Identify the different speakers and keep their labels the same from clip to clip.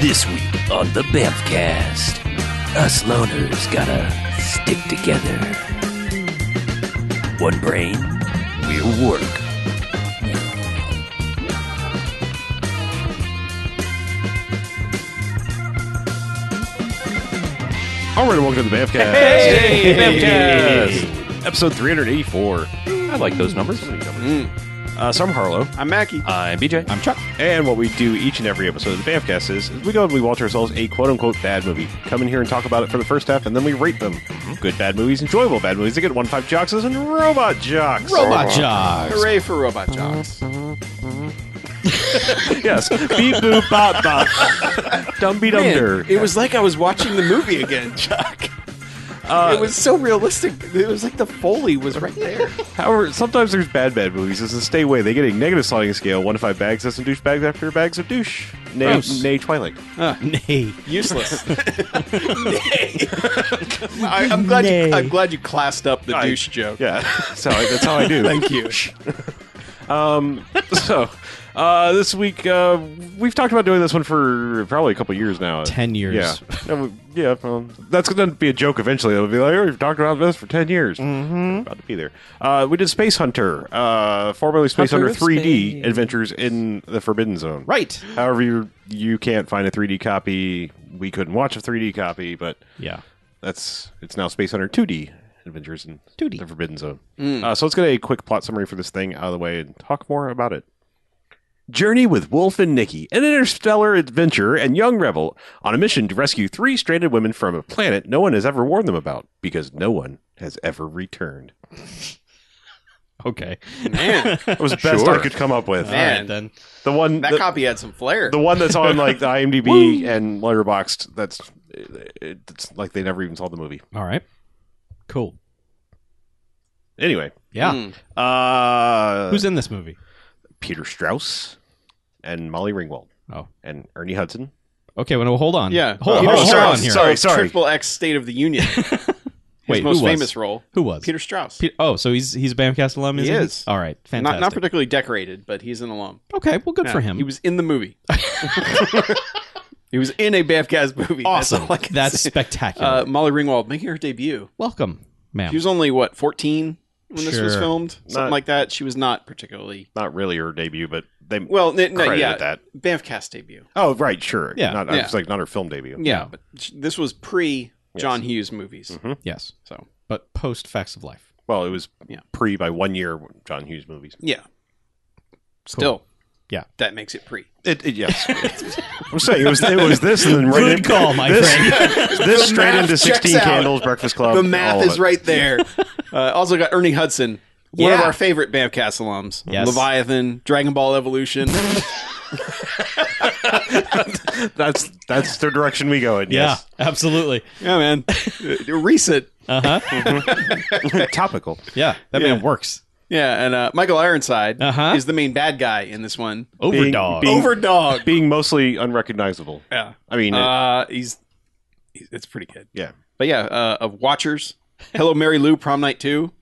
Speaker 1: This week on the Bamfcast, us loners gotta stick together. One brain, we're work.
Speaker 2: All right, welcome to the Bamfcast.
Speaker 3: Hey,
Speaker 2: Bamfcast. Episode 384. I like those numbers. Uh, so I'm Harlow.
Speaker 3: I'm Mackie.
Speaker 1: I'm BJ.
Speaker 2: I'm Chuck. And what we do each and every episode of the Bamfcast is, is we go and we watch ourselves a quote unquote bad movie, come in here and talk about it for the first half, and then we rate them. Good bad movies, enjoyable bad movies. They get one to five jocks and robot jocks.
Speaker 4: Robot Jocks.
Speaker 3: Hooray for robot jocks.
Speaker 2: yes. Beep boop bop bop. Dumby dumder.
Speaker 3: it was like I was watching the movie again, Chuck. Uh, it was so realistic. It was like the Foley was right there.
Speaker 2: However, sometimes there's bad bad movies. It's a stay away. They get a negative sliding scale, one to five bags of some douchebags after bags of douche. Nay,
Speaker 3: Gross.
Speaker 2: nay Twilight.
Speaker 4: Nay.
Speaker 3: Useless. I, I'm glad. You,
Speaker 4: Nay.
Speaker 3: I'm glad you classed up the
Speaker 2: I-
Speaker 3: douche joke.
Speaker 2: Yeah, so I- that's how I do.
Speaker 3: Thank you.
Speaker 2: so, uh, this week uh, we've talked about doing this one for probably a couple years now.
Speaker 4: 10 years.
Speaker 2: Yeah, No, we- yeah. well, that's going to be a joke eventually. It'll be like, oh, we've talked about this for ten years. Mm-hmm. About to be there. Uh, we did Space Hunter, uh, formerly Space Hunter,
Speaker 4: Hunter of
Speaker 2: 3D
Speaker 4: Space.
Speaker 2: Adventures in the Forbidden Zone.
Speaker 3: Right.
Speaker 2: However, you you can't find a 3D copy. We couldn't watch a 3D copy, but
Speaker 4: Yeah.
Speaker 2: that's it's now Space Hunter 2D Adventures in
Speaker 4: 2D.
Speaker 2: the Forbidden Zone. Uh, so let's get a quick plot summary for this thing out of the way and talk more about it. Journey with Wolf and Nikki, an interstellar adventurer and young rebel on a mission to rescue three stranded women from a planet no one has ever warned them about because no one has ever returned.
Speaker 4: Okay.
Speaker 3: Man,
Speaker 2: That was the best
Speaker 3: Sure.
Speaker 2: I could come up with.
Speaker 3: Man.
Speaker 4: All right, then.
Speaker 2: The one
Speaker 3: that
Speaker 2: the,
Speaker 3: copy had some flair.
Speaker 2: the one that's on like the IMDb and Letterboxd. That's it- it's like they never even saw the movie.
Speaker 4: All right. Cool.
Speaker 2: Anyway,
Speaker 4: Yeah.
Speaker 3: Mm.
Speaker 2: uh,
Speaker 4: Who's in this movie?
Speaker 2: Peter Strauss and Molly Ringwald
Speaker 4: Oh.
Speaker 2: and Ernie Hudson.
Speaker 4: Okay. Well, no, hold on.
Speaker 3: Yeah.
Speaker 4: Hold,
Speaker 3: Peter
Speaker 4: hold- hold
Speaker 3: Strauss,
Speaker 4: on here.
Speaker 2: sorry.
Speaker 3: Oh, Triple X State of the Union. His
Speaker 4: Wait,
Speaker 3: most
Speaker 4: who was?
Speaker 3: famous role.
Speaker 4: Who was?
Speaker 3: Peter Strauss.
Speaker 4: Pe- oh, so he's he's a Bamcast alum.
Speaker 3: He
Speaker 4: isn't He
Speaker 3: is.
Speaker 4: All right.
Speaker 3: not
Speaker 4: Fantastic.
Speaker 3: not particularly decorated, but he's an alum.
Speaker 4: okay. Well, good
Speaker 3: Yeah,
Speaker 4: for him.
Speaker 3: He was in the movie. he was in a Bafkaz movie.
Speaker 4: awesome.
Speaker 3: That's, all I can
Speaker 4: That's
Speaker 3: say.
Speaker 4: spectacular.
Speaker 3: uh, Molly Ringwald making her debut.
Speaker 4: Welcome, ma'am.
Speaker 3: She was only what fourteen when this was
Speaker 4: Sure.
Speaker 3: filmed, something
Speaker 2: Not-
Speaker 3: like that. She was not particularly
Speaker 2: Not really her debut, but they.
Speaker 3: well. N- n-
Speaker 2: Credited
Speaker 3: yeah,
Speaker 2: that.
Speaker 3: Bamfcast debut.
Speaker 2: oh, right, sure.
Speaker 4: Yeah.
Speaker 2: Not,
Speaker 3: Yeah.
Speaker 2: It's like not her film debut.
Speaker 3: Yeah, but sh- this was pre John Hughes movies.
Speaker 2: Mm-hmm.
Speaker 4: yes,
Speaker 3: So
Speaker 4: but post facts of life.
Speaker 2: Well, it was
Speaker 3: Yeah.
Speaker 2: pre by one year John Hughes movies.
Speaker 3: yeah, still
Speaker 4: Yeah.
Speaker 3: that makes it pre.
Speaker 2: It, it- yes, I'm saying it was it was this and then right
Speaker 4: Good
Speaker 2: in-
Speaker 4: call, my
Speaker 2: this, This
Speaker 3: The
Speaker 2: straight
Speaker 3: math
Speaker 2: into
Speaker 3: checks
Speaker 2: 16
Speaker 3: out.
Speaker 2: Candles, Breakfast Club.
Speaker 3: the math
Speaker 2: all of
Speaker 3: is
Speaker 2: it.
Speaker 3: right there. uh, also got Ernie Hudson, one of
Speaker 4: Yeah.
Speaker 3: our favorite Bamcast alums.
Speaker 4: Yes.
Speaker 3: Leviathan, Dragon Ball Evolution.
Speaker 2: That's that's the direction we go in. Yes.
Speaker 4: Yeah, absolutely.
Speaker 3: yeah, man. Uh, Recent.
Speaker 4: Uh huh.
Speaker 2: Topical.
Speaker 4: Yeah, that
Speaker 3: Yeah.
Speaker 4: man works.
Speaker 3: Yeah, and uh, Michael Ironside
Speaker 4: Uh-huh.
Speaker 3: is the main bad guy in this one.
Speaker 4: Overdog. Oh,
Speaker 2: being-
Speaker 3: Overdog.
Speaker 2: Being mostly unrecognizable.
Speaker 3: Uh, yeah.
Speaker 2: I mean, it-
Speaker 3: Uh, he's, he's it's pretty good.
Speaker 2: yeah.
Speaker 3: But yeah, uh, of Watchers, Hello Mary Lou, Prom Night 2,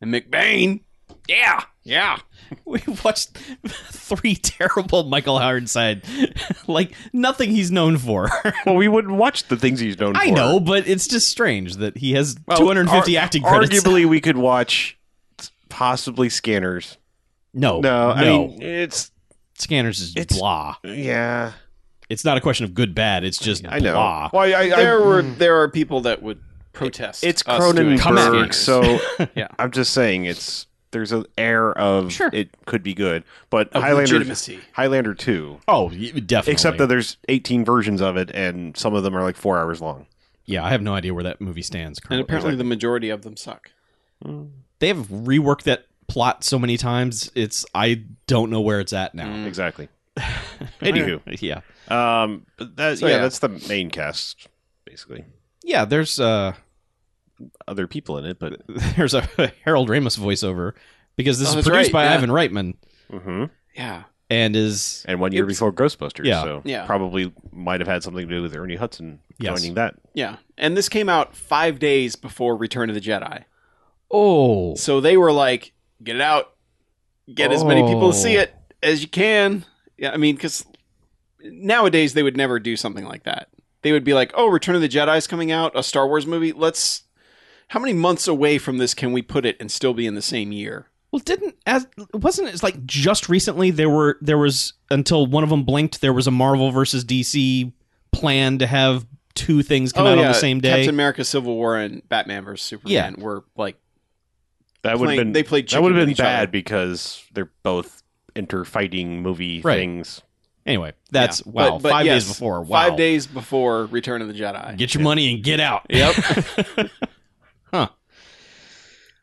Speaker 3: and McBain. Yeah. Yeah.
Speaker 4: We watched three terrible Michael Ironside, like nothing he's known for.
Speaker 2: Well, we wouldn't watch the things he's known for.
Speaker 4: I know, but it's just strange that he has
Speaker 2: Well,
Speaker 4: 250
Speaker 2: ar-
Speaker 4: acting credits.
Speaker 2: Arguably, we could watch possibly Scanners.
Speaker 4: no,
Speaker 2: No, I mean it's
Speaker 4: Scanners is
Speaker 2: It's-
Speaker 4: blah.
Speaker 2: yeah.
Speaker 4: It's not a question of good bad. It's just
Speaker 2: I know.
Speaker 4: blah.
Speaker 2: Well, I, I,
Speaker 3: There
Speaker 2: I,
Speaker 3: were there are people that would protest.
Speaker 2: it's
Speaker 3: us doing
Speaker 4: Come at me.
Speaker 2: Cronenberg,
Speaker 3: scanners.
Speaker 2: so
Speaker 3: Yeah.
Speaker 2: I'm just saying it's there's an air of
Speaker 4: Sure.
Speaker 2: it could be good, but
Speaker 3: Of
Speaker 2: Highlander
Speaker 3: legitimacy.
Speaker 2: Highlander two.
Speaker 4: Oh, y- definitely.
Speaker 2: Except that there's 18 versions of it, and some of them are like four hours long.
Speaker 4: yeah, I have no idea where that movie stands.
Speaker 3: And
Speaker 4: Currently.
Speaker 3: apparently the majority of them suck.
Speaker 4: they have reworked that plot so many times. It's I don't know where it's at
Speaker 3: Mm.
Speaker 4: now.
Speaker 2: Exactly. Anywho,
Speaker 4: Yeah,
Speaker 2: Mm. um, but that,
Speaker 3: So,
Speaker 2: yeah,
Speaker 3: yeah.
Speaker 2: that's the main cast basically.
Speaker 4: yeah. There's uh,
Speaker 2: Other people in it, but
Speaker 4: there's a Harold Ramis voiceover because
Speaker 3: Oh,
Speaker 4: this is
Speaker 3: that's
Speaker 4: produced
Speaker 3: right,
Speaker 4: by
Speaker 3: yeah.
Speaker 4: Ivan Reitman
Speaker 2: Mhm.
Speaker 3: Yeah.
Speaker 4: and is
Speaker 2: and one year
Speaker 3: It's-
Speaker 2: before Ghostbusters,
Speaker 4: Yeah.
Speaker 2: so
Speaker 3: Yeah.
Speaker 2: probably might have had something to do with Ernie Hudson
Speaker 4: Yes.
Speaker 2: joining that.
Speaker 3: Yeah. And this came out five days before Return of the Jedi.
Speaker 4: oh
Speaker 3: So they were like, get it out, get as many people to see
Speaker 4: Oh.
Speaker 3: it as you can. Yeah, I mean, because nowadays they would never do something like that. They would be like, "Oh, Return of the Jedi's coming out, a Star Wars movie. Let's how many months away from this can we put it and still be in the same year?"
Speaker 4: Well, didn't as wasn't it like just recently there were there was until one of them blinked there was a Marvel versus DC plan to have two things come out on the same day.
Speaker 3: Oh, Captain America: Civil War and Batman vs Superman were like
Speaker 2: That would have
Speaker 3: playing-
Speaker 2: been
Speaker 3: they played.
Speaker 2: that would have
Speaker 3: chicken with
Speaker 2: been
Speaker 3: each other.
Speaker 2: bad because they're both interfighting movie
Speaker 4: Right.
Speaker 2: things.
Speaker 4: anyway, that's
Speaker 3: Yeah.
Speaker 4: wow.
Speaker 3: But- but
Speaker 4: five
Speaker 3: yes,
Speaker 4: days before. Wow.
Speaker 3: Five days before Return of the Jedi.
Speaker 4: Get your money and get out.
Speaker 3: Yep.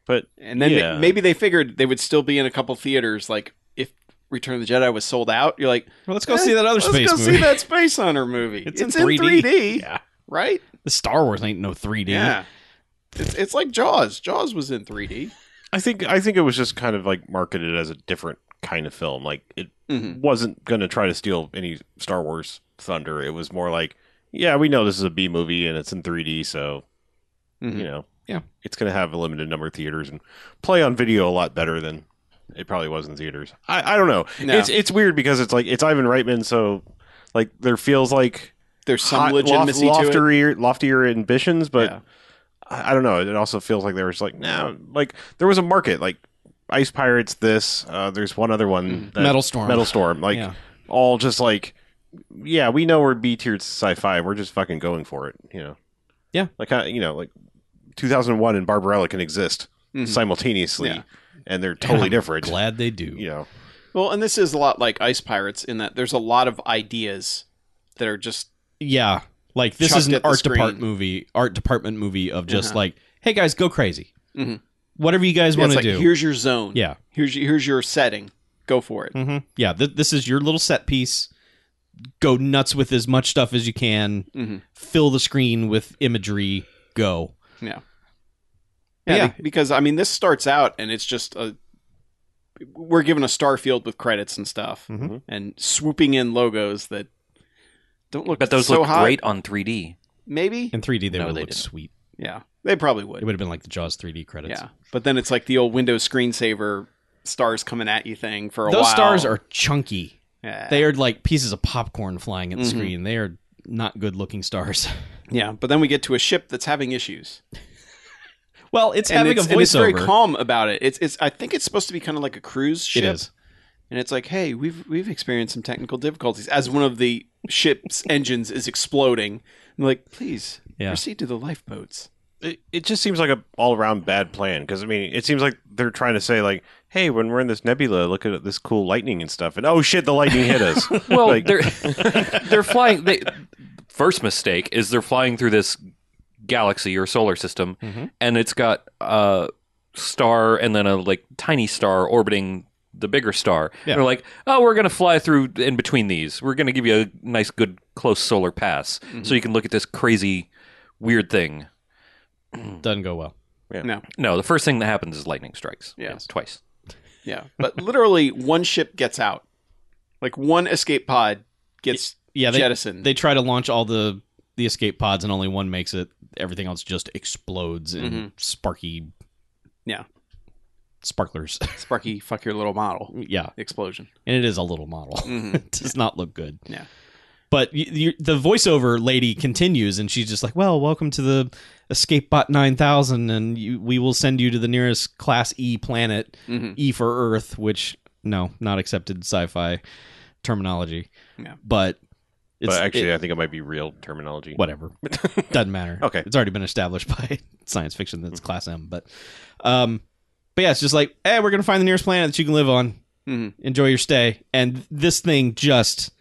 Speaker 2: But
Speaker 3: And then they-
Speaker 2: Yeah.
Speaker 3: maybe they figured they would still be in a couple theaters. Like if Return of the Jedi was sold out, you're like,
Speaker 4: Well, let's go see that other
Speaker 3: let's
Speaker 4: space
Speaker 3: go
Speaker 4: movie.
Speaker 3: see that Space Hunter movie.
Speaker 4: It's
Speaker 3: It's,
Speaker 4: in
Speaker 3: in
Speaker 4: 3D.
Speaker 3: 3D,
Speaker 4: Yeah.
Speaker 3: right?
Speaker 4: The Star Wars ain't no 3D.
Speaker 3: Yeah. It's, it's like Jaws. Jaws was in 3D.
Speaker 2: I think I think it was just kind of like marketed as a different kind of film. Like it
Speaker 3: Mhm.
Speaker 2: wasn't going to try to steal any Star Wars thunder. It was more like, yeah, we know this is a B movie and it's in 3D, so
Speaker 3: Mhm.
Speaker 2: you know,
Speaker 4: Yeah.
Speaker 2: it's going to have a limited number of theaters and play on video a lot better than it probably was in theaters. I, I don't know.
Speaker 3: No.
Speaker 2: It's it's weird because it's like it's Ivan Reitman, so like there feels like
Speaker 3: There's some
Speaker 2: hot,
Speaker 3: legitimacy
Speaker 2: loft-
Speaker 3: to it.
Speaker 2: loftier, loftier ambitions, but
Speaker 3: Yeah.
Speaker 2: I, I don't know. It also feels like there was like now, like there was a market like Ice Pirates. This uh, there's one other
Speaker 3: Mm.
Speaker 2: one, that-
Speaker 4: Metal Storm.
Speaker 2: Metal Storm, like
Speaker 4: Yeah.
Speaker 2: all just like yeah, we know we're B tiered sci-fi. We're just fucking going for it, you know.
Speaker 4: Yeah.
Speaker 2: like uh, you know, like 2001 and Barbarella can exist
Speaker 3: Mhm.
Speaker 2: simultaneously,
Speaker 3: Yeah.
Speaker 2: and they're totally
Speaker 4: I'm
Speaker 2: different.
Speaker 4: Glad they do.
Speaker 2: You know,
Speaker 3: Well, and this is a lot like Ice Pirates in that there's a lot of ideas that are just
Speaker 4: Yeah. Like this
Speaker 3: Chucked
Speaker 4: is an
Speaker 3: at the
Speaker 4: art
Speaker 3: screen.
Speaker 4: department movie, art department movie of just
Speaker 3: Uh-huh.
Speaker 4: like, hey guys, go crazy.
Speaker 3: Mhm.
Speaker 4: Whatever you guys
Speaker 3: yeah,
Speaker 4: want
Speaker 3: it's
Speaker 4: to
Speaker 3: like
Speaker 4: do.
Speaker 3: here's your zone.
Speaker 4: yeah.
Speaker 3: Here's your, here's your setting. Go for it.
Speaker 4: hmm Yeah. Th- this is your little set piece. Go nuts with as much stuff as you can.
Speaker 3: Mm-hmm.
Speaker 4: Fill the screen with imagery. Go.
Speaker 3: Yeah.
Speaker 4: But
Speaker 3: Yeah,
Speaker 4: yeah.
Speaker 3: be- because I mean, this starts out and it's just a we're given a starfield with credits and stuff,
Speaker 4: Mm-hmm.
Speaker 2: Mhm.
Speaker 3: and swooping in logos that don't look
Speaker 1: But those
Speaker 3: so
Speaker 1: look
Speaker 3: hot.
Speaker 1: great on 3D.
Speaker 3: Maybe,
Speaker 4: In 3D, they
Speaker 1: No,
Speaker 4: would
Speaker 1: they
Speaker 4: look
Speaker 1: didn't.
Speaker 4: sweet.
Speaker 3: yeah, they probably
Speaker 4: It
Speaker 3: would.
Speaker 4: would have been like the Jaws 3D credits.
Speaker 3: yeah, but then it's like the old Windows screensaver stars coming at you thing for a
Speaker 4: Those
Speaker 3: while.
Speaker 4: stars are chunky.
Speaker 3: yeah.
Speaker 4: They are like pieces of popcorn flying at the
Speaker 3: Mhm.
Speaker 4: screen. They are not good looking stars.
Speaker 3: yeah. But then we get to a ship that's having issues,
Speaker 4: well, it's
Speaker 3: and
Speaker 4: having
Speaker 3: it's,
Speaker 4: a
Speaker 3: and it's very
Speaker 4: voiceover.
Speaker 3: calm about it. It's it's I think it's supposed to be kind of like a cruise ship.
Speaker 4: It is.
Speaker 3: and it's like, hey, we've we've experienced some technical difficulties as one of the ship's engines is exploding. I'm like, please
Speaker 4: Yeah.
Speaker 3: proceed to the lifeboats.
Speaker 2: it, it just seems like a all around bad plan because I mean it seems like they're trying to say like, hey, when we're in this nebula, look at this cool lightning and stuff, and oh shit, the lightning hit us.
Speaker 1: Well,
Speaker 2: Like-
Speaker 1: they're they're flying. They, first mistake is they're flying through this galaxy or solar system,
Speaker 4: Mhm.
Speaker 1: and it's got a star and then a like tiny star orbiting the bigger star.
Speaker 4: Yeah.
Speaker 1: They're like, oh, we're gonna fly through in between these. We're gonna give you a nice, good, close solar pass, so you can look at this crazy, weird thing.
Speaker 4: Doesn't go well.
Speaker 3: No,
Speaker 1: No, the first thing that happens is lightning strikes.
Speaker 3: Yes.
Speaker 1: twice.
Speaker 3: yeah, but literally one ship gets out, like one escape pod gets
Speaker 4: Yeah, they,
Speaker 3: jettisoned.
Speaker 4: they try to launch all the the escape pods and only one makes it everything else just explodes in
Speaker 3: Mhm.
Speaker 4: sparky
Speaker 3: Yeah.
Speaker 4: sparklers
Speaker 3: Sparky, fuck your little model
Speaker 4: yeah
Speaker 3: explosion.
Speaker 4: and it is a little model
Speaker 3: Mhm.
Speaker 4: it does not look good
Speaker 3: Yeah.
Speaker 4: but you, you, the voiceover lady continues and she's just like well welcome to the escape bot 9000 and you, we will send you to the nearest class e planet
Speaker 3: Mhm.
Speaker 4: E for Earth, which no, not accepted sci-fi terminology.
Speaker 3: Yeah.
Speaker 4: But it's
Speaker 2: but actually,
Speaker 4: it-
Speaker 2: I think it might be real terminology.
Speaker 4: whatever. Doesn't matter.
Speaker 2: Okay. Mm-hmm.
Speaker 4: It's already been established by science fiction that's class M, but um but yeah, it's just like, hey, we're gonna find the nearest planet that you can live on.
Speaker 3: Mhm.
Speaker 4: Enjoy your stay. And this thing just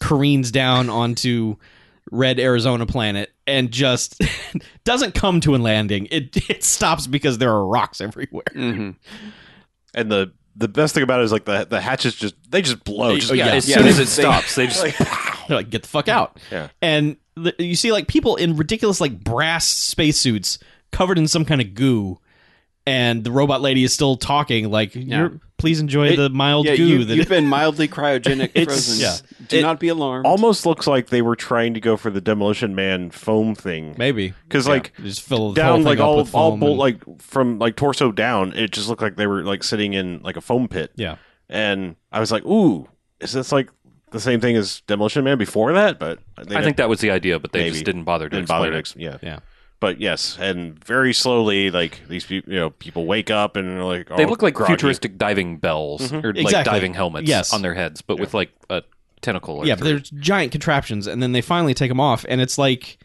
Speaker 4: careens down onto red Arizona planet and just doesn't come to a landing. It it stops because there are rocks everywhere.
Speaker 3: Mhm.
Speaker 2: And the the best thing about it is like the the hatches just they just blow. Just,
Speaker 4: Oh, yeah.
Speaker 1: yeah, as
Speaker 3: Yeah,
Speaker 1: soon
Speaker 3: they-
Speaker 1: as it
Speaker 3: they-
Speaker 1: stops, they just
Speaker 4: They're like, get the fuck out.
Speaker 2: Yeah.
Speaker 4: And the, you see, like, people in ridiculous, like, brass spacesuits covered in some kind of goo, and the robot lady is still talking, like, you're, please enjoy
Speaker 2: It-
Speaker 4: the mild
Speaker 3: Yeah,
Speaker 4: goo.
Speaker 3: you,
Speaker 4: that
Speaker 3: you've been mildly cryogenic
Speaker 2: It's-
Speaker 3: frozen.
Speaker 4: yeah.
Speaker 3: Do
Speaker 2: It-
Speaker 3: not be alarmed.
Speaker 2: almost looks like they were trying to go for the Demolition Man foam thing
Speaker 4: maybe.
Speaker 2: because like.
Speaker 4: You just fill the whole
Speaker 2: Down
Speaker 4: thing
Speaker 2: like
Speaker 4: up
Speaker 2: all
Speaker 4: with
Speaker 2: all
Speaker 4: foam
Speaker 2: bolt,
Speaker 4: and-
Speaker 2: like from like torso down, it just looked like they were like sitting in like a foam pit.
Speaker 4: Yeah.
Speaker 2: and I was like, "Ooh, is this like the same thing as Demolition Man before that, but they
Speaker 1: I
Speaker 2: didn't-
Speaker 1: think that was the idea, but they
Speaker 2: Maybe.
Speaker 1: just didn't bother to
Speaker 2: didn't
Speaker 1: explain
Speaker 2: bother to
Speaker 1: it.
Speaker 2: ex- yeah.
Speaker 4: Yeah.
Speaker 2: But yes, and very slowly, like these people, you know, people wake up and they're like,
Speaker 1: They
Speaker 2: all
Speaker 1: look like
Speaker 2: groggy.
Speaker 1: futuristic diving bells or like
Speaker 4: Exactly.
Speaker 1: diving helmets
Speaker 4: Yes.
Speaker 1: on their heads, but with like a tentacle. Or
Speaker 4: yeah, but
Speaker 1: three.
Speaker 4: there's giant contraptions, and then they finally take them off, and it's like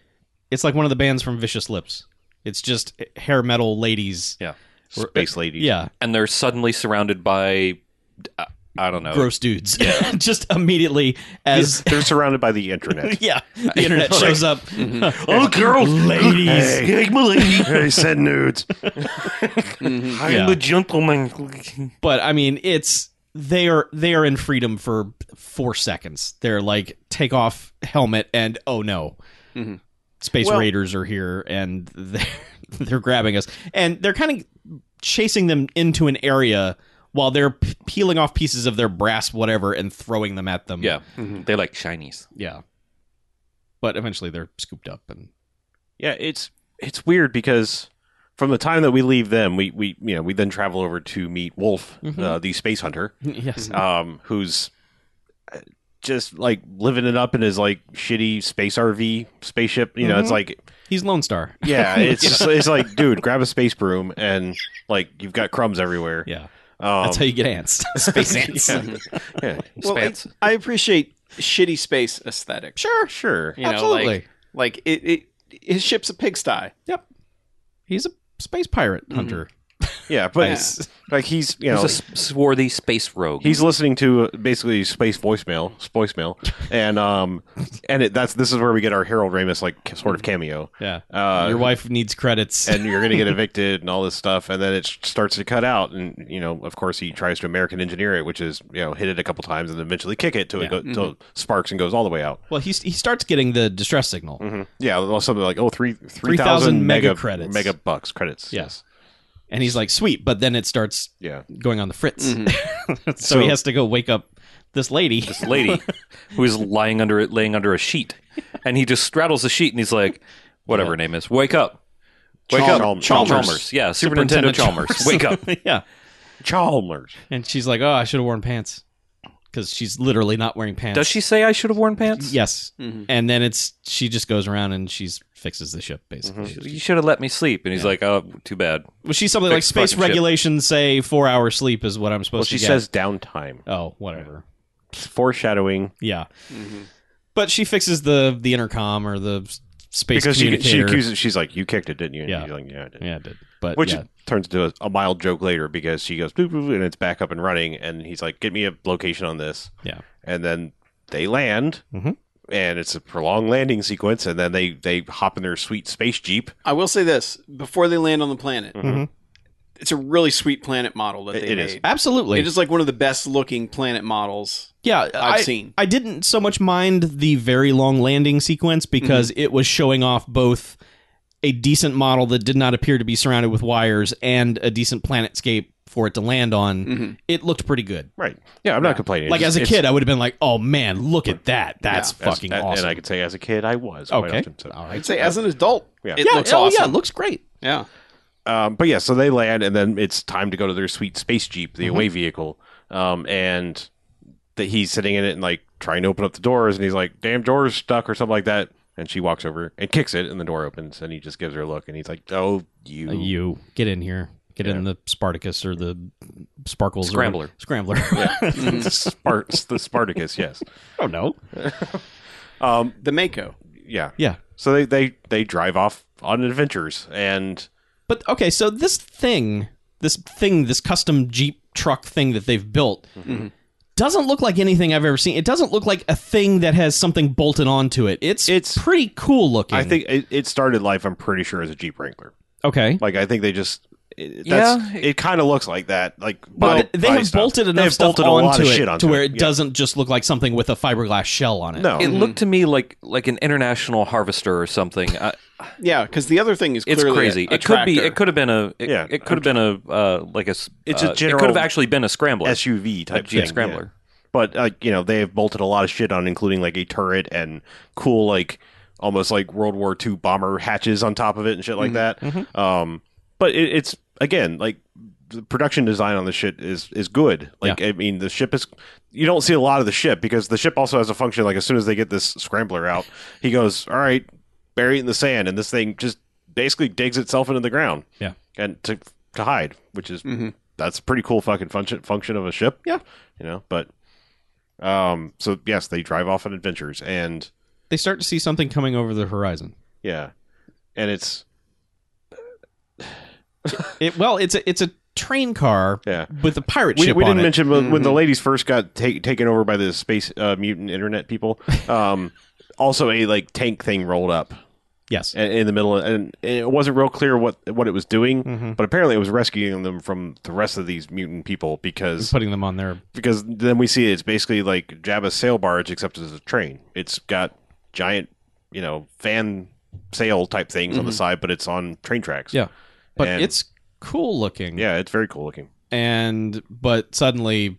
Speaker 4: it's like one of the bands from Vicious Lips. It's just hair metal ladies.
Speaker 1: yeah,
Speaker 2: space ladies.
Speaker 4: Yeah,
Speaker 1: and they're suddenly surrounded by uh, I don't
Speaker 2: Oh.
Speaker 1: know.
Speaker 4: gross dudes. just immediately as
Speaker 2: They're surrounded by the internet.
Speaker 4: yeah, the internet shows up.
Speaker 2: oh, girls,
Speaker 4: ladies.
Speaker 2: hey, my lady, hey, send nudes.
Speaker 4: Yeah.
Speaker 1: a gentleman.
Speaker 4: But I mean, it's they are they are in freedom for four seconds. They're like take off helmet and oh no,
Speaker 3: Mhm.
Speaker 4: space
Speaker 3: Well-
Speaker 4: raiders are here and they're they're grabbing us and they're kind of chasing them into an area while they're p- peeling off pieces of their brass whatever and throwing them at them.
Speaker 1: Yeah,
Speaker 3: Mm-hmm.
Speaker 1: they like shinies.
Speaker 4: yeah. But eventually they're scooped up and
Speaker 2: Yeah, it's it's weird because from the time that we leave them, we we you know we then travel over to meet Wolf, uh, the space hunter,
Speaker 4: yes,
Speaker 2: um, who's uh, just like living it up in his like shitty space RV spaceship. You know, it's like
Speaker 4: he's Lone Star.
Speaker 2: yeah, it's it's like dude, grab a space broom and like you've got crumbs everywhere.
Speaker 4: Yeah.
Speaker 2: Um,
Speaker 4: That's how you get ants. space ants.
Speaker 2: yeah,
Speaker 3: Well, I,
Speaker 1: Spats.
Speaker 3: I appreciate shitty space aesthetic.
Speaker 4: Sure.
Speaker 2: sure.
Speaker 3: You know,
Speaker 4: Absolutely.
Speaker 3: like, like it, it, his ship's a pigsty.
Speaker 4: Yep. He's a space pirate hunter.
Speaker 2: Yeah, but
Speaker 3: Nice.
Speaker 2: like he's you know
Speaker 1: There's a s- swarthy space rogue.
Speaker 2: He's listening to uh, basically space voicemail, voicemail, and um, and it, that's this is where we get our Harold Ramis like ca- sort of cameo.
Speaker 4: Yeah.
Speaker 2: Uh,
Speaker 4: Your wife needs credits.
Speaker 2: and you're gonna get evicted and all this stuff, and then it s- starts to cut out, and you know, of course, he tries to American engineer it, which is you know, hit it a couple times and then eventually kick it till it go, till
Speaker 4: Mm-hmm.
Speaker 2: it sparks and goes all the way out.
Speaker 4: well, he, he starts getting the distress signal.
Speaker 2: Mm.
Speaker 1: Mm-hmm.
Speaker 2: Yeah, well, something like oh three three
Speaker 4: 3,000
Speaker 2: thousand
Speaker 4: mega
Speaker 2: mega
Speaker 4: credits.
Speaker 2: mega bucks credits.
Speaker 4: Yes. And he's like, sweet, but then it starts
Speaker 2: yeah.
Speaker 4: going on the fritz. so, he has to go wake up this lady.
Speaker 1: this lady who is lying under it, laying under a sheet, and he just straddles the sheet and he's like, whatever her name is, wake up, wake up,
Speaker 2: Chalmers.
Speaker 1: Chalmers, yeah, Super, Nintendo Chalmers, wake up.
Speaker 4: yeah.
Speaker 2: Chalmers.
Speaker 4: And she's like, oh, I should have worn pants. Because she's literally not wearing pants.
Speaker 1: Does she say I should have worn pants?
Speaker 4: Yes. And then it's she just goes around and she's fixes the ship basically.
Speaker 1: You should have let me sleep. And he's like, oh, too bad.
Speaker 4: Well, she's something like
Speaker 1: Fix
Speaker 4: space
Speaker 1: fucking ship.
Speaker 4: regulations say four hours sleep is what I'm supposed
Speaker 2: Well,
Speaker 4: to
Speaker 2: she
Speaker 4: get.
Speaker 2: says downtime,
Speaker 4: oh, whatever.
Speaker 2: It's foreshadowing.
Speaker 4: Yeah. But she fixes the the intercom or the s- space
Speaker 2: Because she, she
Speaker 4: communicator.
Speaker 2: accuses, she's like, "You kicked it, didn't you?" And
Speaker 4: Yeah.
Speaker 2: he's like, "Yeah, I did."
Speaker 4: yeah, it did. But
Speaker 2: Which
Speaker 4: yeah.
Speaker 2: turns into a, a mild joke later because she goes boop, boop, boop, and it's back up and running, and he's like, "Get me a location on this."
Speaker 4: Yeah.
Speaker 2: and then they land,
Speaker 4: Mhm.
Speaker 2: and it's a prolonged landing sequence, and then they they hop in their sweet space jeep.
Speaker 3: I will say this before they land on the planet, it's a really sweet planet model that
Speaker 2: It-
Speaker 3: they
Speaker 2: it
Speaker 3: made.
Speaker 2: is.
Speaker 4: Absolutely.
Speaker 3: It is like one of the best looking planet models.
Speaker 4: yeah,
Speaker 3: I've
Speaker 4: I-
Speaker 3: seen.
Speaker 4: I didn't so much mind the very long landing sequence because it was showing off both a decent model that did not appear to be surrounded with wires and a decent planetscape for it to land on. It looked pretty good.
Speaker 2: Right? Yeah, I'm not complaining.
Speaker 4: Like
Speaker 2: It's-
Speaker 4: as a
Speaker 2: it's-
Speaker 4: kid, I would have been like, "Oh man, look at that! That's
Speaker 3: Yeah.
Speaker 2: as-
Speaker 4: fucking
Speaker 2: a-
Speaker 4: awesome."
Speaker 2: And I could say, as a kid, I was quite
Speaker 4: okay,
Speaker 2: often, so.
Speaker 4: all right.
Speaker 3: I'd say as an adult,
Speaker 2: Yeah.
Speaker 3: it
Speaker 4: yeah,
Speaker 3: looks
Speaker 4: oh, yeah,
Speaker 3: awesome.
Speaker 4: it looks great.
Speaker 3: Yeah.
Speaker 2: Um, but yeah, so they land, and then it's time to go to their sweet space jeep,
Speaker 4: Mm-hmm.
Speaker 2: the away vehicle. Um, and that he's sitting in it and like trying to open up the doors, and he's like, "Damn, door's stuck" or something like that. And she walks over and kicks it, and the door opens, and he just gives her a look, and he's like, "Oh, you,
Speaker 4: Uh, you get in here. Get in the Spartacus or the Sparkles or-
Speaker 1: Scrambler.
Speaker 4: Scrambler.
Speaker 2: the, Spart- the Spartacus, yes,
Speaker 4: I don't know.
Speaker 3: The Mako.
Speaker 2: yeah,
Speaker 4: Yeah,
Speaker 2: So they they they drive off on adventures, and
Speaker 4: But okay, so this thing, this thing, this custom Jeep truck thing that they've built
Speaker 2: Mm-hmm.
Speaker 4: doesn't look like anything I've ever seen. It doesn't look like a thing that has something bolted onto it. It's
Speaker 2: It's-
Speaker 4: pretty cool looking.
Speaker 2: I think it, it started life. I'm pretty sure as a Jeep Wrangler.
Speaker 4: okay.
Speaker 2: Like I think they just. It, that's,
Speaker 1: Yeah.
Speaker 2: it kind of looks like that. Like,
Speaker 4: But
Speaker 2: body-
Speaker 4: th- they
Speaker 2: body
Speaker 4: have
Speaker 2: stuff.
Speaker 4: bolted enough
Speaker 2: They have
Speaker 4: stuff
Speaker 2: bolted
Speaker 4: onto
Speaker 2: a lot
Speaker 4: it
Speaker 2: of shit onto
Speaker 4: to where it
Speaker 2: yeah.
Speaker 4: doesn't just look like something with a fiberglass shell on it.
Speaker 2: No,
Speaker 1: It
Speaker 3: Mm-hmm.
Speaker 1: looked to me like like an international harvester or something. I,
Speaker 3: Yeah, because the other thing is
Speaker 1: it's
Speaker 3: clearly a-
Speaker 1: crazy.
Speaker 3: a
Speaker 1: it could be.
Speaker 3: tractor.
Speaker 1: It could have been a. It,
Speaker 2: Yeah,
Speaker 1: it could have been a uh, like a. s-
Speaker 2: It's
Speaker 1: uh,
Speaker 2: a general
Speaker 1: It could have actually been a scrambler.
Speaker 2: SUV type
Speaker 1: Jeep
Speaker 2: thing,
Speaker 1: Scrambler.
Speaker 2: yeah. But like you know, they have bolted a lot of shit on, including like a turret and cool like almost like World War II bomber hatches on top of it and shit like that. Um, but it, it's again like the production design on the shit is is good. Like I mean, the ship is you don't see a lot of the ship because the ship also has a function. Like as soon as they get this scrambler out, he goes, "All right, bury it in the sand," and this thing just basically digs itself into the ground.
Speaker 4: Yeah.
Speaker 2: and to to hide, which is that's a pretty cool fucking function function of a ship. Yeah, you know, but um, so yes, they drive off on adventures and.
Speaker 4: They start to see something coming over the horizon.
Speaker 2: Yeah, and it's
Speaker 4: It well, it's a it's a train car
Speaker 2: yeah.
Speaker 4: with a pirate
Speaker 2: We,
Speaker 4: ship
Speaker 2: we
Speaker 4: on
Speaker 2: didn't
Speaker 4: it. Mm-hmm.
Speaker 2: mention when- when the ladies first got ta- taken over by the space uh, mutant internet people. Um, also, a like tank thing rolled up
Speaker 4: yes.
Speaker 2: in, in the middle, and, and it wasn't real clear what what it was doing.
Speaker 4: Mm-hmm.
Speaker 2: But apparently, it was rescuing them from the rest of these mutant people because
Speaker 4: Putting them on their
Speaker 2: because then we see it's basically like Jabba's sail barge, except it's a train. It's got giant, you know, fan sail type things on the
Speaker 4: Mm-hmm.
Speaker 2: side, but it's on train tracks.
Speaker 4: Yeah. But
Speaker 2: And-
Speaker 4: it's cool looking.
Speaker 2: yeah, it's very cool looking.
Speaker 4: And but suddenly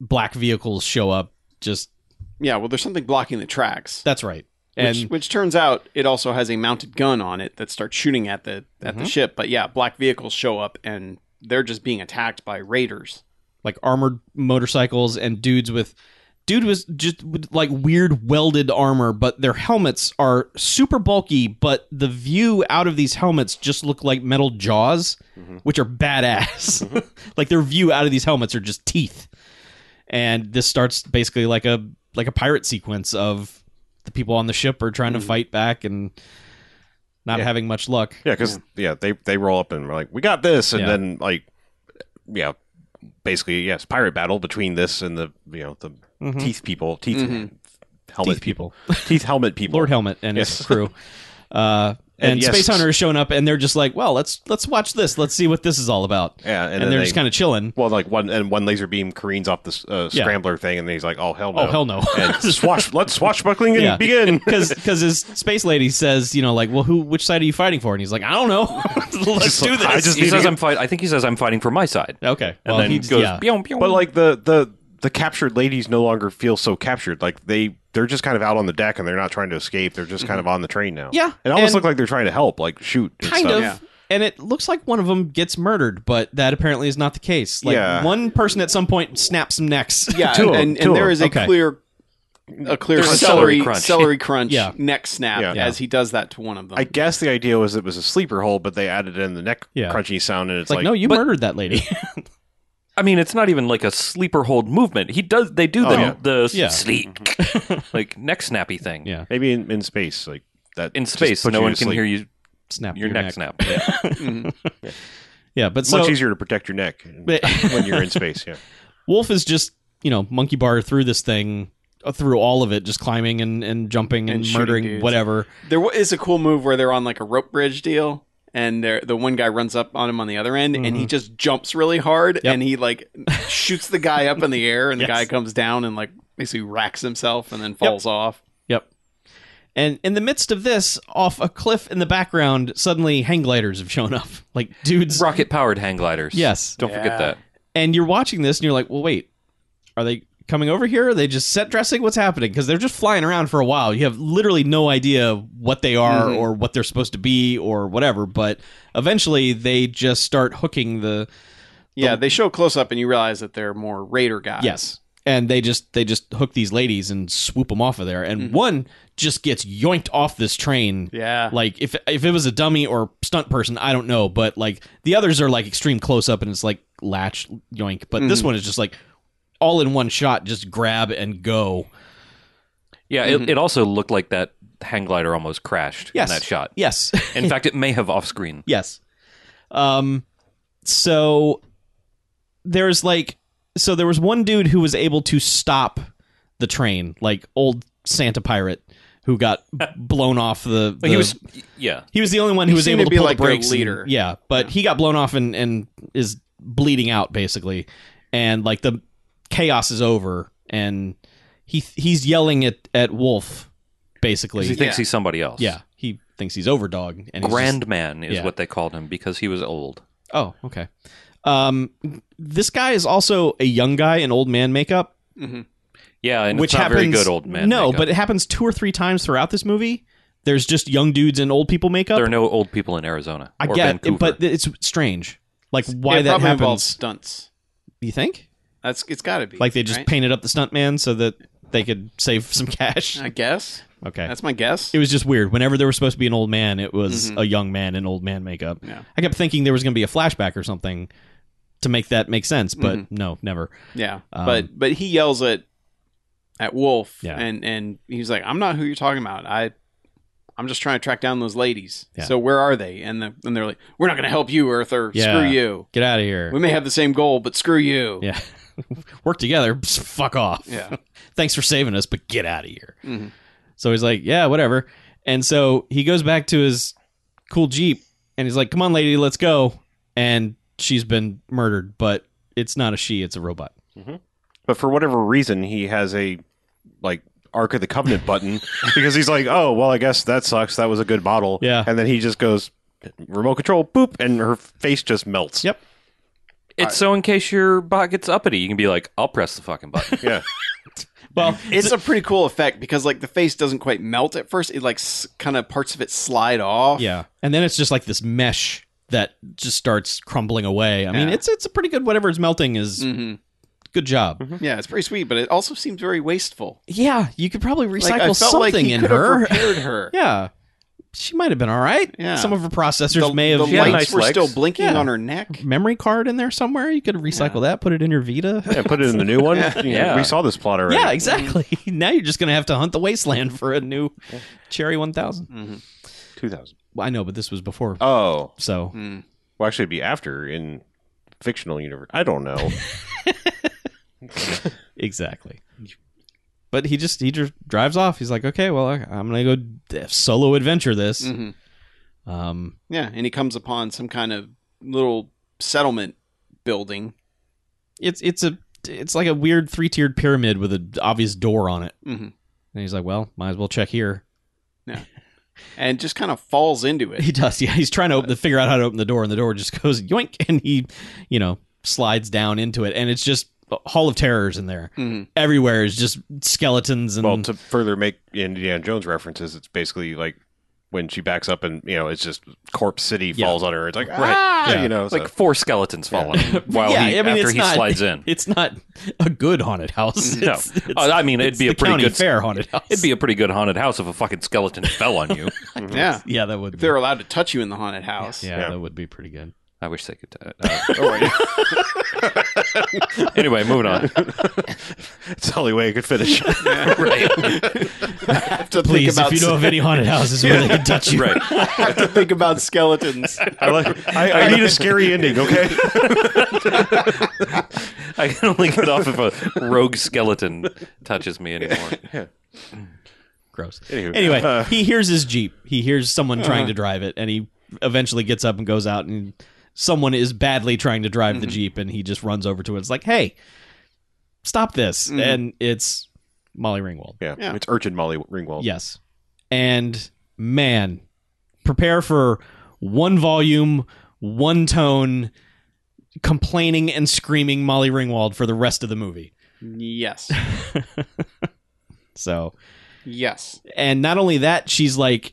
Speaker 4: black vehicles show up just
Speaker 3: Yeah, well, there's something blocking the tracks.
Speaker 4: that's right. And
Speaker 3: which, which turns out it also has a mounted gun on it that starts shooting at the at the ship. But yeah, black vehicles show up and they're just being attacked by raiders.
Speaker 4: like armored motorcycles and dudes with dude was just with, like weird welded armor but their helmets are super bulky but the view out of these helmets just look like metal jaws which are badass like their view out of these helmets are just teeth and this starts basically like a like a pirate sequence of the people on the ship are trying to fight back and not having much luck
Speaker 2: Yeah, because yeah. they they roll up and we're like, we got this, and
Speaker 4: Yeah.
Speaker 2: then like, yeah, basically yes, pirate battle between this and the you know the teeth people, teeth helmet
Speaker 4: Mm-hmm. Teeth people.
Speaker 2: teeth helmet people.
Speaker 4: Lord Helmet and his
Speaker 2: Yes.
Speaker 4: crew. Uh, and,
Speaker 2: And yes.
Speaker 4: Space Hunter is showing up, and they're just like, "Well, let's let's watch this. Let's see what this is all about."
Speaker 2: Yeah, and
Speaker 4: and,
Speaker 2: then
Speaker 4: they're
Speaker 2: they-
Speaker 4: just kind of chilling.
Speaker 2: Well, like one and one laser beam careens off the uh,
Speaker 4: Yeah.
Speaker 2: scrambler thing, and he's like, oh hell no,
Speaker 4: Oh hell no,
Speaker 2: and swash, let's swashbuckling and
Speaker 4: Yeah.
Speaker 2: begin.
Speaker 4: because because his space lady says, you know, like, "Well, who which side are you fighting for?" And he's like, "I don't know. let's do this."
Speaker 2: I just
Speaker 1: he
Speaker 2: need to
Speaker 1: says
Speaker 2: get-
Speaker 1: I'm fight. I think he says I'm fighting for my side.
Speaker 4: okay, well,
Speaker 1: and then
Speaker 4: he's,
Speaker 1: goes
Speaker 4: yeah.
Speaker 1: "Pew, pew."
Speaker 2: But like the the the captured ladies no longer feel so captured. Like they they're just kind of out on the deck and they're not trying to escape. They're just kind of on the train now.
Speaker 4: Mm-hmm. Yeah,
Speaker 2: it almost
Speaker 4: and-
Speaker 2: looked like they're trying to help, like shoot, and
Speaker 4: kind
Speaker 2: stuff.
Speaker 4: of.
Speaker 3: Yeah.
Speaker 4: And it looks like one of them gets murdered, but that apparently is not the case. Like
Speaker 2: Yeah.
Speaker 4: one person at some point snaps some necks.
Speaker 3: Yeah,
Speaker 2: Two
Speaker 3: and,
Speaker 2: of 'em,
Speaker 3: and,
Speaker 2: two of
Speaker 3: there
Speaker 2: 'em.
Speaker 3: is a
Speaker 4: Okay.
Speaker 3: clear a clear
Speaker 1: There's a
Speaker 3: celery
Speaker 1: celery crunch.
Speaker 3: celery crunch
Speaker 4: Yeah.
Speaker 3: neck snap
Speaker 2: Yeah.
Speaker 3: as he does that to one of them.
Speaker 2: I guess the idea was it was a sleeper hole, but they added in the neck
Speaker 4: Yeah.
Speaker 2: crunchy sound, and it's
Speaker 4: It's like,
Speaker 2: like,
Speaker 4: no, you
Speaker 1: but-
Speaker 4: murdered that lady.
Speaker 1: I mean, it's not even like a sleeper hold movement. He does. They do the
Speaker 2: Oh, yeah. Mm-hmm.
Speaker 1: the
Speaker 4: Yeah.
Speaker 1: sleep, like neck snappy thing.
Speaker 4: yeah,
Speaker 2: maybe in, in space, like that
Speaker 1: In
Speaker 2: just
Speaker 1: space,
Speaker 2: puts
Speaker 1: no
Speaker 2: you
Speaker 1: one
Speaker 2: to
Speaker 1: can
Speaker 2: sleep.
Speaker 1: hear you.
Speaker 4: snap
Speaker 1: Your, neck, snap.
Speaker 4: Yeah, but
Speaker 2: It's
Speaker 4: so
Speaker 2: much easier to protect your neck when you're in space. Yeah,
Speaker 4: Wolf is just, you know, monkey bar through this thing, uh, through all of it, just climbing and, and jumping
Speaker 3: And
Speaker 4: and,
Speaker 3: shooting
Speaker 4: murdering
Speaker 3: dudes.
Speaker 4: whatever.
Speaker 3: There wa- is a cool move where they're on like a rope bridge deal, and there the one guy runs up on him on the other end, and
Speaker 4: Mm-hmm.
Speaker 3: he just jumps really hard, and he like shoots the guy up in the air, and the
Speaker 4: Yes.
Speaker 3: guy comes down and like basically racks himself and then falls off.
Speaker 4: Yep. And in the midst of this, off a cliff in the background, suddenly hang gliders have shown up. Like dudes.
Speaker 1: Rocket powered hang gliders.
Speaker 4: Yes.
Speaker 1: Don't
Speaker 3: Yeah.
Speaker 1: forget that.
Speaker 4: And you're watching this and you're like, well, wait, are they coming over here? Are they just set dressing? What's happening? Because they're just flying around for a while. You have literally no idea what they are
Speaker 3: Mm-hmm.
Speaker 4: or what they're supposed to be or whatever. But eventually they just start hooking the.
Speaker 3: Yeah, they show close up, and you realize that they're more raider guys.
Speaker 4: Yes. And they just they just hook these ladies and swoop them off of there, and one just gets yoinked off this train.
Speaker 3: Yeah.
Speaker 4: Like if if it was a dummy or stunt person, I don't know, but like the others are like extreme close up, and it's like latch yoink, but this one is just like all in one shot, just grab and go.
Speaker 1: Yeah.
Speaker 2: Mm-hmm.
Speaker 1: It, it also looked like that hang glider almost crashed
Speaker 4: Yes.
Speaker 1: in that shot.
Speaker 4: Yes,
Speaker 1: In fact, it may have off screen.
Speaker 4: yes. Um, so there's like so there was one dude who was able to stop the train, like old Santa pirate who got blown off the.
Speaker 1: But he
Speaker 4: the-
Speaker 1: was. Yeah.
Speaker 4: He was the only one who
Speaker 3: He
Speaker 4: was
Speaker 3: seemed
Speaker 4: able
Speaker 3: to be
Speaker 4: to, pull
Speaker 3: like
Speaker 4: the
Speaker 3: their
Speaker 4: brakes. and-
Speaker 3: leader.
Speaker 4: yeah, but he got blown off and and is bleeding out basically, and like the chaos is over, and he he's yelling at at Wolf,
Speaker 1: 'Cause
Speaker 4: basically.
Speaker 1: he thinks
Speaker 3: Yeah.
Speaker 1: he's somebody else.
Speaker 4: yeah, he thinks he's overdog and he's
Speaker 1: Grand man is
Speaker 4: yeah.
Speaker 1: what they called him because he was old.
Speaker 4: just- oh, okay. Um, this guy is also a young guy in old man makeup,
Speaker 1: Yeah, and
Speaker 4: which
Speaker 1: it's not
Speaker 4: happens
Speaker 1: very good old man.
Speaker 4: No,
Speaker 1: makeup.
Speaker 4: but it happens two or three times throughout this movie. There's just young dudes in old people makeup.
Speaker 1: there are no old people in Arizona.
Speaker 4: I
Speaker 1: or
Speaker 4: get it,
Speaker 1: Vancouver.
Speaker 4: but it's strange. Like why
Speaker 3: it
Speaker 4: that
Speaker 3: probably involves
Speaker 4: happens?
Speaker 3: stunts.
Speaker 4: You think?
Speaker 3: That's it's got to be
Speaker 4: Like they just
Speaker 3: right?
Speaker 4: painted up the stuntman so that they could save some cash.
Speaker 3: I guess
Speaker 4: Okay.
Speaker 3: that's my guess.
Speaker 4: it was just weird. Whenever there was supposed to be an old man, it was
Speaker 3: Mhm.
Speaker 4: a young man in old man makeup.
Speaker 3: Yeah.
Speaker 4: I kept thinking there was going to be a flashback or something to make that make sense, but
Speaker 3: Mm-hmm.
Speaker 4: no, never.
Speaker 3: yeah,
Speaker 4: um,
Speaker 3: but but he yells at at Wolf,
Speaker 4: Yeah.
Speaker 3: and and he's like, "I'm not who you're talking about. I." I'm just trying to track down those ladies.
Speaker 4: Yeah.
Speaker 3: So where are they? And the, and they're like, "We're not going to help you, Earther.
Speaker 4: Yeah.
Speaker 3: Screw you.
Speaker 4: Get out of here.
Speaker 3: We may have the same goal, but screw you."
Speaker 4: yeah. Work together. Psst, fuck off.
Speaker 3: Yeah.
Speaker 4: Thanks for saving us, but get out of here.
Speaker 3: Mhm.
Speaker 4: So he's like, yeah, whatever. And so he goes back to his cool Jeep and he's like, come on, lady, let's go. And she's been murdered, but it's not a she, it's a robot.
Speaker 2: But for whatever reason, he has a like Ark of the Covenant button because he's like, oh well, I guess that sucks. That was a good model.
Speaker 4: Yeah.
Speaker 2: And then he just goes remote control, boop, and her face just melts.
Speaker 4: Yep.
Speaker 1: It's so in case your bot gets uppity, you can be like, I'll press the fucking button.
Speaker 2: Yeah.
Speaker 4: Well,
Speaker 3: It's a pretty cool effect because like the face doesn't quite melt at first. It like s- kind of parts of it slide off.
Speaker 4: yeah. And then it's just like this mesh that just starts crumbling away. I mean,
Speaker 3: Yeah.
Speaker 4: it's it's a pretty good whatever is melting is
Speaker 3: Mhm.
Speaker 4: good job.
Speaker 3: Yeah, it's pretty sweet, but it also seems very wasteful.
Speaker 4: Yeah, you could probably recycle
Speaker 3: Like, I felt
Speaker 4: something
Speaker 3: like he
Speaker 4: in
Speaker 3: could have
Speaker 4: her.
Speaker 3: repaired her.
Speaker 4: Yeah. She might have been all right.
Speaker 3: Yeah.
Speaker 4: Some of her processors
Speaker 3: The,
Speaker 4: may have
Speaker 3: the
Speaker 4: Yeah.
Speaker 1: had
Speaker 3: lights
Speaker 1: nice
Speaker 3: were
Speaker 1: legs.
Speaker 3: still blinking
Speaker 4: Yeah.
Speaker 3: on her neck.
Speaker 4: memory card in there somewhere. You could recycle that, put it in your Vita.
Speaker 2: And put it in the new one. yeah.
Speaker 1: Yeah.
Speaker 2: We saw this plot already.
Speaker 4: Yeah, exactly. now you're just going to have to hunt the wasteland for a new Cherry 1000.
Speaker 3: Mm.
Speaker 2: Two thousand.
Speaker 4: Well, I know, but this was before.
Speaker 2: Oh.
Speaker 4: So,
Speaker 3: Mm.
Speaker 2: Well, actually, it'd be after in fictional universe. I don't know.
Speaker 4: exactly. But he just he just drives off. He's like, "Okay, well, I, I'm going to go d- solo adventure this."
Speaker 3: hmm
Speaker 4: Um
Speaker 3: Yeah, and he comes upon some kind of little settlement building.
Speaker 4: it's it's a it's like a weird three-tiered pyramid with an obvious door on it.
Speaker 3: Mhm.
Speaker 4: And he's like, "Well, might as well check here."
Speaker 3: and just kind of falls into it.
Speaker 4: He does. Yeah, he's trying to open the figure out how to open the door, and the door just goes yoink, and he, you know, slides down into it, and it's just a Hall of Terrors in there.
Speaker 3: Mhm.
Speaker 4: Everywhere is just skeletons and
Speaker 2: well, to further make Indiana Jones references, it's basically like when she backs up and you know it's just corpse city
Speaker 4: Yeah.
Speaker 2: falls on her. It's like right,
Speaker 4: Yeah.
Speaker 2: you know,
Speaker 1: It's like four skeletons falling while
Speaker 4: Yeah,
Speaker 1: he,
Speaker 4: I mean,
Speaker 1: after
Speaker 4: it's
Speaker 1: he
Speaker 4: not-
Speaker 1: slides in.
Speaker 4: It's not a good haunted house.
Speaker 1: No,
Speaker 4: It's- it's-
Speaker 1: Uh, I mean it'd
Speaker 4: it's
Speaker 1: be a
Speaker 4: the
Speaker 1: pretty
Speaker 4: county
Speaker 1: good
Speaker 4: fair haunted house.
Speaker 1: It'd be a pretty good haunted house if a fucking skeleton fell on you.
Speaker 3: Yeah,
Speaker 4: yeah, that would.
Speaker 3: if
Speaker 4: Be,
Speaker 3: they're allowed to touch you in the haunted house.
Speaker 4: yeah,
Speaker 2: Yeah.
Speaker 4: that would be pretty good.
Speaker 1: I wish they could. Uh,
Speaker 2: "Oh,
Speaker 1: uh, anyway, moving on.
Speaker 2: it's the only way I could finish.
Speaker 3: Have to
Speaker 4: Please,
Speaker 3: think about
Speaker 4: if you know of any haunted houses where they can touch you,
Speaker 1: Right.
Speaker 3: have to think about skeletons.
Speaker 2: I, like, I, I need a scary ending, okay?
Speaker 1: I can only get off if a rogue skeleton touches me anymore.
Speaker 4: gross.
Speaker 2: Anywho.
Speaker 4: anyway,
Speaker 2: Uh.
Speaker 4: he hears his jeep. He hears someone trying to drive it, and he eventually gets up and goes out, and someone is badly trying to drive the jeep, and he just runs over to it. It's like, hey, stop this!
Speaker 3: Mhm.
Speaker 4: And it's Molly Ringwald.
Speaker 2: Yeah,
Speaker 3: Yeah.
Speaker 2: it's Urchin Molly Ringwald.
Speaker 4: Yes, and man, prepare for one volume, one tone, complaining and screaming Molly Ringwald for the rest of the movie.
Speaker 3: yes,
Speaker 4: So
Speaker 3: yes.
Speaker 4: And not only that, she's like,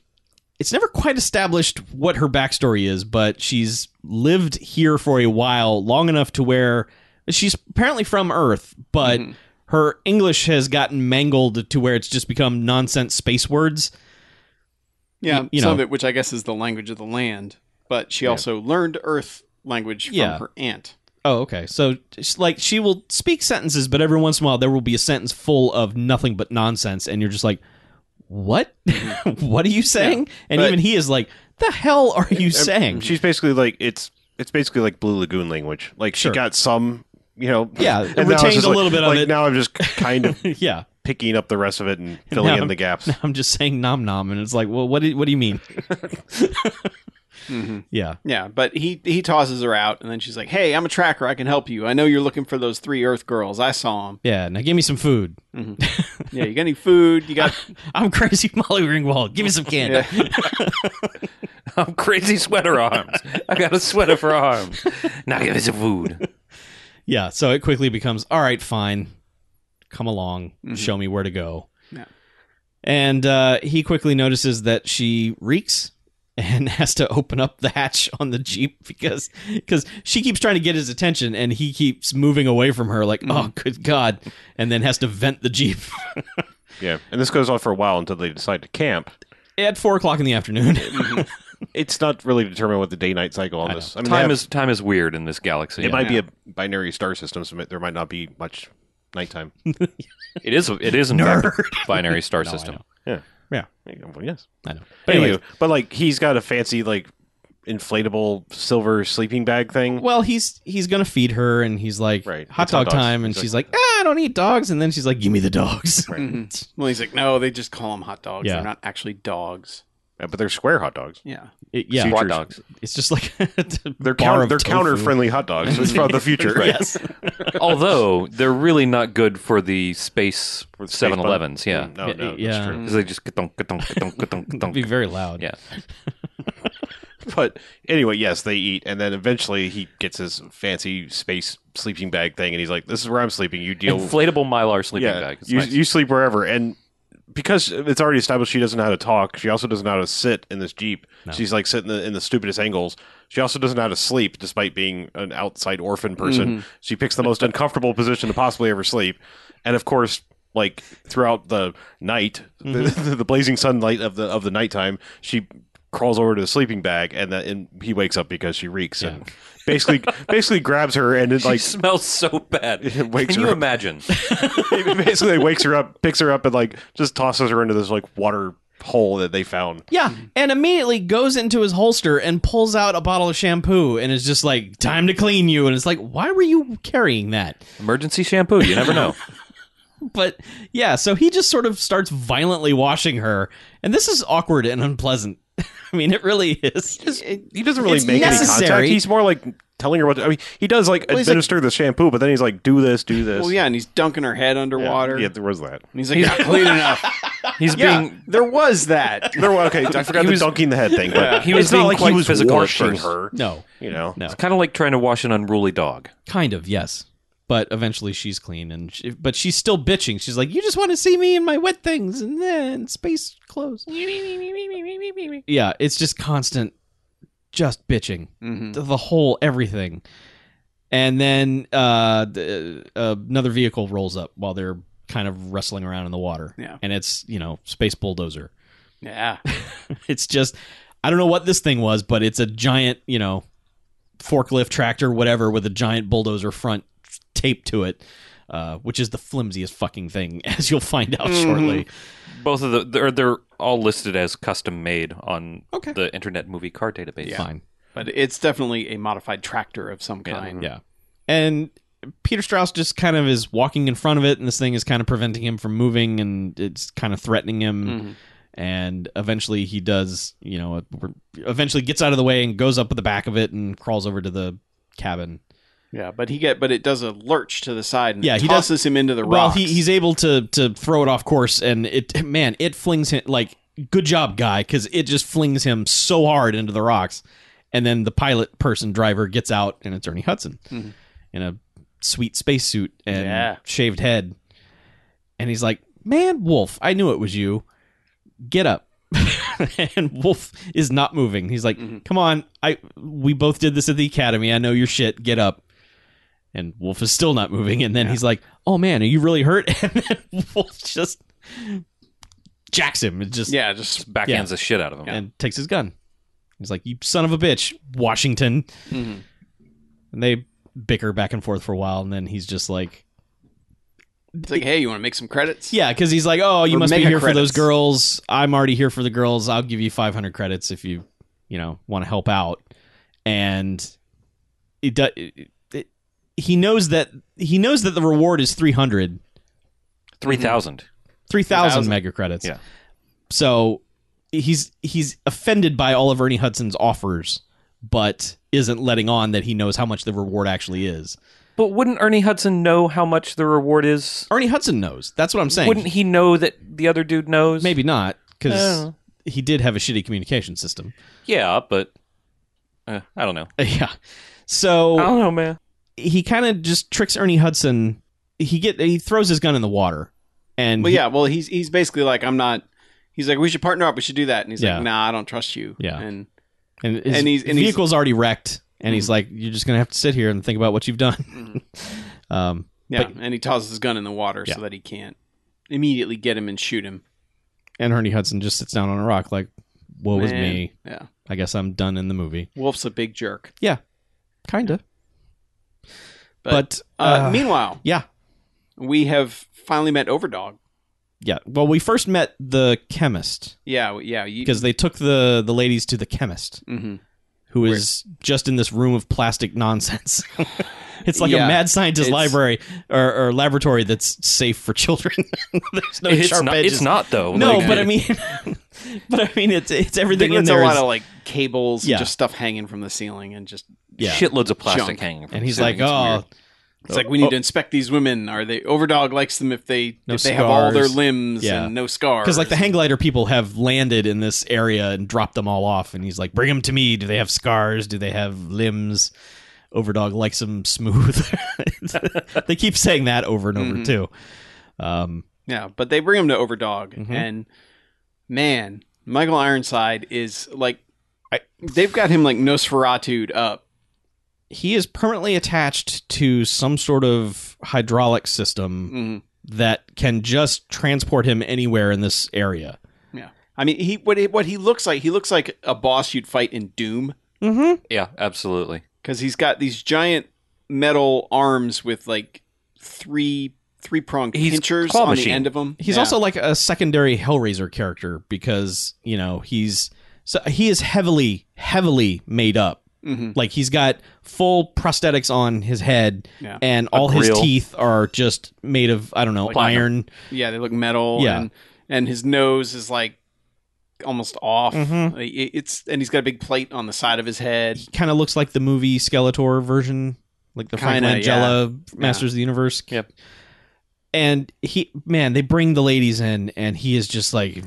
Speaker 4: it's never quite established what her backstory is, but she's lived here for a while, long enough to where she's apparently from Earth, but
Speaker 3: Mhm.
Speaker 4: her English has gotten mangled to where it's just become nonsense space words.
Speaker 3: Yeah,
Speaker 4: Y- you
Speaker 3: some
Speaker 4: know.
Speaker 3: of it, which I guess is the language of the land, but she also learned Earth language from
Speaker 4: Yeah.
Speaker 3: her aunt.
Speaker 4: Oh, okay. So, just like, she will speak sentences, but every once in a while, there will be a sentence full of nothing but nonsense, and you're just like, "What? what are you saying?" and
Speaker 3: but-
Speaker 4: even he is like, "The hell are you saying?"
Speaker 2: She's basically like it's it's basically like Blue Lagoon language. Like she
Speaker 4: Sure.
Speaker 2: got some, you know,
Speaker 4: Yeah,
Speaker 2: now it's
Speaker 4: retained
Speaker 2: just
Speaker 4: a
Speaker 2: like-
Speaker 4: little bit of
Speaker 2: like,
Speaker 4: it.
Speaker 2: Now I'm just kind of
Speaker 4: yeah.
Speaker 2: picking up the rest of it and filling
Speaker 4: now
Speaker 2: in the gaps.
Speaker 4: I'm just saying nom nom, and it's like, well, what do, what do you mean? Yeah,
Speaker 3: Yeah, but he he tosses her out, and then she's like, "Hey, I'm a tracker. I can help you. I know you're looking for those three Earth girls. I saw them.
Speaker 4: yeah. Now give me some food.
Speaker 3: Yeah, you got any food? You got
Speaker 4: I'm crazy, Molly Ringwald. Give me some candy.
Speaker 3: Yeah.
Speaker 1: I'm crazy sweater arms. I got a sweater for arms. Now give me some food.
Speaker 4: Yeah, So it quickly becomes, all right, fine, come along, show me where to go.
Speaker 3: Mm-hmm. Yeah.
Speaker 4: And uh, he quickly notices that she reeks, and has to open up the hatch on the jeep because because she keeps trying to get his attention and he keeps moving away from her like oh
Speaker 3: Mm-hmm.
Speaker 4: good god and then has to vent the jeep
Speaker 2: Yeah, and this goes on for a while until they decide to camp.
Speaker 4: at four o'clock in the afternoon
Speaker 3: Mm-hmm.
Speaker 2: It's not really determined what the day-night cycle on this. I mean, they
Speaker 1: Time
Speaker 2: have-
Speaker 1: is time is weird in this galaxy.
Speaker 2: it might be a binary star system, so there might not be much nighttime.
Speaker 1: It is. It is in fact a binary star system.
Speaker 2: Yeah.
Speaker 4: yeah
Speaker 2: Well, yes.
Speaker 4: i know
Speaker 2: But
Speaker 4: but anyway
Speaker 2: anyway, but like he's got a fancy like inflatable silver sleeping bag thing.
Speaker 4: well he's he's gonna feed her and he's like
Speaker 2: Right.
Speaker 4: hot
Speaker 2: It's hot
Speaker 4: dog
Speaker 2: dogs.
Speaker 4: time and
Speaker 2: He's
Speaker 4: she's like ah, i don't eat dogs and then she's like give me the dogs
Speaker 3: Well, he's like, no, they just call them hot dogs.
Speaker 4: Mm-hmm. Yeah.
Speaker 3: They're not actually dogs.
Speaker 2: Yeah, but they're square hot dogs.
Speaker 3: Yeah.
Speaker 4: It- yeah
Speaker 1: Hot dogs.
Speaker 4: it's just like
Speaker 2: They're
Speaker 4: they're
Speaker 2: counter, they're counter friendly hot dogs. It's from the future.
Speaker 4: yes
Speaker 1: Although they're really not good for the space
Speaker 2: the space
Speaker 1: 7-Elevens. Yeah,
Speaker 2: Mm, No, no, that's
Speaker 4: Yeah.
Speaker 2: true.
Speaker 1: 'Cause they just ka-thunk, ka-thunk, ka-thunk, ka-thunk, ka-thunk.
Speaker 4: be very loud
Speaker 1: Yeah,
Speaker 2: But anyway, yes, they eat, and then eventually he gets his fancy space sleeping bag thing, and he's like, "This is where I'm sleeping. You deal
Speaker 1: inflatable mylar sleeping
Speaker 2: yeah,
Speaker 1: bag. It's
Speaker 2: You,
Speaker 1: nice.
Speaker 2: you sleep wherever. And because it's already established she doesn't know how to talk, she also doesn't know how to sit in this Jeep. She's like sitting in the, in the stupidest angles. She also doesn't know how to sleep, despite being an outside orphan person. She picks the most uncomfortable position to possibly ever sleep. And of course, like throughout the night, the, the blazing sunlight of the of the nighttime, she crawls over to the sleeping bag and that and he wakes up because she reeks and basically basically grabs her and it
Speaker 1: She
Speaker 2: like
Speaker 1: smells so bad.
Speaker 2: wakes
Speaker 1: Can you
Speaker 2: her up.
Speaker 1: imagine?
Speaker 2: He basically wakes her up, picks her up, and like just tosses her into this like water hole that they found.
Speaker 4: Yeah, and immediately goes into his holster and pulls out a bottle of shampoo and is just like, "Time to clean you." And it's like, "Why were you carrying that?"
Speaker 1: Emergency shampoo. You never know.
Speaker 4: But yeah, so he just sort of starts violently washing her, and this is awkward and unpleasant. I mean, it really is.
Speaker 2: He doesn't really
Speaker 4: It's
Speaker 2: make any
Speaker 4: necessary.
Speaker 2: contact. He's more like telling her what. To, I mean, he does like
Speaker 3: he's like-
Speaker 2: administer the shampoo, but then he's like, "Do this, do this."
Speaker 3: Well, yeah, and he's dunking her head underwater.
Speaker 2: Yeah, there was that.
Speaker 3: And he's like, not clean enough.
Speaker 1: He's
Speaker 3: yeah,
Speaker 1: being.
Speaker 3: there was that.
Speaker 2: There was okay. I forgot
Speaker 1: He
Speaker 2: the
Speaker 1: was-
Speaker 2: dunking the head thing, but
Speaker 1: He was
Speaker 2: it's not
Speaker 1: being
Speaker 2: like he
Speaker 1: quite
Speaker 2: was
Speaker 1: physical at
Speaker 2: washing
Speaker 1: first.
Speaker 2: her.
Speaker 4: No,
Speaker 2: You know,
Speaker 4: No.
Speaker 1: It's kind of like trying to wash an unruly dog.
Speaker 4: kind of yes, but eventually she's clean, and she, but she's still bitching. She's like, "You just want to see me in my wet things and then space clothes." yeah, it's just constant, just bitching.
Speaker 3: Mhm.
Speaker 4: the whole everything. And then uh, the, uh, another vehicle rolls up while they're kind of wrestling around in the water.
Speaker 3: Yeah.
Speaker 4: And it's, you know, Space Bulldozer.
Speaker 3: Yeah.
Speaker 4: It's just, I don't know what this thing was, but it's a giant, you know, forklift tractor, whatever, with a giant bulldozer front taped to it, uh, which is the flimsiest fucking thing, as you'll find out shortly.
Speaker 1: Both of the they're they're all listed as custom made on
Speaker 4: Okay.
Speaker 1: the Internet Movie Car Database.
Speaker 4: Fine.
Speaker 3: But it's definitely a modified tractor of some kind.
Speaker 4: Yeah. And Peter Strauss just kind of is walking in front of it, and this thing is kind of preventing him from moving, and it's kind of threatening him. And eventually, he does, you know, eventually gets out of the way and goes up at the back of it and crawls over to the cabin.
Speaker 3: Yeah, but he get but it does a lurch to the side and
Speaker 4: Yeah,
Speaker 3: it
Speaker 4: he does-
Speaker 3: tosses him into the
Speaker 4: Well,
Speaker 3: rocks.
Speaker 4: he, he's able to to throw it off course, and it man, it flings him like good job, guy, because it just flings him so hard into the rocks, and then the pilot person driver gets out, and it's Ernie Hudson in a sweet spacesuit and
Speaker 3: Mm-hmm. Yeah.
Speaker 4: shaved head, and he's like, "Man, Wolf, I knew it was you. Get up." and Wolf is not moving. He's like, "Come on, I we both did this at the academy. I know your shit. Get up." And Wolf is still not moving. And then he's like, "Oh man, are you really hurt?" And then Wolf just jacks him. It just
Speaker 3: yeah, just
Speaker 1: Backhands
Speaker 4: Yeah.
Speaker 1: the shit out of him.
Speaker 4: and takes his gun. He's like, "You son of a bitch, Washington." And they bicker back and forth for a while, and then he's just like,
Speaker 3: it's like, hey, you want to make some credits?
Speaker 4: "Yeah," because he's like, "Oh, you
Speaker 3: Or
Speaker 4: must be
Speaker 3: mega
Speaker 4: here for
Speaker 3: credits.
Speaker 4: those girls. I'm already here for the girls. I'll give you 500 credits if you, you know, want to help out." And it, do- it, it he knows that he knows that the reward is 300.
Speaker 1: Three thousand.
Speaker 4: 3000
Speaker 3: 3,000.
Speaker 4: mega credits
Speaker 1: Yeah.
Speaker 4: so he's he's offended by all of ernie hudson's offers but isn't letting on that he knows how much the reward actually is
Speaker 1: But wouldn't Ernie Hudson know how much the reward is?
Speaker 4: ernie hudson knows that's what i'm saying
Speaker 1: Wouldn't he know that the other dude knows?
Speaker 4: maybe not because
Speaker 1: Oh.
Speaker 4: he did have a shitty communication system
Speaker 1: Yeah, but uh, I don't know.
Speaker 4: yeah so
Speaker 3: Oh.
Speaker 1: I don't know, man.
Speaker 4: he kind of just tricks ernie hudson he get he throws his gun in the water and
Speaker 3: Well,
Speaker 4: he-
Speaker 3: yeah. Well, he's he's basically like, I'm not He's like, we should partner up. We should do that. And he's
Speaker 4: Yeah.
Speaker 3: like, nah, I don't trust you.
Speaker 4: Yeah.
Speaker 3: And
Speaker 4: and
Speaker 3: And
Speaker 4: his
Speaker 3: he's- Mm-hmm. and he's-
Speaker 4: vehicle's already wrecked, and he's like, "You're just gonna have to sit here and think about what you've done."
Speaker 3: Mm-hmm.
Speaker 4: um,
Speaker 3: yeah,
Speaker 4: But-
Speaker 3: and he tosses his gun in the water
Speaker 4: Yeah.
Speaker 3: so that he can't immediately get him and shoot him.
Speaker 4: and Ernie Hudson just sits down on a rock, like, "Woe is
Speaker 3: Man.
Speaker 4: me.
Speaker 3: Yeah.
Speaker 4: I guess I'm done in the movie."
Speaker 3: Wolf's a big jerk.
Speaker 4: Kinda,
Speaker 3: But,
Speaker 4: but,
Speaker 3: uh,
Speaker 4: uh,
Speaker 3: meanwhile,
Speaker 4: yeah,
Speaker 3: we have finally met Overdog.
Speaker 4: yeah. Well, we first met the chemist
Speaker 3: Yeah, yeah. You,
Speaker 4: because they took the the ladies to the chemist,
Speaker 3: Mhm.
Speaker 4: who is just in this room of plastic nonsense. It's like
Speaker 3: Yeah.
Speaker 4: a mad scientist
Speaker 3: It's-
Speaker 4: library or, or laboratory that's safe for children. There's no
Speaker 1: it's
Speaker 4: sharp
Speaker 1: not.
Speaker 4: edges.
Speaker 1: It's not though.
Speaker 4: No,
Speaker 1: Like,
Speaker 4: but I mean, but I mean, it's it's everything in
Speaker 3: It's a
Speaker 4: there.
Speaker 3: lot
Speaker 4: is-
Speaker 3: of like cables
Speaker 4: Yeah.
Speaker 3: and just stuff hanging from the ceiling and just
Speaker 4: yeah.
Speaker 1: shitloads of plastic
Speaker 3: Junk.
Speaker 1: hanging. From
Speaker 4: and
Speaker 1: the
Speaker 4: he's
Speaker 1: ceiling.
Speaker 4: like, oh,
Speaker 3: It's like we need to inspect these women. Are they overdog likes them if they
Speaker 4: No
Speaker 3: if they have all their
Speaker 4: scars.
Speaker 3: limbs
Speaker 4: Yeah.
Speaker 3: and no scars?
Speaker 4: because "Oh," like the hang glider people have landed in this area and dropped them all off, and he's like, bring them to me. Do they have scars? Do they have limbs? Overdog likes them smooth. they keep saying that over and over
Speaker 3: Mhm.
Speaker 4: too. Um,
Speaker 3: yeah, but they bring him to overdog,
Speaker 4: Mhm.
Speaker 3: and man, Michael Ironside is like
Speaker 4: I-
Speaker 3: they've got him like Nosferatu'd up.
Speaker 4: he is permanently attached to some sort of hydraulic system
Speaker 3: Mhm.
Speaker 1: Mm-hmm.
Speaker 4: that can just transport him anywhere in this area.
Speaker 3: I mean, he what he, what he looks like. He looks like a boss you'd fight in Doom
Speaker 4: Mm-hmm.
Speaker 1: yeah, absolutely.
Speaker 3: because he's got these giant metal arms with like three three pronged
Speaker 1: He's
Speaker 3: pinchers
Speaker 1: claw
Speaker 3: on the
Speaker 1: machine.
Speaker 3: end of them.
Speaker 4: He's
Speaker 3: Yeah.
Speaker 4: also like a secondary Hellraiser character because you know he's so he is heavily heavily made up.
Speaker 3: Mhm.
Speaker 4: Like he's got full prosthetics on his head,
Speaker 3: Yeah.
Speaker 4: and all his
Speaker 1: grill.
Speaker 4: teeth are just made of I don't know iron.
Speaker 3: Yeah, they look metal.
Speaker 4: Yeah.
Speaker 3: and, and his nose is like almost off.
Speaker 1: Mm-hmm.
Speaker 4: Mhm.
Speaker 3: Like, it- It's and he's got a big plate on the side of his head.
Speaker 4: He kind of looks like the movie Skeletor version, like the Frank
Speaker 3: Kinda,
Speaker 4: Langella Masters of the Universe.
Speaker 3: Yep.
Speaker 4: And he, man, they bring the ladies in, and he is just like,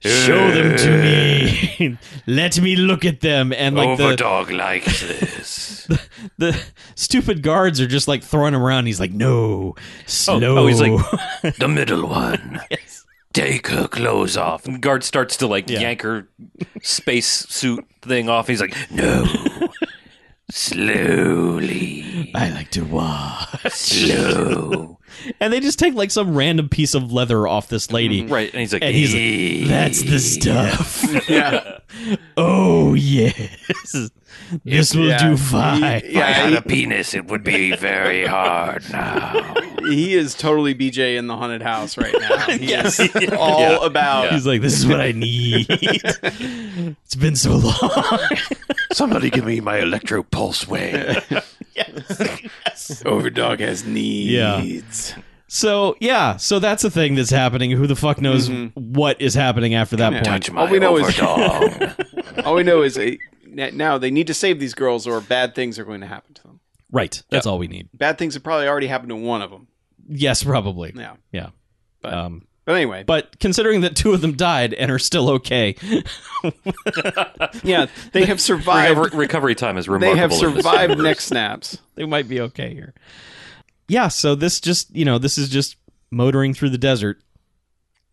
Speaker 4: "Show them to me, let me look at them." And like the
Speaker 1: Overdog likes this.
Speaker 4: the stupid guards are just like throwing him around. He's like, no, slow.
Speaker 1: oh, he's like- the middle one.
Speaker 4: Yes.
Speaker 1: Take her clothes off. And guard starts to like
Speaker 4: Yeah.
Speaker 1: yank her space suit thing off. He's like, no. Slowly.
Speaker 4: I like to watch.
Speaker 1: Slow.
Speaker 4: And they just take like some random piece of leather off this lady.
Speaker 1: right. And he's like,
Speaker 4: And he's like,
Speaker 1: "Eh."
Speaker 4: That's the stuff.
Speaker 3: Yeah,
Speaker 4: Oh, yes. This will
Speaker 3: Yeah.
Speaker 4: do fine.
Speaker 3: He, yeah,
Speaker 1: penis, it would be very hard now.
Speaker 3: he, he is totally BJ in the haunted house right now. He is all
Speaker 1: Yeah.
Speaker 3: about.
Speaker 4: He's like, this is what I need. it's been so long.
Speaker 2: Somebody give me my electro pulse wave.
Speaker 3: Overdog has needs.
Speaker 4: So, yeah. So that's a thing that's happening. Who the fuck knows what is happening after that
Speaker 3: Mm-hmm. Yeah.
Speaker 4: point?
Speaker 1: my
Speaker 3: All we know is-
Speaker 1: overdog.
Speaker 3: All we know is eh, na- now they need to save these girls, or bad things are going to happen to them.
Speaker 4: Right. That's all we need.
Speaker 3: Bad things have probably already happened to one of them.
Speaker 4: Yes, probably.
Speaker 3: Yeah,
Speaker 4: Yeah.
Speaker 3: But-
Speaker 4: um,
Speaker 3: but anyway,
Speaker 4: but considering that two of them died and are still okay,
Speaker 3: yeah, they have survived.
Speaker 1: Recover- recovery time is
Speaker 3: They
Speaker 1: remarkable. in
Speaker 3: have
Speaker 1: this
Speaker 3: survived
Speaker 1: universe.
Speaker 3: neck snaps.
Speaker 4: they might be okay here. Yeah, so this just, you know, this is just motoring through the desert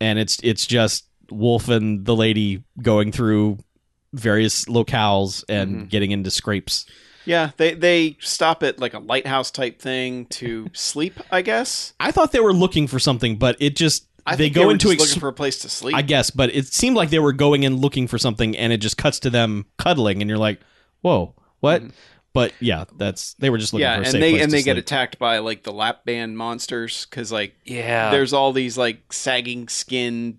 Speaker 4: and it's it's just Wolf and the lady going through various locales and
Speaker 3: Mm-hmm.
Speaker 4: getting into scrapes.
Speaker 3: Yeah, they they stop at like a lighthouse type thing to sleep, I guess.
Speaker 4: I thought they were looking for something, but it just
Speaker 3: I
Speaker 4: they
Speaker 3: think
Speaker 4: go
Speaker 3: were
Speaker 4: into
Speaker 3: just
Speaker 4: ex-
Speaker 3: looking for a place to sleep.
Speaker 4: I guess, but it seemed like they were going and looking for something, and it just cuts to them cuddling, and you're like, "Whoa, what?" But yeah, that's they were just looking
Speaker 3: Mm-hmm. yeah,
Speaker 4: for a
Speaker 3: and
Speaker 4: safe
Speaker 3: they
Speaker 4: place
Speaker 3: and
Speaker 4: to
Speaker 3: they get
Speaker 4: sleep.
Speaker 3: attacked by like the lap band monsters because like
Speaker 1: Yeah.
Speaker 3: there's all these like sagging skin.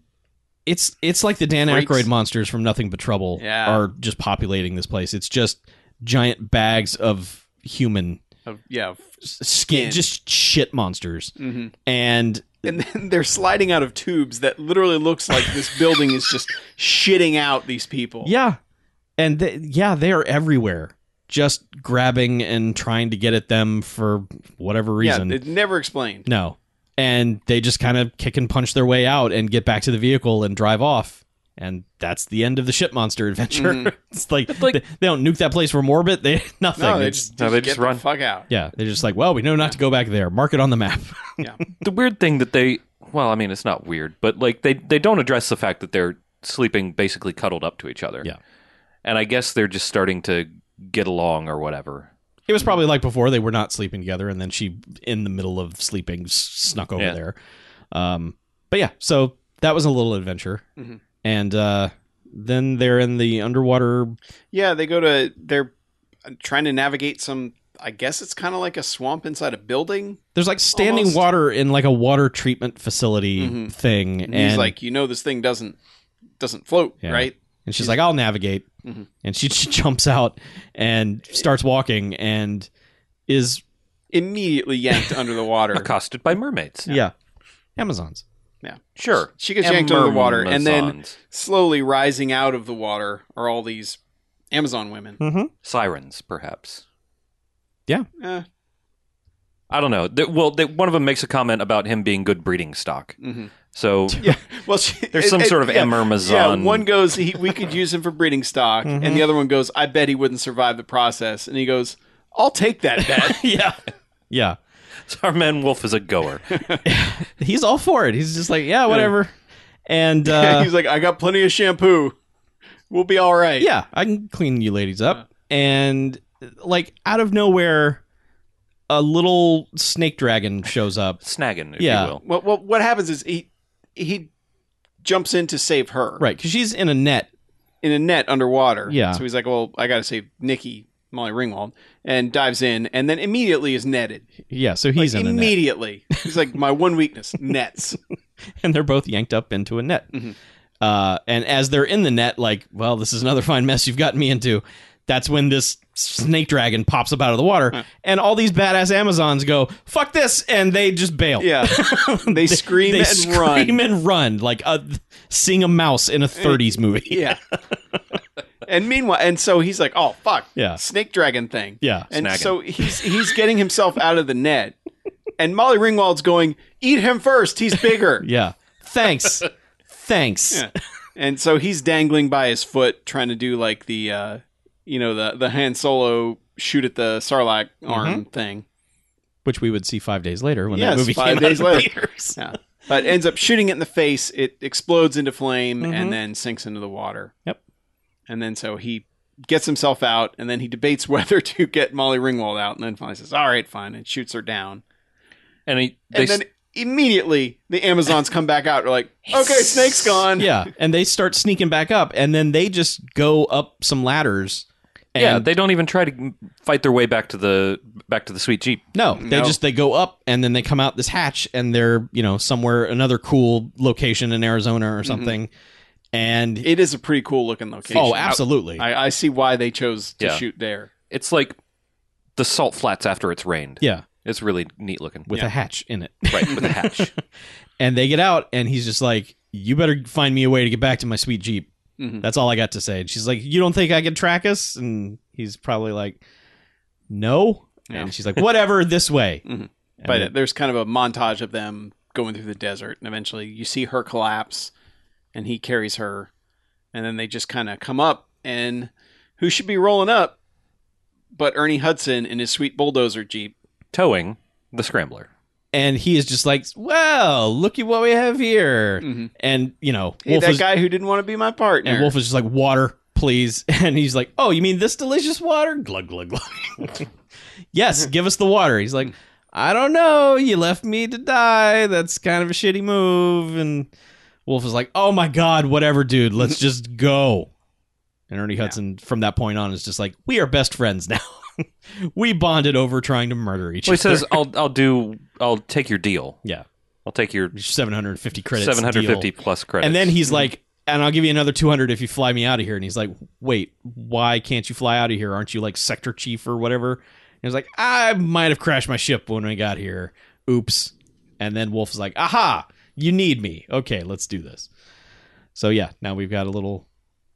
Speaker 4: It's it's like the Dan
Speaker 3: Freaks.
Speaker 4: Aykroyd monsters from Nothing But Trouble
Speaker 3: Yeah.
Speaker 4: are just populating this place. It's just giant bags of human
Speaker 3: Of, yeah,
Speaker 4: skin, just shit monsters,
Speaker 3: hmm
Speaker 4: and
Speaker 3: and then they're sliding out of tubes that literally looks like this building is just shitting out these people.
Speaker 4: yeah, and they, yeah, they are everywhere. Just grabbing and trying to get at them for whatever
Speaker 3: yeah,
Speaker 4: reason.
Speaker 3: it never explained.
Speaker 4: No. And they just kind of kick and punch their way out and get back to the vehicle and drive off. And that's the end of the ship monster adventure.
Speaker 3: Mhm.
Speaker 4: it's like,
Speaker 1: like-
Speaker 4: they, they don't nuke that place from orbit. They nothing.
Speaker 3: No, they
Speaker 4: It's-
Speaker 3: just,
Speaker 1: No, they just
Speaker 3: get
Speaker 1: run.
Speaker 3: the fuck out.
Speaker 4: yeah, they're just like, well, we know not to go back there. Mark it on the map.
Speaker 1: the weird thing that they well i mean it's not weird but like they they don't address the fact that they're sleeping basically cuddled up to each other.
Speaker 4: Yeah.
Speaker 1: And I guess they're just starting to get along or whatever.
Speaker 4: It was probably like before they were not sleeping together, and then she, in the middle of sleeping, s- snuck over
Speaker 1: Yeah.
Speaker 4: there. Um, but yeah, so that was a little adventure,
Speaker 3: Mhm.
Speaker 4: and uh, then they're in the underwater.
Speaker 3: Yeah, they go to they're trying to navigate some. I guess it's kind of like a swamp inside a building.
Speaker 4: There's like standing
Speaker 3: Almost.
Speaker 4: water in like a water treatment facility
Speaker 3: Mhm.
Speaker 4: thing,
Speaker 3: And,
Speaker 4: and,
Speaker 3: he's like, you know, this thing doesn't doesn't float,
Speaker 4: Yeah.
Speaker 3: right?
Speaker 4: and she's like, "I'll navigate,"
Speaker 3: Mhm.
Speaker 4: and she, she jumps out and starts walking, and is
Speaker 3: Immediately yanked under the water.
Speaker 1: Accosted by mermaids.
Speaker 4: yeah, Amazons.
Speaker 1: Sure.
Speaker 3: She gets yanked under the water, and then
Speaker 1: Amazons.
Speaker 3: slowly rising out of the water are all these Amazon women.
Speaker 4: Mm-hmm.
Speaker 1: sirens, perhaps.
Speaker 3: Eh,
Speaker 1: I don't know. Th- well, th- one of them makes a comment about him being good breeding stock.
Speaker 3: mhm.
Speaker 1: So
Speaker 3: Yeah. Well, she,
Speaker 1: there's some
Speaker 3: it- it-
Speaker 1: sort of
Speaker 3: yeah.
Speaker 1: Amazon.
Speaker 3: Yeah, one goes, he, we could use him for breeding stock,
Speaker 4: Mhm.
Speaker 3: and the other one goes, I bet he wouldn't survive the process. And he goes, I'll take that bet.
Speaker 4: yeah, yeah.
Speaker 1: Our man Wolf is a goer.
Speaker 4: He's all for it. He's just like, yeah, whatever. And uh,
Speaker 3: He's like, I got plenty of shampoo. We'll be all right.
Speaker 4: yeah, I can clean you ladies up. And like out of nowhere, a little snake dragon shows up.
Speaker 1: Snagging, if
Speaker 4: Yeah.
Speaker 1: you will.
Speaker 3: What what what happens is he he jumps in to save her
Speaker 4: Right, because she's in a net.
Speaker 3: in a net underwater.
Speaker 4: Yeah.
Speaker 3: So he's like, well, I got to save Nikki Molly Ringwald, and dives in, and then immediately is netted.
Speaker 4: Yeah, so he's
Speaker 3: like,
Speaker 4: in a
Speaker 3: immediately. He's like, my one weakness, nets.
Speaker 4: net, and they're both yanked up into a net.
Speaker 3: Mhm.
Speaker 4: Uh, and as they're in the net, like, well, this is another fine mess you've gotten me into. That's when this snake dragon pops up out of the water,
Speaker 3: Huh.
Speaker 4: and all these badass Amazons go, "Fuck this!" and they just bail.
Speaker 3: Yeah. They scream
Speaker 4: they
Speaker 3: and
Speaker 4: scream
Speaker 3: run.
Speaker 4: and run like a, seeing a mouse in a 30s movie.
Speaker 3: Yeah. and meanwhile, and so he's like, "Oh fuck,
Speaker 4: Yeah.
Speaker 3: snake dragon thing."
Speaker 4: Yeah.
Speaker 3: And
Speaker 1: Snagging.
Speaker 3: so he's he's getting himself out of the net, and Molly Ringwald's going, "Eat him first. He's bigger."
Speaker 4: Yeah. Thanks. Thanks.
Speaker 3: Yeah. And so he's dangling by his foot, trying to do like the, uh, you know, the the Han Solo shoot at the Sarlacc arm
Speaker 4: Mm-hmm.
Speaker 3: thing.
Speaker 4: Which we would see five days later when
Speaker 3: Yes,
Speaker 4: that movie
Speaker 3: five
Speaker 4: came
Speaker 3: days
Speaker 4: out of the
Speaker 3: later.
Speaker 4: theaters.
Speaker 3: Yeah. But ends up shooting it in the face. It explodes into flame
Speaker 4: Mhm.
Speaker 3: and then sinks into the water.
Speaker 4: Yep.
Speaker 3: And then so he gets himself out and then he debates whether to get Molly Ringwald out and then finally says, all right, fine, and shoots her down.
Speaker 1: And he, they
Speaker 3: And then immediately the Amazons come back out. They're like, okay, snake's gone.
Speaker 4: Yeah, and they start sneaking back up, and then they just go up some ladders. And
Speaker 1: yeah, they don't even try to m- fight their way back to the back to the sweet jeep.
Speaker 4: no, they
Speaker 3: No.
Speaker 4: just they go up, and then they come out this hatch, and they're you know somewhere another cool location in Arizona or something. And
Speaker 3: Mm-hmm. It is a pretty cool looking location.
Speaker 4: oh, absolutely,
Speaker 3: I, I see why they chose to
Speaker 1: Yeah.
Speaker 3: shoot there.
Speaker 1: It's like the salt flats after it's rained.
Speaker 4: yeah,
Speaker 1: It's really neat looking.
Speaker 4: with a hatch in it.
Speaker 1: right with a hatch.
Speaker 4: And they get out, and he's just like, "You better find me a way to get back to my sweet jeep."
Speaker 3: Mhm.
Speaker 4: That's all I got to say. And she's like, "You don't think I can track us?" And he's probably like, "No."
Speaker 3: Yeah.
Speaker 4: And she's like, "Whatever, this way."
Speaker 3: Mhm.
Speaker 4: And
Speaker 3: But
Speaker 4: then-
Speaker 3: there's kind of a montage of them going through the desert, and eventually you see her collapse, and he carries her, and then they just kind of come up, and who should be rolling up but Ernie Hudson in his sweet bulldozer jeep?
Speaker 1: Towing the scrambler.
Speaker 4: and he is just like, "Well, look at what we have here."
Speaker 3: Mhm.
Speaker 4: And you know,
Speaker 3: Hey,
Speaker 4: Mm-hmm. Wolf
Speaker 3: that
Speaker 4: is,
Speaker 3: guy who didn't want to be my partner.
Speaker 4: and Wolf is just like, "Water, please." And he's like, "Oh, you mean this delicious water?" Glug glug glug. yes, give us the water. He's like, "I don't know. You left me to die. That's kind of a shitty move." And Wolf is like, "Oh my god, whatever, dude. Let's just go." And Ernie Hudson, from that point on, is just like, "We are best friends now. we bonded over trying to murder each
Speaker 1: Well, he
Speaker 4: other."
Speaker 1: says, "I'll I'll do I'll take your deal.
Speaker 4: yeah,
Speaker 1: I'll take your
Speaker 4: 750 credits. deal.
Speaker 1: 750 plus credits."
Speaker 4: And then he's like, and I'll give you another 200 if you fly me out of here. And he's like, wait, why can't you fly out of here? Aren't you like sector chief or whatever? And he's like, I might have crashed my ship when we got here. Oops. And then Wolf's like, aha, you need me. Okay, let's do this. So yeah, now we've got a little,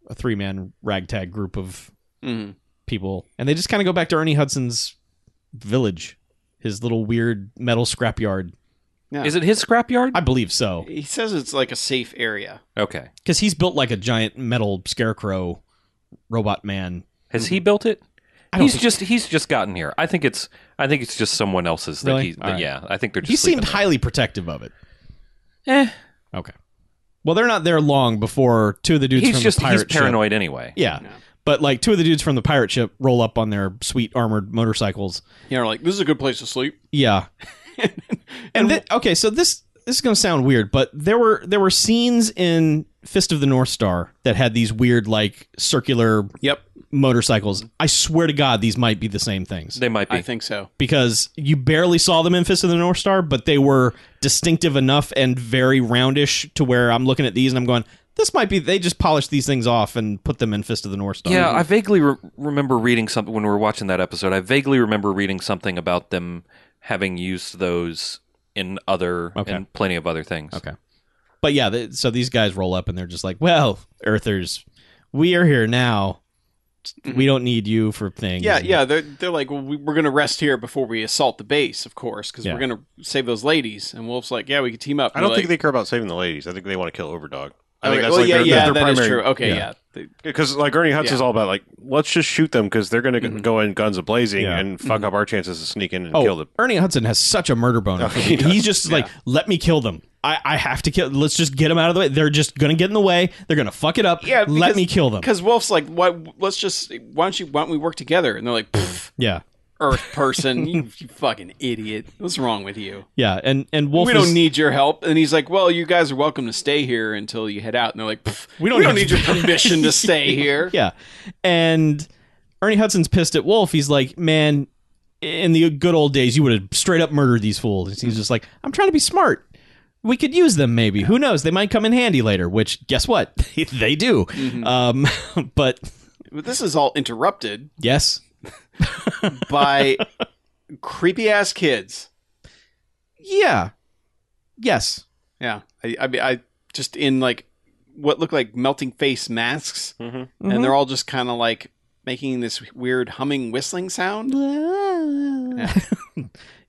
Speaker 4: a three man ragtag group of
Speaker 3: Mhm.
Speaker 4: people. And they just kind of go back to Ernie Hudson's village, his little weird metal scrapyard.
Speaker 1: "Is it his scrapyard?"
Speaker 4: I believe so.
Speaker 3: He says it's like a safe area.
Speaker 1: Okay.
Speaker 4: because he's built like a giant metal scarecrow robot man.
Speaker 1: Has he built it?
Speaker 4: I don't
Speaker 1: He's
Speaker 4: think-
Speaker 1: just he's just gotten here. I think it's I think it's just someone else's that
Speaker 4: Really?
Speaker 1: he that-
Speaker 4: All right.
Speaker 1: yeah. I think they're just
Speaker 4: He seemed
Speaker 1: sleeping
Speaker 4: highly protective of it.
Speaker 1: there. Eh.
Speaker 4: Okay, Well, they're not there long before two of the dudes
Speaker 1: he's
Speaker 4: from
Speaker 1: just
Speaker 4: the pirate
Speaker 1: he's
Speaker 4: ship-
Speaker 1: paranoid anyway.
Speaker 4: Yeah.
Speaker 3: Yeah.
Speaker 4: But like two of the dudes from the pirate ship roll up on their sweet armored motorcycles.
Speaker 3: You know, like this is a good place to sleep.
Speaker 4: Yeah. and thi- okay, so this this is going to sound weird, but there were there were scenes in Fist of the North Star that had these weird like circular
Speaker 3: Yep,
Speaker 4: motorcycles. I swear to god these might be the same things
Speaker 1: They might be.
Speaker 3: I think so.
Speaker 4: because you barely saw them in Fist of the North Star, but they were distinctive enough and very roundish to where I'm looking at these and I'm going, this might be they just polished these things off and put them in Fist of the North Star.
Speaker 1: yeah, I vaguely re- remember reading something when we were watching that episode. I vaguely remember reading something about them having used those in other
Speaker 4: Okay.
Speaker 1: and plenty of other things.
Speaker 4: Okay. But yeah, th so these guys roll up and they're just like, "Well, Earthers, we are here now. We don't need you for things."
Speaker 3: Yeah, yeah. They're they're like, well, we, we're gonna rest here before we assault the base, of course, because
Speaker 4: Yeah.
Speaker 3: we're gonna save those ladies. And Wolf's like, yeah, we could team up.
Speaker 2: I don't think they care about saving the ladies. I think they want to kill Overdog. I
Speaker 3: Oh,
Speaker 2: think that's
Speaker 3: well,
Speaker 2: like
Speaker 3: yeah,
Speaker 2: their,
Speaker 3: yeah,
Speaker 2: their
Speaker 3: that is
Speaker 2: primary.
Speaker 3: true. Okay,
Speaker 4: yeah.
Speaker 3: yeah.
Speaker 2: Because like Ernie Hutz
Speaker 3: Yeah.
Speaker 2: is all about like let's just shoot them because they're going to
Speaker 3: Mhm.
Speaker 2: go in guns a blazing
Speaker 4: Yeah.
Speaker 2: and fuck up our chances to sneak in and
Speaker 4: Oh,
Speaker 2: kill them.
Speaker 4: Ernie Hudson has such a murder boner.
Speaker 2: Oh, he does.
Speaker 4: He's just like, "Let me kill them. I, I have to kill. Let's just get them out of the way. They're just gonna get in the way. They're gonna fuck it up.
Speaker 3: Yeah,
Speaker 4: let
Speaker 3: because-
Speaker 4: me kill them.
Speaker 3: Because Wolf's like, what? Let's just why don't you why don't we work together? And they're like, "Pfft,
Speaker 4: Yeah,
Speaker 3: Earth person, you, you fucking idiot. What's wrong with you?
Speaker 4: yeah. And and Wolf,
Speaker 3: we
Speaker 4: is-
Speaker 3: don't need your help. And he's like, well, you guys are welcome to stay here until you head out. And they're like, "Pff, we don't, need your permission to stay here.
Speaker 4: Yeah, and Ernie Hudson's pissed at Wolf. He's like, "Man, in the good old days, you would have straight up murdered these fools." He's just like, "I'm trying to be smart. We could use them, maybe. Who knows? They might come in handy later." Which, guess what? they do. Um, but
Speaker 3: But this is all interrupted
Speaker 4: yes,
Speaker 3: by creepy ass kids.
Speaker 4: yeah, yes,
Speaker 3: Yeah. I, I, mean, I just in like what look like melting face masks.
Speaker 2: Mm-hmm.
Speaker 4: Mm-hmm.
Speaker 3: And they're all just kind of like making this weird humming, whistling sound.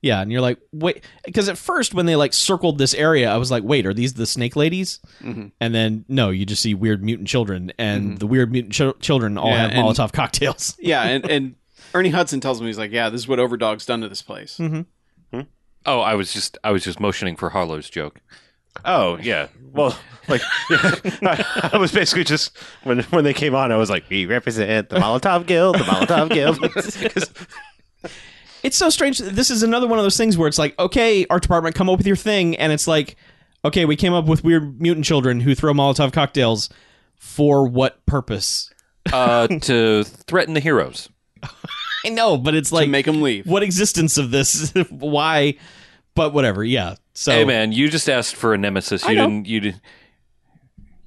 Speaker 4: yeah. and you're like, wait, because at first when they like circled this area, I was like, wait, are these the snake ladies?
Speaker 2: Mm-hmm.
Speaker 3: Mhm.
Speaker 4: And then no, you just see weird mutant children, and the weird mutant chil- children all
Speaker 3: Yeah,
Speaker 4: have
Speaker 3: and-
Speaker 4: Molotov cocktails.
Speaker 3: Yeah. And, and Ernie Hudson tells him, he's like, yeah, this is what Overdog's done to this place.
Speaker 4: Mm-hmm.
Speaker 1: Oh, I was just I was just motioning for Harlow's joke.
Speaker 2: Oh yeah. Well, like I, I was basically just when when they came on, I was like, we represent the Molotov Guild, the Molotov Guild. 'Cause-
Speaker 4: It's so strange. This is another one of those things where it's like, okay, art department, come up with your thing, and it's like, okay, we came up with weird mutant children who throw Molotov cocktails. For what purpose?
Speaker 1: Uh, to threaten the heroes.
Speaker 4: I know, but it's like,
Speaker 3: to make him leave.
Speaker 4: what existence of this? Why? But whatever. Yeah. So
Speaker 1: Hey man, you just asked for a nemesis. You
Speaker 4: Oh. I know.
Speaker 1: didn't you didn't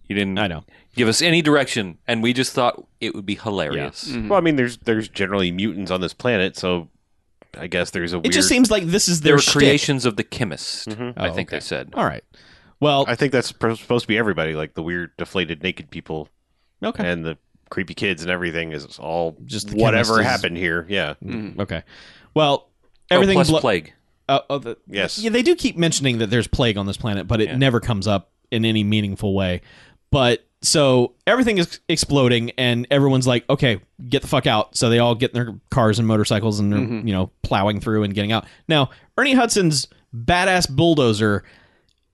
Speaker 1: you didn't
Speaker 4: I know.
Speaker 1: give us any direction and we just thought it would be hilarious.
Speaker 2: well, I mean, there's there's generally mutants on this planet, so I guess there's a weird.
Speaker 4: It just seems like this is
Speaker 1: They
Speaker 4: their
Speaker 1: were
Speaker 4: shtick.
Speaker 1: creations of the chemist, I
Speaker 4: Oh,
Speaker 1: think
Speaker 4: okay.
Speaker 1: they said.
Speaker 4: All right. Well,
Speaker 2: I think that's pr- supposed to be everybody, like the weird, deflated, naked people
Speaker 4: okay.
Speaker 2: and the creepy kids and everything is all
Speaker 4: Just
Speaker 2: just
Speaker 4: the
Speaker 2: whatever
Speaker 4: chemist is-
Speaker 2: happened here. Yeah.
Speaker 4: Okay. Well, everything
Speaker 1: oh, plus
Speaker 4: blo-
Speaker 1: plague.
Speaker 4: uh, oh, the-
Speaker 2: Yes.
Speaker 4: Yeah, they do keep mentioning that there's plague on this planet, but it never comes up in any meaningful way. But so everything is exploding, and everyone's like, "Okay, get the fuck out!" So they all get in their cars and motorcycles, and they're you know plowing through and getting out. Now, Ernie Hudson's badass bulldozer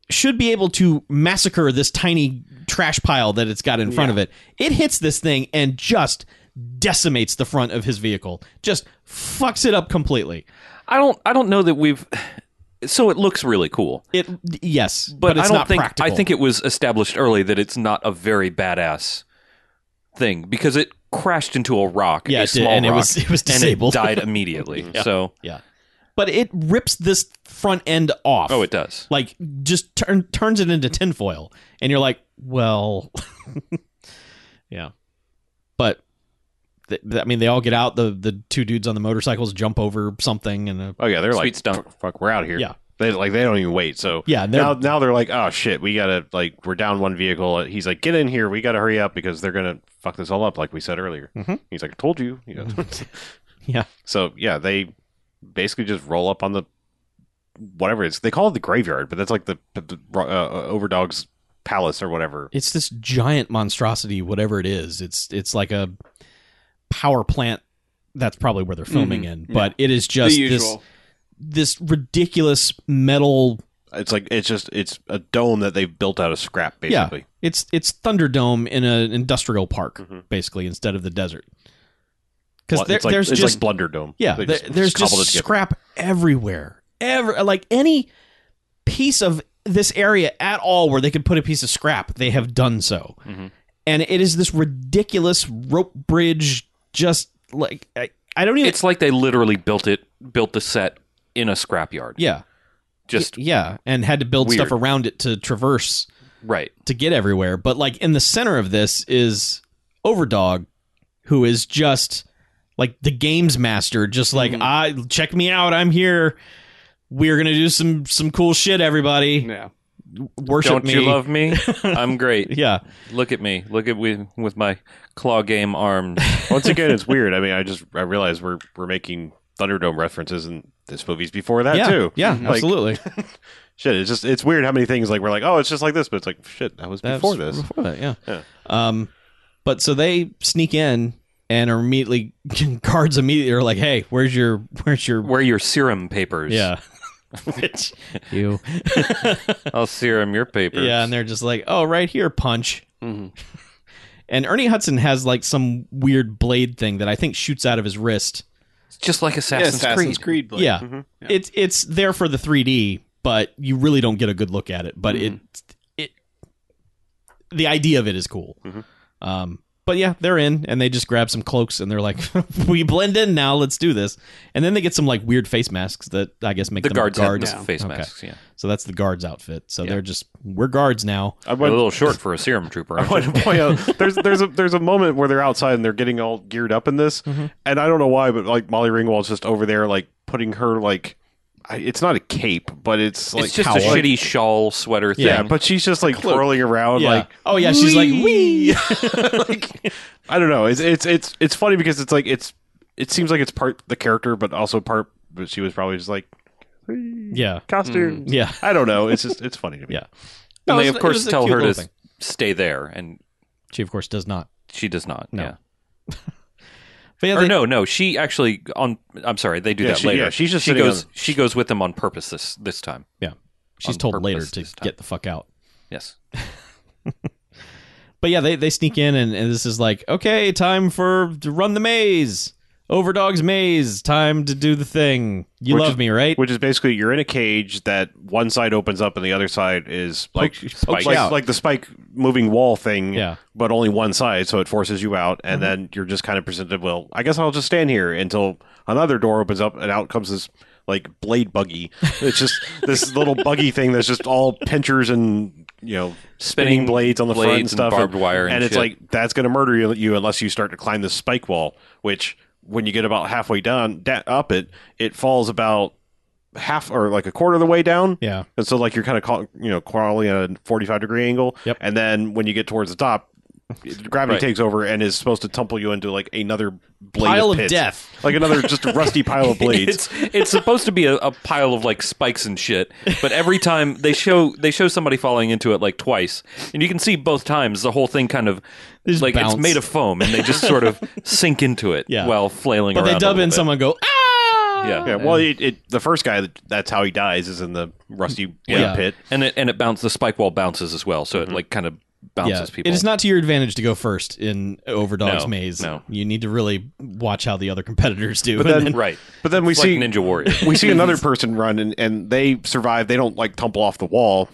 Speaker 4: should be able to massacre this tiny trash pile that it's got in front of it. It hits this thing and just decimates the front of his vehicle. Just fucks it up completely.
Speaker 1: I don't I don't know that we've so it looks really cool.
Speaker 4: It yes, but,
Speaker 1: But,
Speaker 4: it's
Speaker 1: I don't
Speaker 4: not
Speaker 1: think
Speaker 4: practical.
Speaker 1: I think it was established early that it's not a very badass thing because it crashed into a rock,
Speaker 4: Yeah,
Speaker 1: a
Speaker 4: it did,
Speaker 1: small
Speaker 4: and it
Speaker 1: rock,
Speaker 4: was- it was disabled.
Speaker 1: and it died immediately. So
Speaker 4: yeah, but it rips this front end off.
Speaker 1: oh, it does.
Speaker 4: like just turn, turns it into tinfoil, and you're like, well, yeah, but. th- th- I mean, they all get out. the The two dudes on the motorcycles jump over something, and uh,
Speaker 2: Oh yeah, they're
Speaker 1: Sweet
Speaker 2: like,
Speaker 1: stump.
Speaker 2: "Fuck, fuck, we're out here.
Speaker 4: Yeah.
Speaker 2: They like they don't even wait. So
Speaker 4: Yeah, they're-
Speaker 2: now now they're like, oh shit, we gotta like we're down one vehicle. He's like, get in here, we gotta hurry up because they're gonna fuck this all up, like we said earlier. He's like, I told you. you know.
Speaker 4: Mm-hmm. yeah,
Speaker 2: so yeah, they basically just roll up on the whatever it's they call it the graveyard, but that's like the, the, the uh, uh, overdog's palace or whatever.
Speaker 4: it's this giant monstrosity, whatever it is. It's it's like a power plant. That's probably
Speaker 1: Mm-hmm.
Speaker 4: where they're filming in, but it is
Speaker 3: The
Speaker 4: just this
Speaker 3: usual.
Speaker 4: this ridiculous metal
Speaker 2: It's like it's just it's a dome that they've built out of scrap,
Speaker 4: Yeah.
Speaker 2: basically.
Speaker 4: It's it's Thunderdome in an industrial park,
Speaker 2: Mhm.
Speaker 4: basically, instead of the desert.
Speaker 2: Blu-
Speaker 4: Because there,
Speaker 2: it's like,
Speaker 4: there's
Speaker 2: it's
Speaker 4: just
Speaker 2: like Blunder Dome.
Speaker 4: yeah,
Speaker 2: They
Speaker 4: there- there's
Speaker 2: cobbled
Speaker 4: just
Speaker 2: it together.
Speaker 4: scrap everywhere. Ever like any piece of this area at all where they could put a piece of scrap, they have done so,
Speaker 2: Mm-hmm.
Speaker 1: Mhm.
Speaker 4: and it is this ridiculous rope bridge. Just like I, I don't even
Speaker 1: It's like they literally built it, built the set in a scrapyard.
Speaker 4: yeah
Speaker 1: Just
Speaker 4: yeah, and had to build stuff
Speaker 1: Weird.
Speaker 4: around it to traverse
Speaker 1: right.
Speaker 4: to get everywhere. But like in the center of this is Overdog, who is just like the games master, just like
Speaker 3: Mhm.
Speaker 4: I
Speaker 2: Mm-hmm.
Speaker 4: check me out, I'm here. We're gonna do some some cool shit, everybody.
Speaker 3: Yeah.
Speaker 4: Worship
Speaker 1: Don't
Speaker 4: me.
Speaker 1: you love me? I'm great.
Speaker 4: yeah.
Speaker 1: Look at me. Look at me with my claw game arms.
Speaker 2: Once again, it's weird. I mean, I just I realize we're we're making Thunderdome references in this movie's before that
Speaker 4: yeah.
Speaker 2: too. Mm-hmm.
Speaker 4: Yeah,
Speaker 2: Like,
Speaker 4: absolutely.
Speaker 2: Shit, it's just it's weird how many things like we're like, oh, it's just like this, but it's like shit, that was
Speaker 4: That
Speaker 2: before
Speaker 4: was
Speaker 2: this.
Speaker 4: Before that, yeah.
Speaker 2: Yeah.
Speaker 4: Um, but so they sneak in and are immediately guards immediately are like, "Hey, where's your where's your
Speaker 1: Where are your serum papers?
Speaker 4: yeah." Which you
Speaker 1: I'll serum your papers.
Speaker 4: Yeah, and they're just like, oh, right here, punch.
Speaker 3: Mhm.
Speaker 4: And Ernie Hudson has like some weird blade thing that I think shoots out of his wrist.
Speaker 1: It's just like
Speaker 3: Yeah,
Speaker 1: Assassin's,
Speaker 3: Assassin's
Speaker 1: Creed.
Speaker 3: Creed. Blade.
Speaker 4: yeah.
Speaker 2: Mhm.
Speaker 3: Yeah.
Speaker 4: it's it's there for the 3D, but you really don't get a good look at it. But it it the idea of it is cool.
Speaker 2: Mhm.
Speaker 4: Um, but yeah, they're in and they just grab some cloaks and they're like, we blend in now. Let's do this. And then they get some like weird face masks that I guess make
Speaker 1: The
Speaker 4: them
Speaker 1: guards, have
Speaker 4: guards.
Speaker 1: no face
Speaker 4: Okay.
Speaker 1: masks. Yeah,
Speaker 4: So that's the guards outfit. So
Speaker 1: Yeah.
Speaker 4: they're just we're guards now.
Speaker 2: I
Speaker 1: They're a
Speaker 2: went,
Speaker 1: little short for a serum trooper.
Speaker 2: I
Speaker 1: aren't
Speaker 2: want to point out there's there's a there's a moment where they're outside and they're getting all geared up in this,
Speaker 4: Mm-hmm.
Speaker 2: and I don't know why, but like Molly Ringwald's just over there like putting her like, I, it's not a cape, but it's
Speaker 1: they?
Speaker 2: like
Speaker 1: It's just a
Speaker 2: Like,
Speaker 1: shitty shawl sweater thing.
Speaker 2: yeah, but she's just like twirling around
Speaker 4: yeah.
Speaker 2: like
Speaker 4: oh yeah, she's like wee.
Speaker 2: like I don't know. It's it's it's it's funny because it's like it's it seems like it's part the character, but also part. But she was probably just like
Speaker 4: Yeah.
Speaker 2: costume.
Speaker 4: Yeah.
Speaker 2: I don't know. It's just it's funny to me.
Speaker 4: Yeah.
Speaker 1: Mm. and they
Speaker 4: it
Speaker 1: of
Speaker 4: was- it
Speaker 1: course
Speaker 4: was a
Speaker 1: tell
Speaker 4: cute
Speaker 1: her to
Speaker 4: little
Speaker 1: s
Speaker 4: thing.
Speaker 1: stay there, and
Speaker 4: She, of course, does not.
Speaker 1: she does not.
Speaker 4: No.
Speaker 1: Yeah.
Speaker 4: But yeah,
Speaker 1: or
Speaker 4: they-
Speaker 1: no, no, she actually on. I'm sorry, they do
Speaker 2: Yeah,
Speaker 1: that
Speaker 2: she-
Speaker 1: later.
Speaker 2: yeah, she's just
Speaker 1: she
Speaker 2: sitting
Speaker 1: goes.
Speaker 2: on-
Speaker 1: She goes with them on purpose this this time. on
Speaker 4: she's told
Speaker 1: purpose
Speaker 4: later to
Speaker 1: this time.
Speaker 4: get the fuck out.
Speaker 1: Yes,
Speaker 4: But yeah, they, they sneak in, and, and this is like, okay, time for to run the maze. Overdog's maze. Time to do the thing. You
Speaker 2: Which
Speaker 4: love
Speaker 2: is-
Speaker 4: me, right?
Speaker 2: Which is basically you're in a cage that one side opens up and the other side is like
Speaker 4: Poke-
Speaker 1: spikes.
Speaker 2: like,
Speaker 4: out.
Speaker 2: like the spike moving wall thing,
Speaker 4: Yeah.
Speaker 2: but only one side, so it forces you out, and then you're just kind of presented. Well, I guess I'll just stand here until another door opens up, and out comes this like blade buggy. It's just this little buggy thing that's just all pinchers and you know spinning,
Speaker 1: Spinning
Speaker 2: blades on the front and
Speaker 1: blades and
Speaker 2: stuff,
Speaker 1: barbed wire and
Speaker 2: it's
Speaker 1: shit.
Speaker 2: like that's going to murder you, you unless you start to climb this spike wall, which when you get about halfway down da- up it, it falls about half or like a quarter of the way down
Speaker 4: yeah.
Speaker 2: and so like you're kind of call, you know crawling at a 45 degree angle.
Speaker 4: Yep.
Speaker 2: And then when you get towards the top, it- gravity
Speaker 1: Right.
Speaker 2: takes over and is supposed to tumble you into like another blade
Speaker 4: Pile of
Speaker 2: pits.
Speaker 4: death.
Speaker 2: like another just rusty pile of blades.
Speaker 1: it's it's supposed to be a, a pile of like spikes and shit. But every time they show they show somebody falling into it like twice, and you can see both times the whole thing kind of
Speaker 4: just
Speaker 1: like
Speaker 4: bounce.
Speaker 1: it's made of foam, and they just sort of sink into it
Speaker 4: Yeah.
Speaker 1: while flailing.
Speaker 4: But
Speaker 1: around
Speaker 4: they
Speaker 1: a
Speaker 4: dub
Speaker 1: little
Speaker 4: in
Speaker 1: bit.
Speaker 4: someone go ah.
Speaker 1: Yeah.
Speaker 2: yeah, well, it, it the first guy that- that's how he dies is in the rusty blade
Speaker 4: Yeah.
Speaker 2: pit.
Speaker 1: and it and it bounces. The spike wall bounces as well, so
Speaker 2: Mm-hmm.
Speaker 1: it like kind of bounces
Speaker 4: Yeah.
Speaker 1: people.
Speaker 4: It is not to your advantage to go first in Overdog's
Speaker 1: No,
Speaker 4: maze.
Speaker 1: no.
Speaker 4: You need to really watch how the other competitors do.
Speaker 2: But
Speaker 4: and
Speaker 2: then-
Speaker 4: then-
Speaker 1: right.
Speaker 2: But then we
Speaker 1: It's
Speaker 2: see
Speaker 1: like Ninja Warrior.
Speaker 2: we see another person run and, and they survive. They don't like tumble off the wall.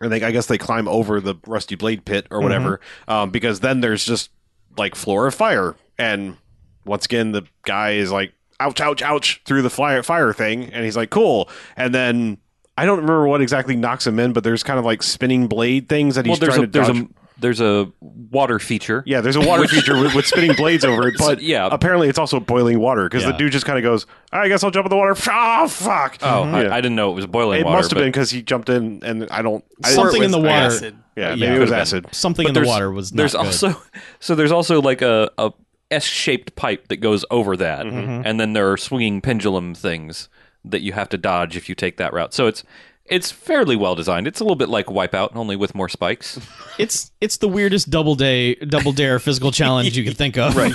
Speaker 2: And they, I guess they climb over the rusty blade pit
Speaker 1: Mm-hmm.
Speaker 2: or whatever, um, because then there's just like floor of fire. And once again, the guy is like, ouch, ouch, ouch, through the fire, fire thing. And he's like, cool. And then I don't remember what exactly knocks him in, but there's kind of like spinning blade things that
Speaker 1: well,
Speaker 2: he's
Speaker 1: there's
Speaker 2: trying
Speaker 1: a
Speaker 2: to
Speaker 1: there's
Speaker 2: dodge.
Speaker 1: a there's a water feature.
Speaker 2: Yeah, there's a water feature with, with spinning blades over it, but
Speaker 1: Yeah.
Speaker 2: apparently it's also boiling water because
Speaker 4: Yeah.
Speaker 2: the dude just kind of goes, I guess I'll jump in the water. Oh, fuck.
Speaker 1: Oh, I,
Speaker 2: Yeah.
Speaker 1: I didn't know it was boiling
Speaker 2: It
Speaker 1: water.
Speaker 2: must have
Speaker 1: but
Speaker 2: been because he jumped in, and I don't. I didn't-
Speaker 4: Something in the
Speaker 2: I
Speaker 4: water.
Speaker 2: guess-
Speaker 3: Acid.
Speaker 2: Yeah,
Speaker 4: Yeah.
Speaker 2: maybe it was acid.
Speaker 4: Something
Speaker 1: but
Speaker 4: in the
Speaker 1: there's-
Speaker 4: water was not
Speaker 1: There's
Speaker 4: good.
Speaker 1: also so there's also like a a S shaped pipe that goes over that, and then there are swinging pendulum things that you have to dodge if you take that route. So it's it's fairly well designed. It's a little bit like Wipeout, only with more spikes.
Speaker 4: It's it's the weirdest double day double dare physical challenge you can think of, right?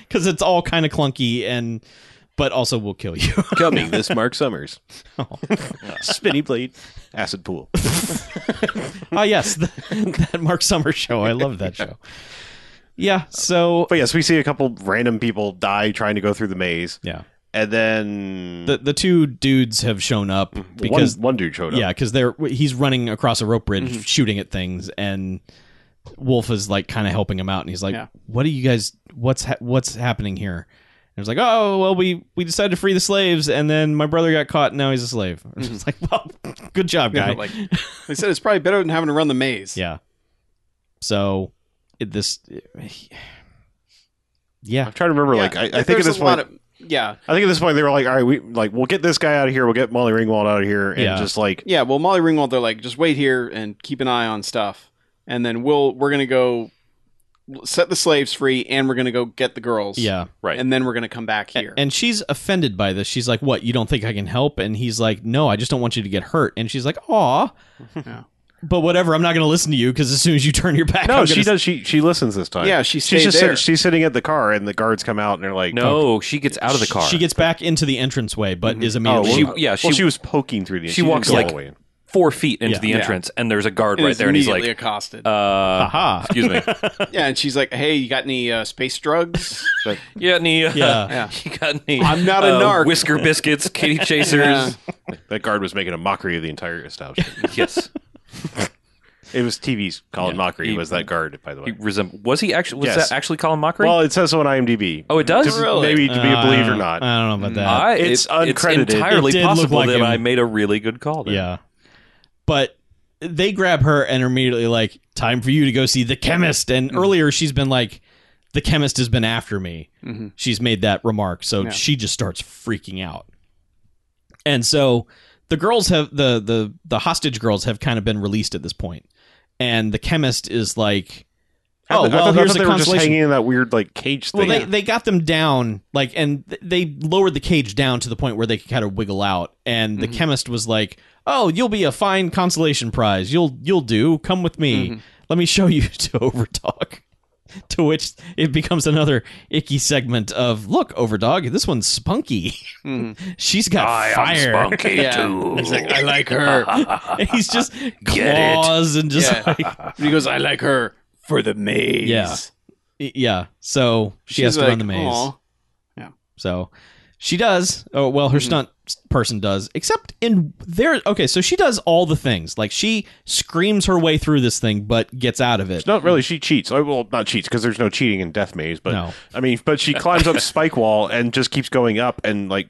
Speaker 4: Because it's all kind of clunky and but also will kill you.
Speaker 2: Coming this Mark Summers.
Speaker 4: Oh.
Speaker 2: Spinny blade, acid pool.
Speaker 4: Ah, yes, the, that Mark Summer show. I love that show. Yeah. So
Speaker 2: But yes, we see a couple random people die trying to go through the maze,
Speaker 4: yeah,
Speaker 2: and then
Speaker 4: the the two dudes have shown up because
Speaker 2: Mm, one, one dude showed up.
Speaker 4: yeah, because they're he's running across a rope
Speaker 3: Mm-hmm.
Speaker 4: bridge shooting at things, and Wolf is like kind of helping him out, and he's like,
Speaker 3: Yeah.
Speaker 4: "What are you guys? What's ha- what's happening here?" And it's like, "Oh, well, we we decided to free the slaves, and then my brother got caught, and now he's a slave." It's like, "Well, good job, guy."
Speaker 3: Mm-hmm. Yeah, like they said, it's probably better than having to run the maze.
Speaker 4: Yeah. So it, this, yeah,
Speaker 2: I'm trying to remember. like I, I think at
Speaker 3: there's
Speaker 2: this
Speaker 3: a lot
Speaker 2: point,
Speaker 3: of- yeah,
Speaker 2: I think at this point they were like, all right, we like we'll get this guy out of here. We'll get Molly Ringwald out of here, and
Speaker 4: Yeah.
Speaker 2: just like
Speaker 3: yeah. Well, Molly Ringwald, they're like, just wait here and keep an eye on stuff, and then we'll we're gonna go set the slaves free, and we're gonna go get the girls.
Speaker 4: yeah.
Speaker 1: Right.
Speaker 3: and then we're gonna come back here.
Speaker 4: And she's offended by this. She's like, "What? You don't think I can help?" And he's like, "No, I just don't want you to get hurt." And she's like, "Aw."
Speaker 3: Yeah.
Speaker 4: But whatever, I'm not going to listen to you because as soon as you turn your back,
Speaker 2: no,
Speaker 4: I'm
Speaker 2: she
Speaker 4: gonna-
Speaker 2: does. She she listens this time.
Speaker 3: Yeah, she
Speaker 2: she's
Speaker 3: stayed
Speaker 2: just
Speaker 3: there.
Speaker 2: sit- she's sitting at the car, and the guards come out, and they're like,
Speaker 1: No, she gets out of the car.
Speaker 4: She gets back into the entranceway, but
Speaker 2: Oh,
Speaker 4: is immediately.
Speaker 2: well,
Speaker 1: She- yeah,
Speaker 2: well,
Speaker 1: she-
Speaker 2: she was poking through the.
Speaker 1: She
Speaker 2: didn't
Speaker 1: walks
Speaker 2: go all
Speaker 1: like-
Speaker 2: the way in.
Speaker 1: four feet into
Speaker 4: Yeah.
Speaker 1: the
Speaker 3: Yeah.
Speaker 1: entrance, and there's a guard
Speaker 3: And
Speaker 1: right
Speaker 3: is
Speaker 1: there, and he's like,
Speaker 3: immediately accosted.
Speaker 1: uh,
Speaker 4: Aha.
Speaker 1: excuse me.
Speaker 3: yeah, and she's like, "Hey, you got any uh, space drugs?"
Speaker 2: But-
Speaker 1: You got any? Uh,
Speaker 4: Yeah.
Speaker 3: Yeah.
Speaker 1: You got any?
Speaker 3: I'm not a
Speaker 1: uh,
Speaker 3: narc.
Speaker 1: Whisker biscuits, kitty
Speaker 3: Yeah.
Speaker 1: chasers.
Speaker 2: That guard was making a mockery of the entire establishment.
Speaker 1: Yes.
Speaker 2: it was TV's Colin
Speaker 1: Yeah,
Speaker 2: Mockery
Speaker 1: he-
Speaker 2: was that guard, by the
Speaker 1: He
Speaker 2: way.
Speaker 1: resemb- was he actually? Was
Speaker 2: Yes.
Speaker 1: that actually Colin Mockery?
Speaker 2: well, it says so on IMDb.
Speaker 1: oh, it does.
Speaker 2: To- Maybe to be
Speaker 4: Uh,
Speaker 2: a believe or
Speaker 4: I
Speaker 2: not.
Speaker 4: don't know about that.
Speaker 1: I,
Speaker 2: It's
Speaker 1: Uh, it's
Speaker 2: uncredited.
Speaker 1: It's entirely
Speaker 4: It did look
Speaker 1: possible
Speaker 4: like
Speaker 1: that
Speaker 4: him.
Speaker 1: I made a really good call. There.
Speaker 4: Yeah. But they grab her and are immediately like, time for you to go see the chemist. And
Speaker 2: Mm.
Speaker 4: earlier she's been like, the chemist has been after me.
Speaker 3: Mhm.
Speaker 2: Mm-hmm.
Speaker 4: She's made that remark. So
Speaker 3: Yeah.
Speaker 4: she just starts freaking out. And so the girls have the the the hostage girls have kind of been released at this point. And the chemist is like,
Speaker 2: I
Speaker 4: Oh,
Speaker 2: th- I
Speaker 4: well,
Speaker 2: thought- I
Speaker 4: here's
Speaker 2: thought
Speaker 4: a
Speaker 2: they were just
Speaker 4: consolation.
Speaker 2: hanging in that weird like cage
Speaker 4: well,
Speaker 2: thing.
Speaker 4: they, they got them down, like, and th- they lowered the cage down to the point where they could kind of wiggle out. And the chemist was like, "Oh, you'll be a fine consolation prize. You'll you'll do. Come with me. Let me show you to Overdog." to which it becomes another icky segment of, "Look, Overdog, this one's spunky.
Speaker 3: Mhm.
Speaker 4: She's got fire."
Speaker 3: yeah, he's like, "I like her."
Speaker 4: and he's just
Speaker 1: it.
Speaker 4: claws and just
Speaker 3: Yeah.
Speaker 4: like,
Speaker 3: And he goes, I like her for the maze.
Speaker 4: Yeah. yeah. So she has
Speaker 3: She's
Speaker 4: to
Speaker 3: like,
Speaker 4: run the maze.
Speaker 3: "Aw."
Speaker 4: So she does. Oh well, her stunt person does. Except in there. Okay, so she does all the things. Like she screams her way through this thing, but gets out of it.
Speaker 2: Not really. She cheats. Oh, Well, not cheats because there's no cheating in Death Maze. But
Speaker 4: No.
Speaker 2: I mean, but she climbs up Spike Wall and just keeps going up and like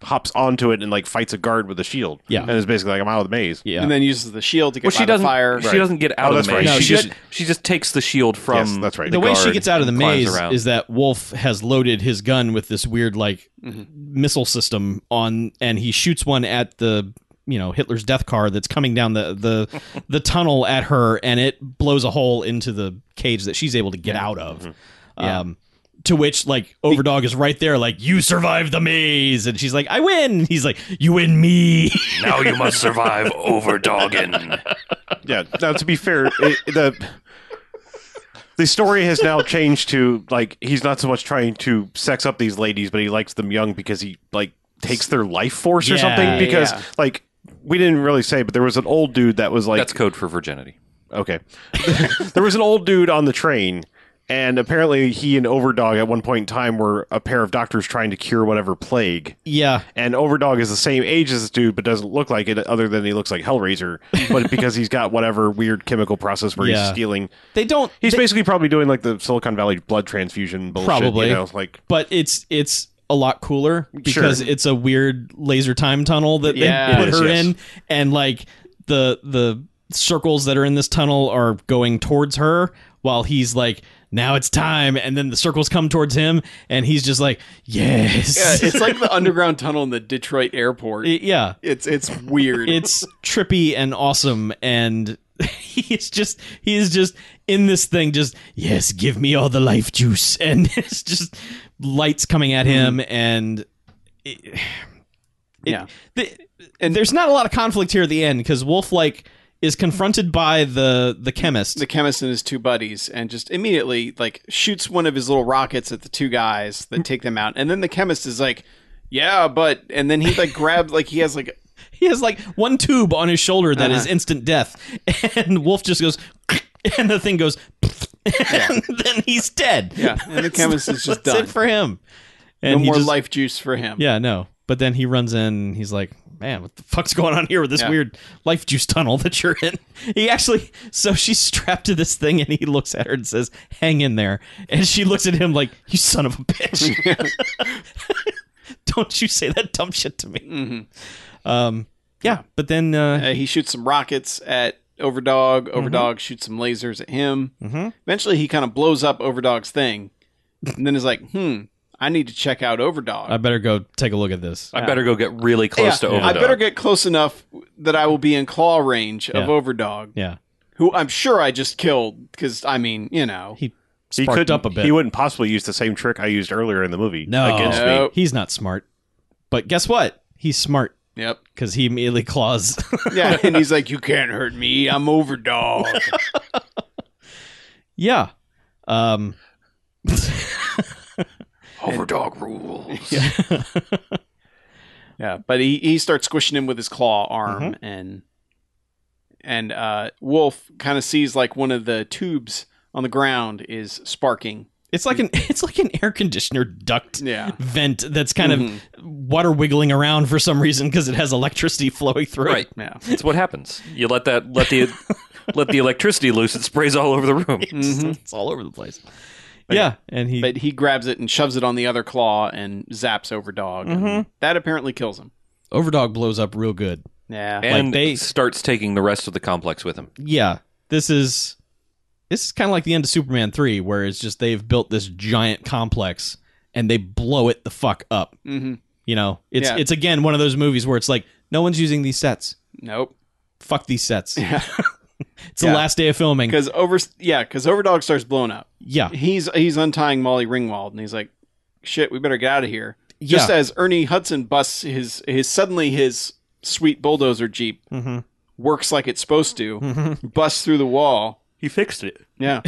Speaker 2: hops onto it and like fights a guard with a shield.
Speaker 4: Yeah.
Speaker 2: and it's basically like I'm out of the maze.
Speaker 4: Yeah.
Speaker 3: And then uses the shield to get
Speaker 1: Well,
Speaker 3: by
Speaker 1: she
Speaker 3: the
Speaker 1: doesn't.
Speaker 3: fire.
Speaker 1: She
Speaker 2: Right.
Speaker 1: doesn't get out of
Speaker 2: Oh,
Speaker 1: the
Speaker 2: that's
Speaker 1: maze.
Speaker 2: right.
Speaker 4: No,
Speaker 1: she,
Speaker 4: she
Speaker 1: just she just takes the shield from.
Speaker 2: yes, that's right.
Speaker 4: the way she
Speaker 1: guard
Speaker 4: gets out of the
Speaker 1: climbs
Speaker 4: maze
Speaker 1: around.
Speaker 4: is that Wolf has loaded his gun with this weird like
Speaker 3: Mhm.
Speaker 4: missile system on, and he shoots one at the you know Hitler's death car that's coming down the the the tunnel at her, and it blows a hole into the cage that she's able to get out of.
Speaker 3: Yeah.
Speaker 4: Um, to which like Overdog is right there, like you survived the maze, and she's like, I win. He's like, you win me.
Speaker 1: now you must survive overdogging.
Speaker 2: yeah. Now to be fair, it, the the story has now changed to like he's not so much trying to sex up these ladies, but he likes them young because he like takes their life force or
Speaker 4: Yeah.
Speaker 2: something. Because
Speaker 3: Yeah.
Speaker 2: like we didn't really say, but there was an old dude that was like
Speaker 1: That's code for virginity.
Speaker 2: Okay. there was an old dude on the train, and apparently he and Overdog at one point in time were a pair of doctors trying to cure whatever plague.
Speaker 4: yeah,
Speaker 2: And Overdog is the same age as this dude, but doesn't look like it, other than he looks like Hellraiser. but because he's got whatever weird chemical process where
Speaker 4: Yeah.
Speaker 2: he's stealing,
Speaker 4: they don't.
Speaker 2: he's
Speaker 4: they-
Speaker 2: basically probably doing like the Silicon Valley blood transfusion bullshit.
Speaker 4: Probably.
Speaker 2: you know, like
Speaker 4: but it's it's a lot cooler because it's a weird laser time tunnel that
Speaker 3: Yeah.
Speaker 4: they
Speaker 2: It
Speaker 4: put
Speaker 2: is,
Speaker 4: her
Speaker 2: yes.
Speaker 4: in and like the the circles that are in this tunnel are going towards her while he's like now it's time and then the circles come towards him and he's just like
Speaker 3: Yeah,
Speaker 4: yes
Speaker 3: it's like the underground tunnel in the Detroit airport.
Speaker 4: yeah
Speaker 3: It's it's weird.
Speaker 4: it's trippy and awesome and he is just he is just in this thing just yes give me all the life juice and it's just lights coming at him and it, it-
Speaker 3: Mm. Yeah.
Speaker 4: the, and there's not a lot of conflict here at the end because wolf like is confronted by the the chemist.
Speaker 3: the chemist and his two buddies and just immediately like shoots one of his little rockets at the two guys that take them out and then the chemist is like yeah but and then he like grabs like he has like
Speaker 4: he has like one tube on his shoulder that is
Speaker 3: Uh-huh.
Speaker 4: instant death, and Wolf just goes, and the thing goes, and then he's dead.
Speaker 3: yeah and the chemist is just
Speaker 4: That's
Speaker 3: done
Speaker 4: it for him.
Speaker 3: no
Speaker 4: And he
Speaker 3: more
Speaker 4: just-
Speaker 3: life juice for him
Speaker 4: Yeah, no. But then he runs in. and He's like, "Man, what the fuck's going on here with this
Speaker 3: Yeah.
Speaker 4: weird life juice tunnel that you're in?" He actually, so she's strapped to this thing, and he looks at her and says, "Hang in there." And she looks at him like, "You son of a bitch! Don't you say that dumb shit to me."
Speaker 3: Mhm.
Speaker 2: Mm-hmm.
Speaker 4: Um, yeah, Mm-hmm. but then uh,
Speaker 3: Uh, he shoots some rockets at overdog overdog shoots some lasers at him
Speaker 4: mhm.
Speaker 3: eventually he kind of blows up overdog's thing and then is like hmm i need to check out overdog
Speaker 4: I better go take a look at this.
Speaker 1: I better go get really close
Speaker 3: Yeah,
Speaker 1: to Overdog.
Speaker 3: i better get close enough that i will be in claw range
Speaker 4: Yeah.
Speaker 3: of overdog
Speaker 4: Yeah,
Speaker 3: who I'm sure I just killed because I mean, you know,
Speaker 4: he
Speaker 2: He
Speaker 4: sparked
Speaker 2: could
Speaker 4: up a bit.
Speaker 2: He wouldn't possibly use the same trick I used earlier in the movie
Speaker 4: No.
Speaker 2: against me.
Speaker 3: Nope.
Speaker 4: he's not smart, but guess what? He's smart
Speaker 3: yep,
Speaker 4: because he immediately claws.
Speaker 3: yeah, and he's like, "You can't hurt me, I'm overdog."
Speaker 4: yeah. Um,
Speaker 3: overdog rules. Yeah. yeah, but he he starts squishing him with his claw arm, and and uh, Wolf kind of sees like one of the tubes on the ground is sparking.
Speaker 4: It's like an it's like an air conditioner duct
Speaker 3: Yeah.
Speaker 4: vent that's kind
Speaker 3: Mhm.
Speaker 4: of water wiggling around for some reason because it has electricity flowing through.
Speaker 1: Right.
Speaker 4: it.
Speaker 3: Yeah.
Speaker 1: That's what happens. You let that let the let the electricity loose. It sprays all over the room.
Speaker 4: It's,
Speaker 3: Mhm.
Speaker 4: it's all over the place. Yeah, and he
Speaker 3: But he grabs it and shoves it on the other claw and zaps Overdog. and That apparently kills him.
Speaker 4: Overdog blows up real good.
Speaker 3: Yeah.
Speaker 1: And
Speaker 4: they-
Speaker 1: starts taking the rest of the complex with him.
Speaker 4: Yeah, this is this is kind of like the end of Superman three, where it's just they've built this giant complex and they blow it the fuck up.
Speaker 3: hmm
Speaker 4: You know, it's
Speaker 3: Yeah.
Speaker 4: it's again one of those movies where it's like no one's using these sets.
Speaker 3: Nope.
Speaker 4: Fuck these sets.
Speaker 3: Yeah.
Speaker 4: It's the
Speaker 3: Yeah.
Speaker 4: last day of filming.
Speaker 3: Because over, yeah, because Overdog starts blowing up.
Speaker 4: Yeah,
Speaker 3: He's he's untying Molly Ringwald, and he's like, "Shit, we better get out of here."
Speaker 4: yeah.
Speaker 3: Just as Ernie Hudson busts his his suddenly his sweet bulldozer jeep
Speaker 4: Mhm.
Speaker 3: works like it's supposed to,
Speaker 4: Mhm.
Speaker 3: busts through the wall.
Speaker 2: He fixed it.
Speaker 3: Yeah,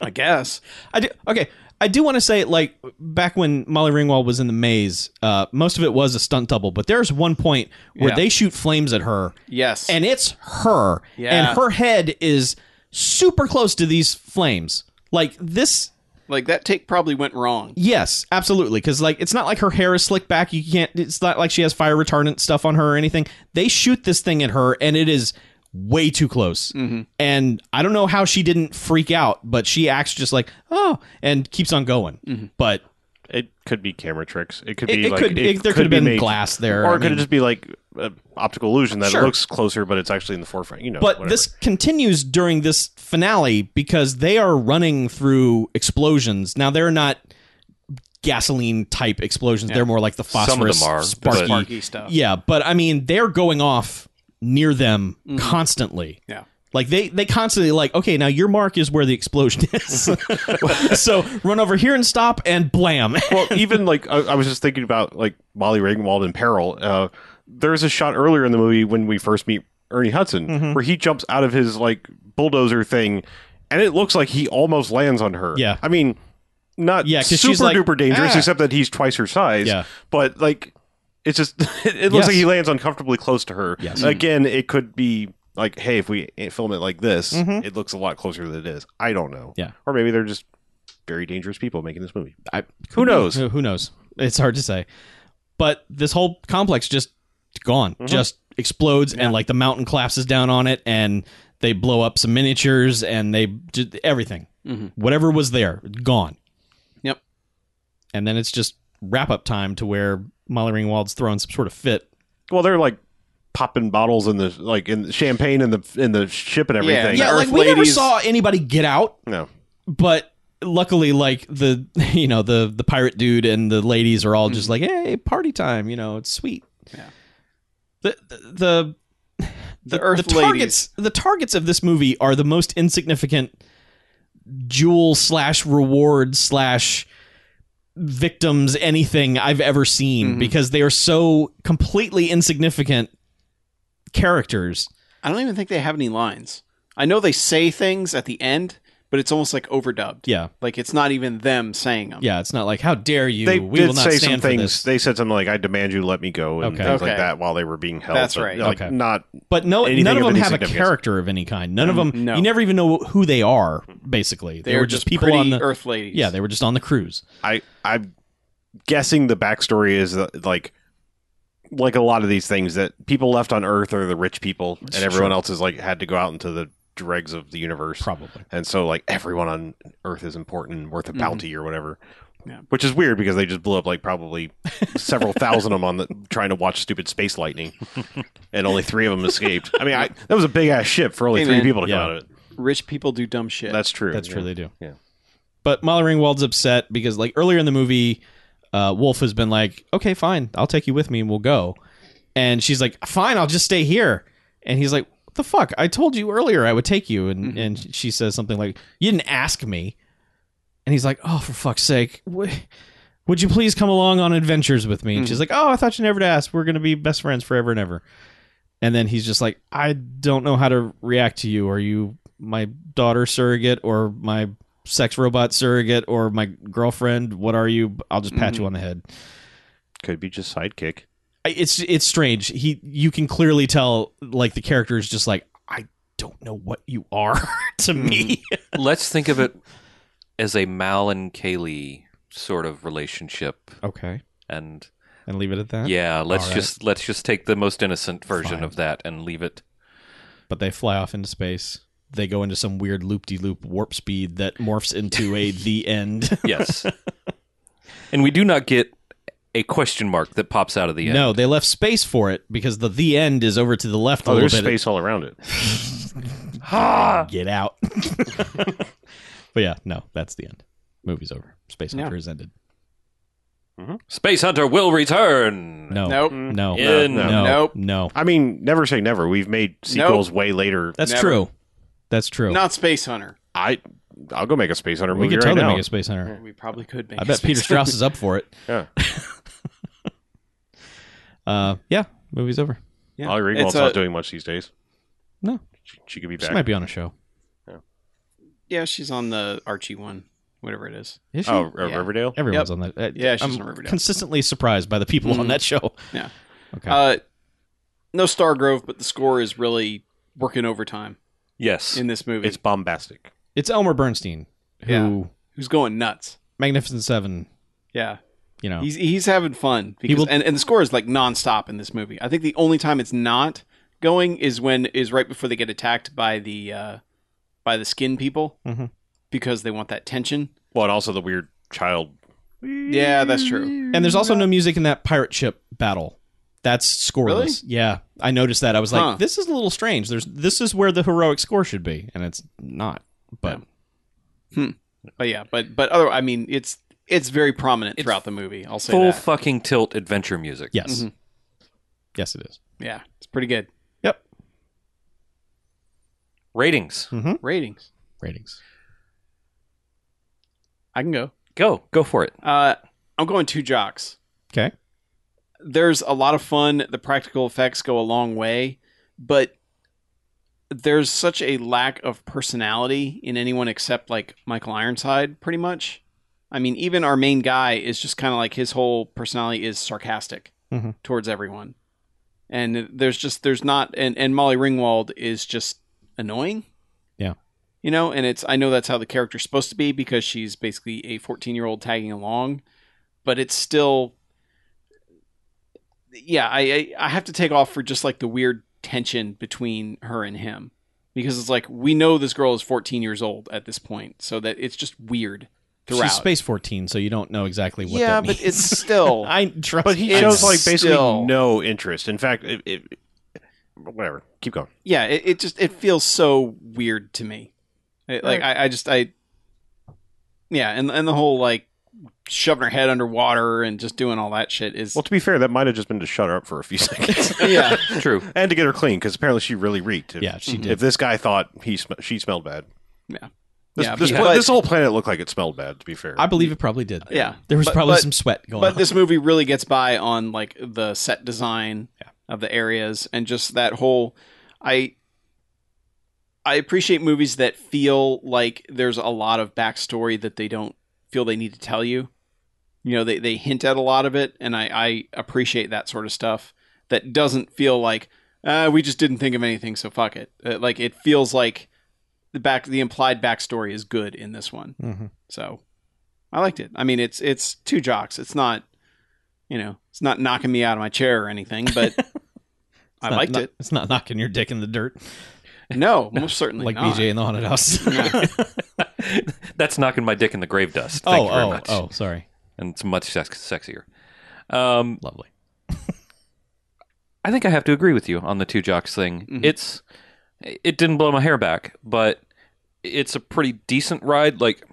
Speaker 3: I guess.
Speaker 4: I do okay. I do want to say like back when Molly Ringwald was in the maze, uh, most of it was a stunt double, but there's one point where
Speaker 3: Yeah.
Speaker 4: they shoot flames at her,
Speaker 3: Yes,
Speaker 4: and it's her,
Speaker 3: Yeah.
Speaker 4: and her head is super close to these flames. Like this,
Speaker 3: like that take probably went wrong.
Speaker 4: yes, absolutely, because like it's not like her hair is slicked back. You can't. It's not like she has fire retardant stuff on her or anything. They shoot this thing at her, and it is way too close.
Speaker 2: Mm-hmm.
Speaker 4: And I don't know how she didn't freak out, but she acts just like oh, and keeps on going. But
Speaker 2: It could be camera tricks. It Mm-hmm. could
Speaker 4: It-
Speaker 2: be
Speaker 4: it
Speaker 2: like
Speaker 4: could- it- there could have
Speaker 2: be
Speaker 4: been
Speaker 2: made-
Speaker 4: glass there.
Speaker 2: or
Speaker 4: I
Speaker 2: it could
Speaker 4: mean-
Speaker 2: just be like an optical illusion that
Speaker 4: Sure.
Speaker 2: it looks closer, but it's actually in the forefront. You know,
Speaker 4: but
Speaker 2: whatever.
Speaker 4: this continues during this finale because they are running through explosions. Now they're not gasoline type explosions; they're more like the
Speaker 1: Some of them
Speaker 4: phosphorus
Speaker 1: are,
Speaker 4: sparky.
Speaker 1: but-
Speaker 3: Sparky stuff.
Speaker 4: Yeah, but I mean they're going off near them constantly.
Speaker 3: Mm-hmm. Yeah.
Speaker 4: Like they they constantly like okay now your mark is where the explosion is, so run over here and stop and blam.
Speaker 2: well, even like I, I was just thinking about like Molly Ringwald in peril. Uh, there's a shot earlier in the movie when we first meet Ernie Hudson
Speaker 4: Mm-hmm.
Speaker 2: where he jumps out of his like bulldozer thing, and it looks like he almost lands on her.
Speaker 4: Yeah.
Speaker 2: I mean, not
Speaker 4: Yeah, 'cause
Speaker 2: super
Speaker 4: she's like,
Speaker 2: duper dangerous,
Speaker 4: "Ah."
Speaker 2: except that he's twice her size.
Speaker 4: Yeah.
Speaker 2: but like it's just it, looks
Speaker 4: Yes.
Speaker 2: like he lands uncomfortably close to her.
Speaker 4: Yes.
Speaker 2: Again, it could be. Like, hey, if we film it like this, it looks a lot closer than it is. I don't know.
Speaker 4: Mm-hmm. Yeah.
Speaker 2: Or maybe they're just very dangerous people making this movie.
Speaker 4: I,
Speaker 2: Who knows?
Speaker 4: Who, who knows? It's hard to say. But this whole complex just gone,
Speaker 2: Mm-hmm.
Speaker 4: just explodes, and like the mountain collapses down on it, and they blow up some miniatures, and they ju- everything,
Speaker 2: Mm-hmm.
Speaker 3: Mhm.
Speaker 4: whatever was there, gone.
Speaker 3: Yep.
Speaker 4: And then it's just wrap up time to where Molly Ringwald's throwing some sort of fit.
Speaker 2: Well, they're like popping bottles in the like in champagne in the in the ship and everything.
Speaker 3: Yeah,
Speaker 4: Yeah,
Speaker 3: Earth
Speaker 4: like we never
Speaker 3: ladies-
Speaker 4: saw anybody get out,
Speaker 2: No.
Speaker 4: but luckily, like the you know the the pirate dude and the ladies are all
Speaker 3: Mm-hmm.
Speaker 4: just like, hey, party time, you know, it's sweet.
Speaker 3: Yeah.
Speaker 4: The the
Speaker 3: The Earth
Speaker 4: targets the targets of this movie are the most insignificant jewel slash reward slash victims anything I've ever seen
Speaker 3: Mhm.
Speaker 4: because they are so completely insignificant characters
Speaker 3: I don't even think they have any lines. I know they say things at the end, but it's almost like overdubbed.
Speaker 4: Yeah.
Speaker 3: Like it's not even them saying them.
Speaker 4: Yeah, it's not like how dare you?
Speaker 2: They
Speaker 4: we
Speaker 2: did
Speaker 4: will not
Speaker 2: say some
Speaker 4: stand for
Speaker 2: things.
Speaker 4: this.
Speaker 2: They said something like, "I demand you let me go" and
Speaker 4: Okay.
Speaker 2: things
Speaker 3: Okay.
Speaker 2: like that while they were being held.
Speaker 3: That's
Speaker 2: but,
Speaker 3: right.
Speaker 2: Like,
Speaker 4: Okay.
Speaker 2: Not
Speaker 4: but no,
Speaker 2: anything
Speaker 4: none of
Speaker 2: of
Speaker 4: them
Speaker 2: any
Speaker 4: have a
Speaker 2: significance. Mm-hmm.
Speaker 4: character of any kind. None of them.
Speaker 3: no.
Speaker 4: You never even know who they are. Basically, they
Speaker 3: They're
Speaker 4: were just people
Speaker 3: pretty
Speaker 4: on the
Speaker 3: Earth ladies.
Speaker 4: yeah. They were just on the cruise.
Speaker 2: I. I'm guessing the backstory is that, like, like a lot of these things that people left on Earth are the rich people, and everyone else is like had to go out into the dregs of the universe.
Speaker 4: Probably.
Speaker 2: and so like everyone on Earth is important and
Speaker 4: Mm-hmm.
Speaker 2: worth a bounty or whatever.
Speaker 3: Yeah.
Speaker 2: Which is weird because they just blew up like probably several thousand of them on the, trying to watch stupid space lightning, and only three of them escaped. I mean, I, that was a big ass ship for only
Speaker 3: Hey,
Speaker 2: three
Speaker 3: man.
Speaker 2: people to
Speaker 4: Yeah.
Speaker 2: come out of it.
Speaker 3: Rich people do dumb shit.
Speaker 2: That's true.
Speaker 4: That's true.
Speaker 2: Yeah.
Speaker 4: They do.
Speaker 2: Yeah.
Speaker 4: But Molly Ringwald's upset because like earlier in the movie, uh, Wolf has been like, "Okay, fine, I'll take you with me and we'll go," and she's like, "Fine, I'll just stay here," and he's like, "What the fuck? I told you earlier I would take you," and
Speaker 2: Mm-hmm.
Speaker 4: and she says something like, "You didn't ask me," and he's like, "Oh, for fuck's sake." W- would you please come along on adventures with me? And she's like, "Oh, I thought you never asked. We're gonna be best friends forever and ever." And then he's just like, I don't know how to react to you. Are you my daughter surrogate or my sex robot surrogate or my girlfriend? What are you? I'll just pat you on the head.
Speaker 2: Could be just sidekick. Oh,
Speaker 4: I- It's it's strange. He you can clearly tell like the character is just like I don't know what you are to me.
Speaker 1: Let's think of it as a Mal and Kaylee sort of relationship,
Speaker 4: Okay,
Speaker 1: and
Speaker 4: and leave it at that.
Speaker 1: yeah, let's
Speaker 4: All right.
Speaker 1: just let's just take the most innocent version
Speaker 4: Fine.
Speaker 1: of that and leave it.
Speaker 4: But they fly off into space. They go into some weird loop de loop warp speed that morphs into a the end.
Speaker 1: Yes, and we do not get a question mark that pops out of the end.
Speaker 4: No, they left space for it because the the end is over to the left a
Speaker 2: Oh,
Speaker 4: little
Speaker 2: there's
Speaker 4: bit. Ah!
Speaker 2: space all around it.
Speaker 1: Ah!
Speaker 4: get out. but yeah, no, that's the end. Movie's over. Space
Speaker 3: Yeah.
Speaker 4: Hunter is ended.
Speaker 1: Space Hunter will return.
Speaker 4: No,
Speaker 3: Nope.
Speaker 4: no,
Speaker 1: Yeah,
Speaker 4: no,
Speaker 1: no.
Speaker 4: no,
Speaker 3: Nope.
Speaker 4: no.
Speaker 2: I mean, never say never. We've made sequels way later.
Speaker 4: That's
Speaker 3: Never.
Speaker 4: true. That's true.
Speaker 3: Not Space Hunter.
Speaker 2: I, I'll go make a space hunter
Speaker 4: we
Speaker 2: movie
Speaker 4: could
Speaker 2: right
Speaker 4: totally
Speaker 2: now.
Speaker 4: make a Space Hunter.
Speaker 3: We probably could make
Speaker 4: I
Speaker 3: a
Speaker 4: bet
Speaker 3: Space
Speaker 4: Peter
Speaker 3: Hunter.
Speaker 4: Strauss is up for it.
Speaker 2: Yeah.
Speaker 4: Uh, yeah, movie's over.
Speaker 3: Yeah.
Speaker 2: Molly Ringwald's
Speaker 3: It's a-
Speaker 2: not doing much these days.
Speaker 4: No.
Speaker 2: she, she could be
Speaker 4: She
Speaker 2: back.
Speaker 4: might be on a show.
Speaker 3: Yeah, she's on the Archie one, whatever it is.
Speaker 4: Is she?
Speaker 2: oh, uh,
Speaker 3: Yeah.
Speaker 2: Riverdale.
Speaker 4: Everyone's on that. uh,
Speaker 3: Yeah, she's
Speaker 4: I'm
Speaker 3: on Riverdale.
Speaker 4: consistently surprised by the people on
Speaker 3: Mhm.
Speaker 4: that show.
Speaker 3: Yeah.
Speaker 4: Okay.
Speaker 3: Uh, no Stargrove, but the score is really working overtime
Speaker 1: Yes.
Speaker 3: in this movie.
Speaker 2: It's bombastic.
Speaker 4: it's Elmer Bernstein who
Speaker 3: Yeah. Who's going nuts?
Speaker 4: Magnificent Seven.
Speaker 3: Yeah,
Speaker 4: You know,
Speaker 3: he's he's having fun because
Speaker 4: Oh. will-
Speaker 3: and, and the score is like nonstop in this movie. I think the only time it's not going is when is right before they get attacked by the uh, by the skin people
Speaker 4: Mhm.
Speaker 3: because they want that tension.
Speaker 2: Well, and also the weird child.
Speaker 3: Yeah, that's true.
Speaker 4: and there's also no music in that pirate ship battle. That's scoreless.
Speaker 3: Really?
Speaker 4: Yeah, I noticed that. I was like,
Speaker 3: Huh.
Speaker 4: this is a little strange. There's this is where the heroic score should be, and it's not. But
Speaker 3: But yeah, but but other I mean it's it's very prominent throughout the movie. I'll say
Speaker 1: Full
Speaker 3: that.
Speaker 1: fucking tilt adventure music.
Speaker 4: yes,
Speaker 3: Mm-hmm.
Speaker 4: yes, it is.
Speaker 3: yeah, it's pretty good
Speaker 4: Yep.
Speaker 1: Ratings.
Speaker 3: ratings.
Speaker 4: Ratings.
Speaker 3: I can go.
Speaker 1: Go. Go for it.
Speaker 3: Uh, I'm going two jocks.
Speaker 4: Okay.
Speaker 3: there's a lot of fun. The practical effects go a long way, but there's such a lack of personality in anyone except like Michael Ironside, pretty much. I mean, even our main guy is just kind of like his whole personality is sarcastic
Speaker 4: Mhm.
Speaker 3: towards everyone, and there's just there's not and and Molly Ringwald is just annoying.
Speaker 4: Yeah.
Speaker 3: you know, and it's I know that's how the character's supposed to be because she's basically a 14 year old tagging along, but it's still yeah, I, I I have to take off for just like the weird tension between her and him because it's like we know this girl is 14 years old at this point, so that it's just weird throughout.
Speaker 4: She's space fourteen, so you don't know exactly what.
Speaker 3: yeah,
Speaker 4: that
Speaker 3: but
Speaker 4: means.
Speaker 3: it's still
Speaker 4: I trust.
Speaker 2: But he
Speaker 4: you.
Speaker 3: It's
Speaker 2: shows like basically
Speaker 3: still-
Speaker 2: no interest. In fact, it, it, whatever. Keep going.
Speaker 3: yeah, it, it just it feels so weird to me. It- like I, I just I yeah, and and the whole like shoving her head underwater and just doing all that shit is
Speaker 2: Well, to be fair, that might have just been to shut her up for a few seconds
Speaker 3: yeah.
Speaker 1: True.
Speaker 2: and to get her clean because apparently she really reeked. If,
Speaker 4: Yeah,
Speaker 3: Mm-hmm.
Speaker 4: she
Speaker 2: If
Speaker 4: did.
Speaker 2: this guy thought he sm- she smelled bad,
Speaker 3: Yeah.
Speaker 2: This,
Speaker 3: Yeah,
Speaker 2: this,
Speaker 3: but-
Speaker 2: pla- this whole planet looked like it smelled bad. To be fair,
Speaker 4: I believe it probably did.
Speaker 3: Yeah.
Speaker 4: there was
Speaker 3: But-
Speaker 4: probably
Speaker 3: but-
Speaker 4: some sweat going
Speaker 3: but
Speaker 4: on.
Speaker 3: this movie really gets by on like the set design of the areas and just that whole i I appreciate movies that feel like there's a lot of backstory that they don't feel they need to tell you. You know, they, they hint at a lot of it, and I, I appreciate that sort of stuff that doesn't feel like, uh, we just didn't think of anything, so fuck it. Uh, like, it feels like the back the implied backstory is good in this one.
Speaker 4: Mhm.
Speaker 3: So I liked it. I mean, it's it's two jocks. It's not, you know, it's not knocking me out of my chair or anything, but I
Speaker 4: Not-
Speaker 3: liked
Speaker 4: not-
Speaker 3: it.
Speaker 4: It's not knocking your dick in the dirt
Speaker 3: No, most certainly
Speaker 4: like
Speaker 3: not.
Speaker 4: BJ in the haunted house.
Speaker 1: That's knocking my dick in the grave dust. Thank
Speaker 4: oh,
Speaker 1: you very
Speaker 4: oh,
Speaker 1: much.
Speaker 4: oh, sorry.
Speaker 1: And it's much sex- sexier. Um,
Speaker 4: Lovely.
Speaker 1: I think I have to agree with you on the two jocks thing.
Speaker 3: Mhm.
Speaker 1: It's it didn't blow my hair back, but it's a pretty decent ride. Like,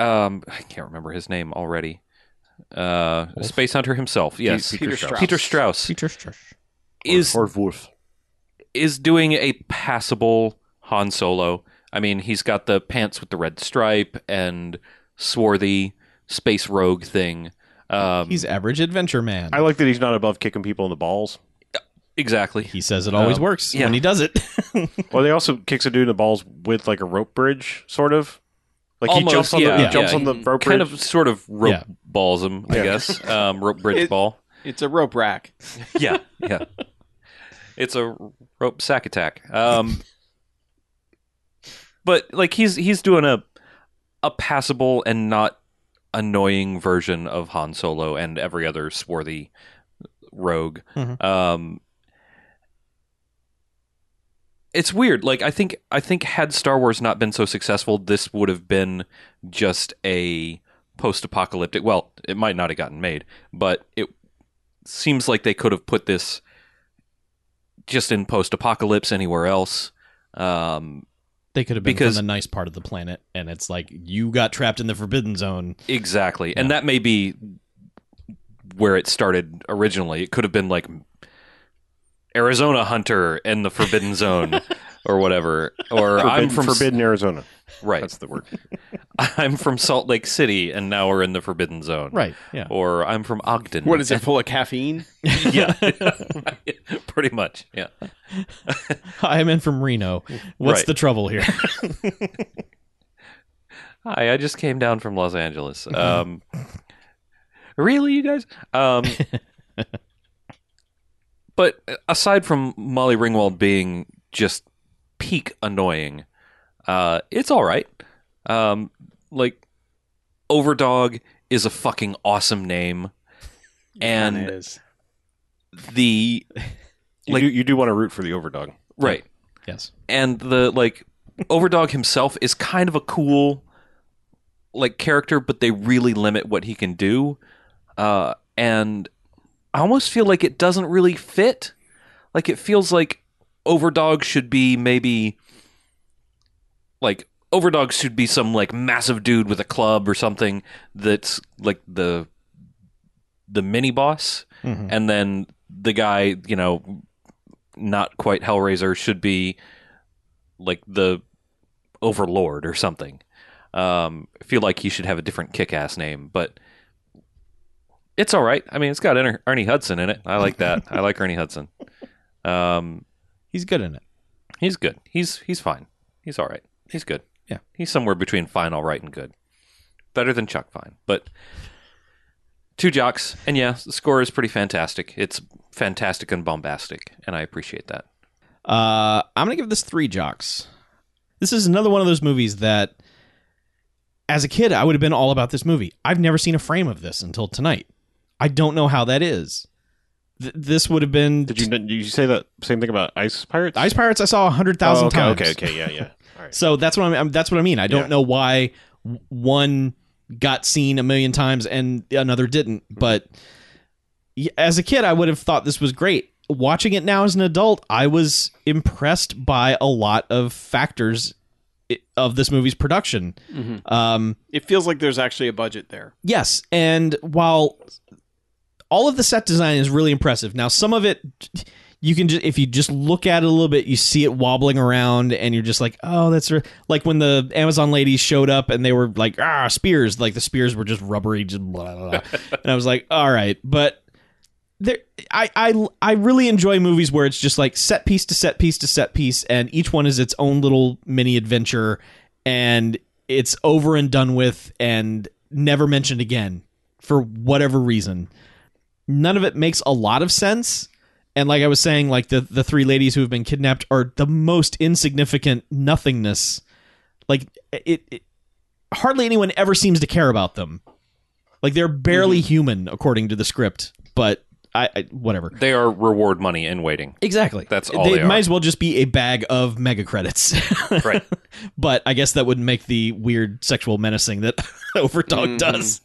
Speaker 1: um, I can't remember his name already. Uh, Space Hunter himself, yes,
Speaker 2: Peter Peter Strauss. Strauss.
Speaker 1: Peter Strauss is
Speaker 2: or, or Wolf.
Speaker 1: is doing a passable Han Solo. I mean, he's got the pants with the red stripe and swarthy space rogue thing. Um,
Speaker 4: He's average adventure man.
Speaker 2: I like that he's not above kicking people in the balls.
Speaker 1: exactly.
Speaker 4: he says it always
Speaker 1: Um,
Speaker 4: works
Speaker 1: yeah.
Speaker 4: when he does it.
Speaker 2: Well, they also kicks a dude in the balls with like a rope bridge, sort of. Like he
Speaker 1: Almost,
Speaker 2: jumps on
Speaker 1: yeah,
Speaker 2: the
Speaker 1: yeah.
Speaker 2: he jumps
Speaker 1: Yeah,
Speaker 2: on the rope
Speaker 1: Kind
Speaker 2: bridge.
Speaker 1: of, sort of rope
Speaker 4: Yeah.
Speaker 1: balls him, I
Speaker 2: Yeah.
Speaker 1: guess. Um, rope bridge
Speaker 3: It-
Speaker 1: ball.
Speaker 3: It's a rope rack.
Speaker 1: yeah, yeah. It's a rope sack attack. Um, but like he's he's doing a a passable and not annoying version of Han Solo and every other swarthy rogue.
Speaker 4: Mhm.
Speaker 1: Um, it's weird. Like I think I think had Star Wars not been so successful, this would have been just a post-apocalyptic. Well, it might not have gotten made, but it seems like they could have put this just in post-apocalypse anywhere else. Um,
Speaker 4: They could have been
Speaker 1: Because-
Speaker 4: from the nice part of the planet, and it's like you got trapped in the forbidden zone.
Speaker 1: exactly, and that may be where it started originally. It could have been like Arizona Hunter and the Forbidden Zone, or whatever. Or I'm
Speaker 2: Forbidden,
Speaker 1: from
Speaker 2: forbidden Arizona.
Speaker 1: right.
Speaker 2: That's the word.
Speaker 1: I'm from Salt Lake City, and now we're in the Forbidden Zone.
Speaker 4: Right. Yeah.
Speaker 1: Or I'm from Ogden.
Speaker 3: What is it full of caffeine?
Speaker 1: yeah, pretty much. Yeah.
Speaker 4: I'm in from Reno. What's
Speaker 1: Right.
Speaker 4: the trouble here?
Speaker 1: Hi, I just came down from Los Angeles. Um, really, you guys? Um, but aside from Molly Ringwald being just peak annoying, uh, it's all right. Um, like, Overdog is a fucking awesome name, and
Speaker 3: it is.
Speaker 1: the
Speaker 2: You,
Speaker 1: Like-
Speaker 2: do, you do want to root for the overdog.
Speaker 1: right.
Speaker 4: yes.
Speaker 1: and the like overdog himself is kind of a cool like character but they really limit what he can do uh and i almost feel like it doesn't really fit like it feels like overdog should be maybe like overdog should be some like massive dude with a club or something that's like the the mini boss
Speaker 4: Mhm.
Speaker 1: and then the guy, you know, not quite Hellraiser should be like the Overlord or something. Um, I feel like he should have a different kick-ass name, but it's all right. I mean, it's got Ernie Ernie Hudson in it. I like that. I like Ernie Hudson. Um,
Speaker 4: He's good in it.
Speaker 1: he's good. He's he's fine. He's all right. He's good.
Speaker 4: Yeah.
Speaker 1: he's somewhere between fine, all right, and good. Better than Chuck Fine, but two jocks, and yeah, the score is pretty fantastic. It's fantastic and bombastic, and I appreciate that.
Speaker 4: Uh, I'm gonna give this three jocks. This is another one of those movies that, as a kid, I would have been all about this movie. I've never seen a frame of this until tonight. I don't know how that is. Th- this would have been
Speaker 2: Did you did you say that same thing about Ice Pirates?
Speaker 4: Ice Pirates. I saw a hundred
Speaker 2: Oh,
Speaker 4: thousand
Speaker 2: okay,
Speaker 4: times.
Speaker 2: Okay, okay, yeah, yeah. All right.
Speaker 4: So that's what I'm. That's what I mean. I don't
Speaker 2: Yeah.
Speaker 4: know why w- one got seen a million times and another didn't.
Speaker 2: Mm-hmm.
Speaker 4: But y- as a kid, I would have thought this was great. Watching it now as an adult, I was impressed by a lot of factors i- of this movie's production.
Speaker 2: Mm-hmm.
Speaker 4: Um,
Speaker 3: It feels like there's actually a budget there.
Speaker 4: Yes, and while all of the set design is really impressive, now some of it you can just if you just look at it a little bit, you see it wobbling around, and you're just like, oh, that's re-. like when the Amazon ladies showed up and they were like, ah, spears, like the spears were just rubbery, just blah blah blah, and I was like, all right, but there I, I I really enjoy movies where it's just like set piece to set piece to set piece and each one is its own little mini adventure and it's over and done with and never mentioned again for whatever reason. None of it makes a lot of sense. And like I was saying, like the, the three ladies who have been kidnapped are the most insignificant nothingness. Like it, it hardly anyone ever seems to care about them. Like they're barely human according to the script, but I, I whatever.
Speaker 1: They are reward money in waiting.
Speaker 4: Exactly.
Speaker 1: That's all
Speaker 4: They,
Speaker 1: they are.
Speaker 4: might as well just be a bag of mega credits.
Speaker 1: Right.
Speaker 4: but I guess that would make the weird sexual menacing that
Speaker 1: Mm-hmm.
Speaker 4: Overdog does.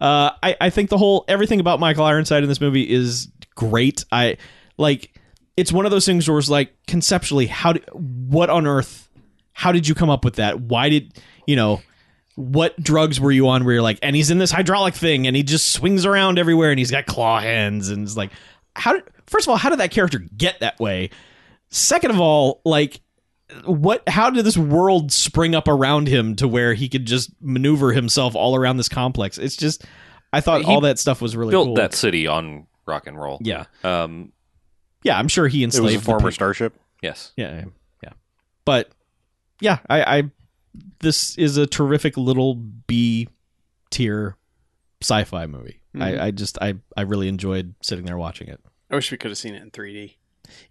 Speaker 4: Uh, I, I think the whole everything about Michael Ironside in this movie is great. I like it's one of those things where it's like conceptually, how do, what on earth? How did you come up with that? Why did you know? What drugs were you on? Where you're like, and he's in this hydraulic thing, and he just swings around everywhere, and he's got claw hands, and it's like, how? Did, first of all, how did that character get that way? Second of all, like what how did this world spring up around him to where he could just maneuver himself all around this complex it's just i thought
Speaker 1: He
Speaker 4: all that stuff was really
Speaker 1: Built
Speaker 4: cool.
Speaker 1: that city on rock and roll.
Speaker 4: yeah
Speaker 1: Um.
Speaker 4: yeah i'm sure he
Speaker 2: It
Speaker 4: enslaved
Speaker 2: was a
Speaker 4: the
Speaker 2: former
Speaker 4: people.
Speaker 2: starship.
Speaker 1: Yes.
Speaker 4: yeah yeah but yeah i i this is a terrific little b tier sci-fi movie
Speaker 3: Mhm.
Speaker 4: i i just i i really enjoyed sitting there watching it
Speaker 3: I wish we could have seen it in 3D.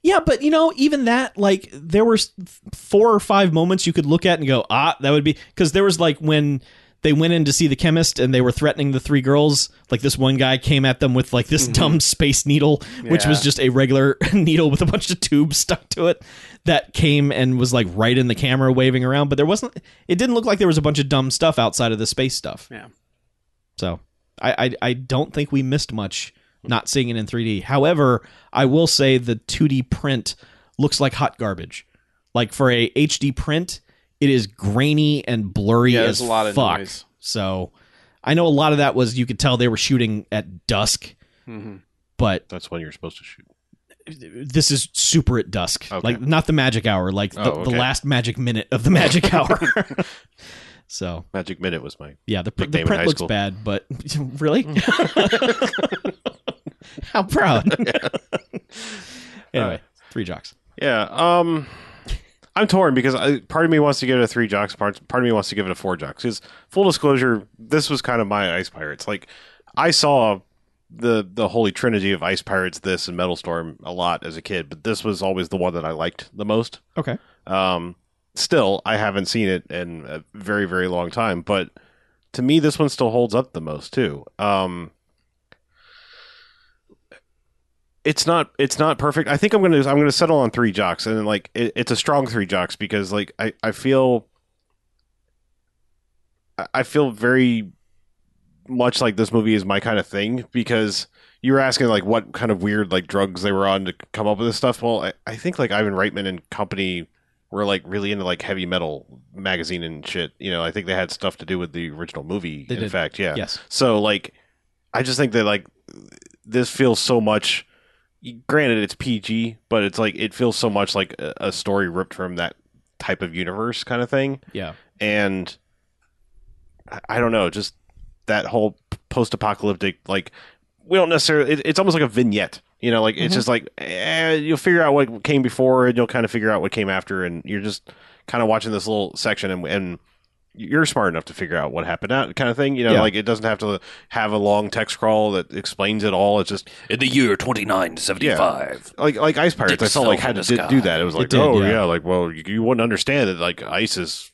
Speaker 4: Yeah, but you know, even that, like, there were s- four or five moments you could look at and go, ah, that would be because there was like when they went in to see the chemist and they were threatening the three girls. Like this one guy came at them with like this dumb space needle, which
Speaker 3: Mm-hmm. Yeah.
Speaker 4: was just a regular needle with a bunch of tubes stuck to it that came and was like right in the camera waving around. But there wasn't. It didn't look like there was a bunch of dumb stuff outside of the space stuff.
Speaker 3: Yeah.
Speaker 4: So I I, I don't think we missed much not seeing it in 3D. However, I will say the 2D print looks like hot garbage. Like for a HD print, it is grainy and blurry
Speaker 3: Yeah,
Speaker 4: as
Speaker 3: there's a lot of
Speaker 4: fuck.
Speaker 3: noise.
Speaker 4: So I know a lot of that was you could tell they were shooting at dusk,
Speaker 3: hmm
Speaker 4: but
Speaker 2: That's when you're supposed to shoot.
Speaker 4: this is super at dusk.
Speaker 2: Okay.
Speaker 4: Like not the magic hour, like the,
Speaker 2: Oh,
Speaker 4: the
Speaker 2: okay.
Speaker 4: last magic minute of the magic hour. so
Speaker 2: Magic Minute was my
Speaker 4: Yeah, the, pr-
Speaker 2: Nickname
Speaker 4: the
Speaker 2: in
Speaker 4: print
Speaker 2: high
Speaker 4: looks
Speaker 2: school.
Speaker 4: bad, but really? How proud. anyway, three jocks.
Speaker 2: Yeah. Um, I'm torn because I, part of me wants to give it a three jocks, part part of me wants to give it a four jocks. Because full disclosure, this was kind of my Ice Pirates. Like I saw the the holy trinity of Ice Pirates, this and Metal Storm a lot as a kid, but this was always the one that I liked the most.
Speaker 4: Okay.
Speaker 2: Um, still, I haven't seen it in a very, very long time, but to me, this one still holds up the most too. Um, it's not, it's not perfect. I think I'm gonna, I'm gonna settle on three jocks, and like, it, it's a strong three jocks because like, I, I feel, I- I feel very much like this movie is my kind of thing because you were asking like what kind of weird like drugs they were on to come up with this stuff. Well, I, I think like Ivan Reitman and company were like really into like heavy metal magazine and shit. You know, I think they had stuff to do with the original movie.
Speaker 4: They
Speaker 2: in
Speaker 4: did.
Speaker 2: fact, yeah.
Speaker 4: Yes.
Speaker 2: So like, I just think that like this feels so much. Granted, it's PG, but it's like it feels so much like a, a story ripped from that type of universe kind of thing
Speaker 4: Yeah.
Speaker 2: and I- I don't know, just that whole post-apocalyptic like we don't necessarily. It, it's almost like a vignette, you know, like it's just like eh, you'll figure out what came before and you'll kind of figure out what came after, and you're just kind of watching this little section and and you're smart enough to figure out what happened out kind of thing you know
Speaker 4: Yeah.
Speaker 2: like it doesn't have to have a long text crawl that explains it all it's just
Speaker 1: In the year twenty nine seventy five.
Speaker 2: like like ice pirates i
Speaker 1: Dicks
Speaker 2: felt like
Speaker 1: fell
Speaker 2: had
Speaker 1: from
Speaker 2: to
Speaker 1: the
Speaker 2: di- do
Speaker 1: sky.
Speaker 2: that it was like
Speaker 4: did,
Speaker 2: oh
Speaker 4: yeah.
Speaker 2: yeah. like well you, you wouldn't understand that like ice is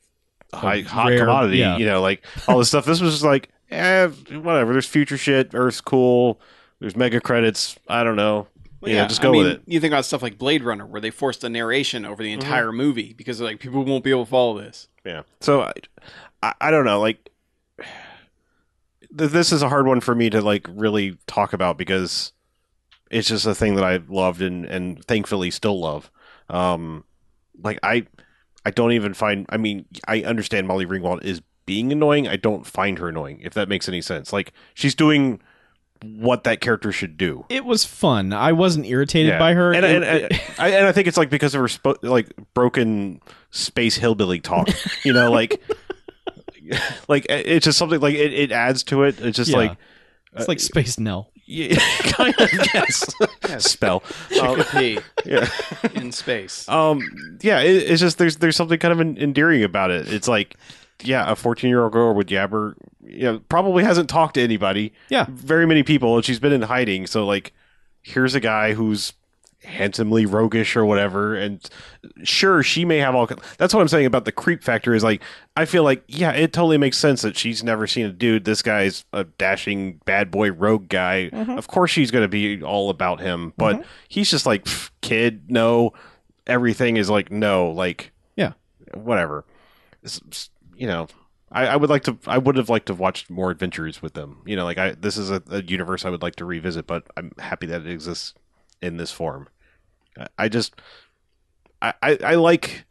Speaker 2: high, hot
Speaker 4: rare-
Speaker 2: commodity
Speaker 4: yeah.
Speaker 2: you know like all this stuff this was just like eh, whatever there's future shit earth's cool there's mega credits i don't know you know, just go
Speaker 3: I mean,
Speaker 2: with it
Speaker 3: You think about stuff like Blade Runner, where they forced the narration over the entire movie because they're like people won't be able to follow this.
Speaker 2: yeah so I, I i don't know like th- this is a hard one for me to like really talk about because it's just a thing that i loved and and thankfully still love um like i i don't even find i mean i understand molly ringwald is being annoying i don't find her annoying if that makes any sense like she's doing what that character should do
Speaker 4: It was fun. I wasn't irritated by her.
Speaker 2: and,
Speaker 4: It-
Speaker 2: and, and, I, and I think it's like because of her spo- like broken space hillbilly talk, you know, like like it's just something like it, it adds to it. It's just
Speaker 4: Yeah.
Speaker 2: like
Speaker 4: it's like Space Nell.
Speaker 2: Yeah, kind of yes. Spell. Um,
Speaker 3: P
Speaker 2: yeah.
Speaker 3: in space.
Speaker 2: Um, yeah. It, it's just there's there's something kind of en- endearing about it. It's like, yeah, a 14 year old girl would yabber. You know, probably hasn't talked to anybody.
Speaker 4: Yeah.
Speaker 2: Very many people, and she's been in hiding. So like, here's a guy who's handsomely roguish or whatever and sure she may have all that's what i'm saying about the creep factor is like i feel like yeah it totally makes sense that she's never seen a dude this guy's a dashing bad boy rogue guy
Speaker 4: Mm-hmm.
Speaker 2: of course she's going to be all about him but he's just like "Pff, kid no everything is like no like
Speaker 4: Yeah.
Speaker 2: whatever It's- it's- you know I, I would like to i would have liked to have watched more adventures with them you know like i this is a, a universe i would like to revisit but i'm happy that it exists in this form I- I just I, I I like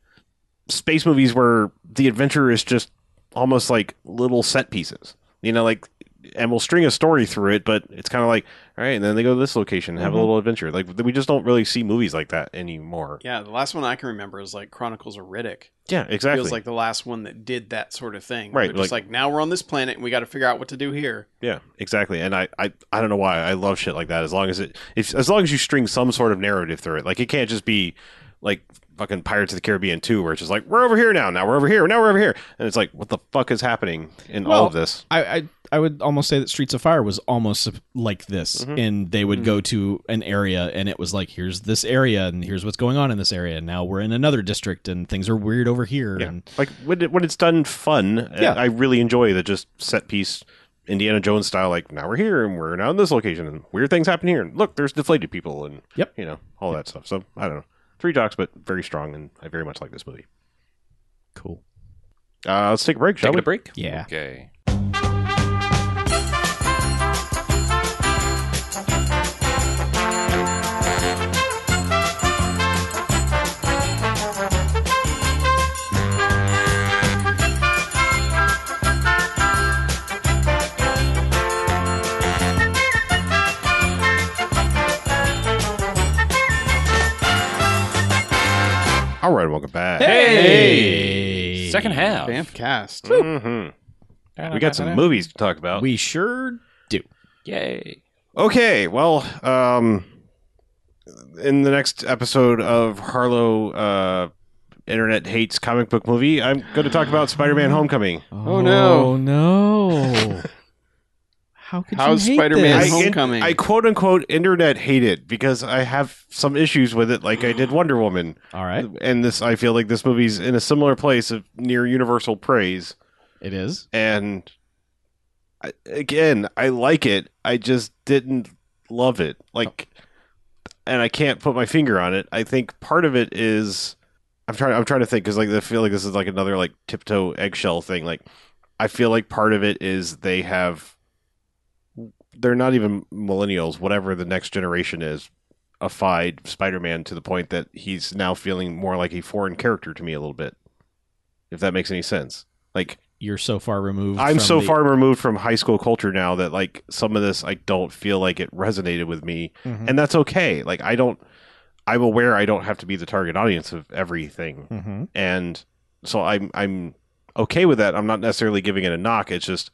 Speaker 2: space movies where the adventure is just almost like little set pieces. You know, like and we'll string a story through it, but it's kind of like all right, and then they go to this location and have a little adventure. Like we just don't really see movies like that anymore.
Speaker 3: Yeah, the last one I can remember is like Chronicles of Riddick.
Speaker 2: Yeah, exactly.
Speaker 3: Feels like the last one that did that sort of thing.
Speaker 2: Right,
Speaker 3: They're just like, now we're on this planet and we got to figure out what to do here.
Speaker 2: yeah, exactly. And I, I I don't know why I love shit like that. As long as it if as long as you string some sort of narrative through it, like it can't just be like fucking Pirates of the Caribbean 2 where it's just like we're over here now, now we're over here, now we're over here. And it's like what the fuck is happening in all
Speaker 4: Well,
Speaker 2: of this?
Speaker 4: I, I I would almost say that Streets of Fire was almost like this,
Speaker 2: Mm-hmm.
Speaker 4: and they would go to an area, and it was like, here's this area, and here's what's going on in this area, and now we're in another district, and things are weird over here,
Speaker 2: Yeah.
Speaker 4: and
Speaker 2: Like when it, when it's done fun,
Speaker 4: Yeah.
Speaker 2: I really enjoy the just set piece Indiana Jones style. Like now we're here and we're now in this location and weird things happen here and look there's deflated people and
Speaker 4: Yep.
Speaker 2: you know all that stuff. So I don't know, three docs, but very strong and I very much like this movie.
Speaker 4: cool.
Speaker 2: Uh, let's take a break. Shall
Speaker 1: Taking
Speaker 2: we?
Speaker 1: a break?
Speaker 4: Yeah.
Speaker 1: Okay.
Speaker 2: All right, welcome back.
Speaker 1: Hey! Second half.
Speaker 3: Banff cast.
Speaker 2: Mhm. We got some movies to talk about.
Speaker 4: We sure do.
Speaker 1: Yay.
Speaker 2: Okay, well, um, in the next episode of Harlow uh, Internet Hates Comic Book Movie, I'm going to talk about Spider-Man: Homecoming.
Speaker 4: Oh,
Speaker 3: no.
Speaker 4: no! How could
Speaker 3: How's
Speaker 4: you hate
Speaker 3: Spider-Man
Speaker 4: this?
Speaker 2: I-
Speaker 3: Homecoming?
Speaker 2: I quote unquote internet hate it because I have some issues with it, like I did Wonder Woman.
Speaker 4: All right,
Speaker 2: And this, I feel like this movie's in a similar place of near universal praise.
Speaker 4: it is.
Speaker 2: And I, again, I like it. I just didn't love it. Like, and I can't put my finger on it. I think part of it is I'm trying. I'm trying to think because like I feel like this is like another like tiptoe eggshell thing. Like, I feel like part of it is they have they're not even millennials. Whatever the next generation is. Affied Spider-Man to the point that he's now feeling more like a foreign character to me a little bit, if that makes any sense. Like
Speaker 4: You're so far removed.
Speaker 2: I'm
Speaker 4: from
Speaker 2: so
Speaker 4: the-
Speaker 2: far removed from high school culture now that like some of this I don't feel like it resonated with me,
Speaker 4: Mhm.
Speaker 2: and that's okay. Like I don't, I'm aware I don't have to be the target audience of everything,
Speaker 4: Mhm.
Speaker 2: and so I'm I'm okay with that. I'm not necessarily giving it a knock. It's just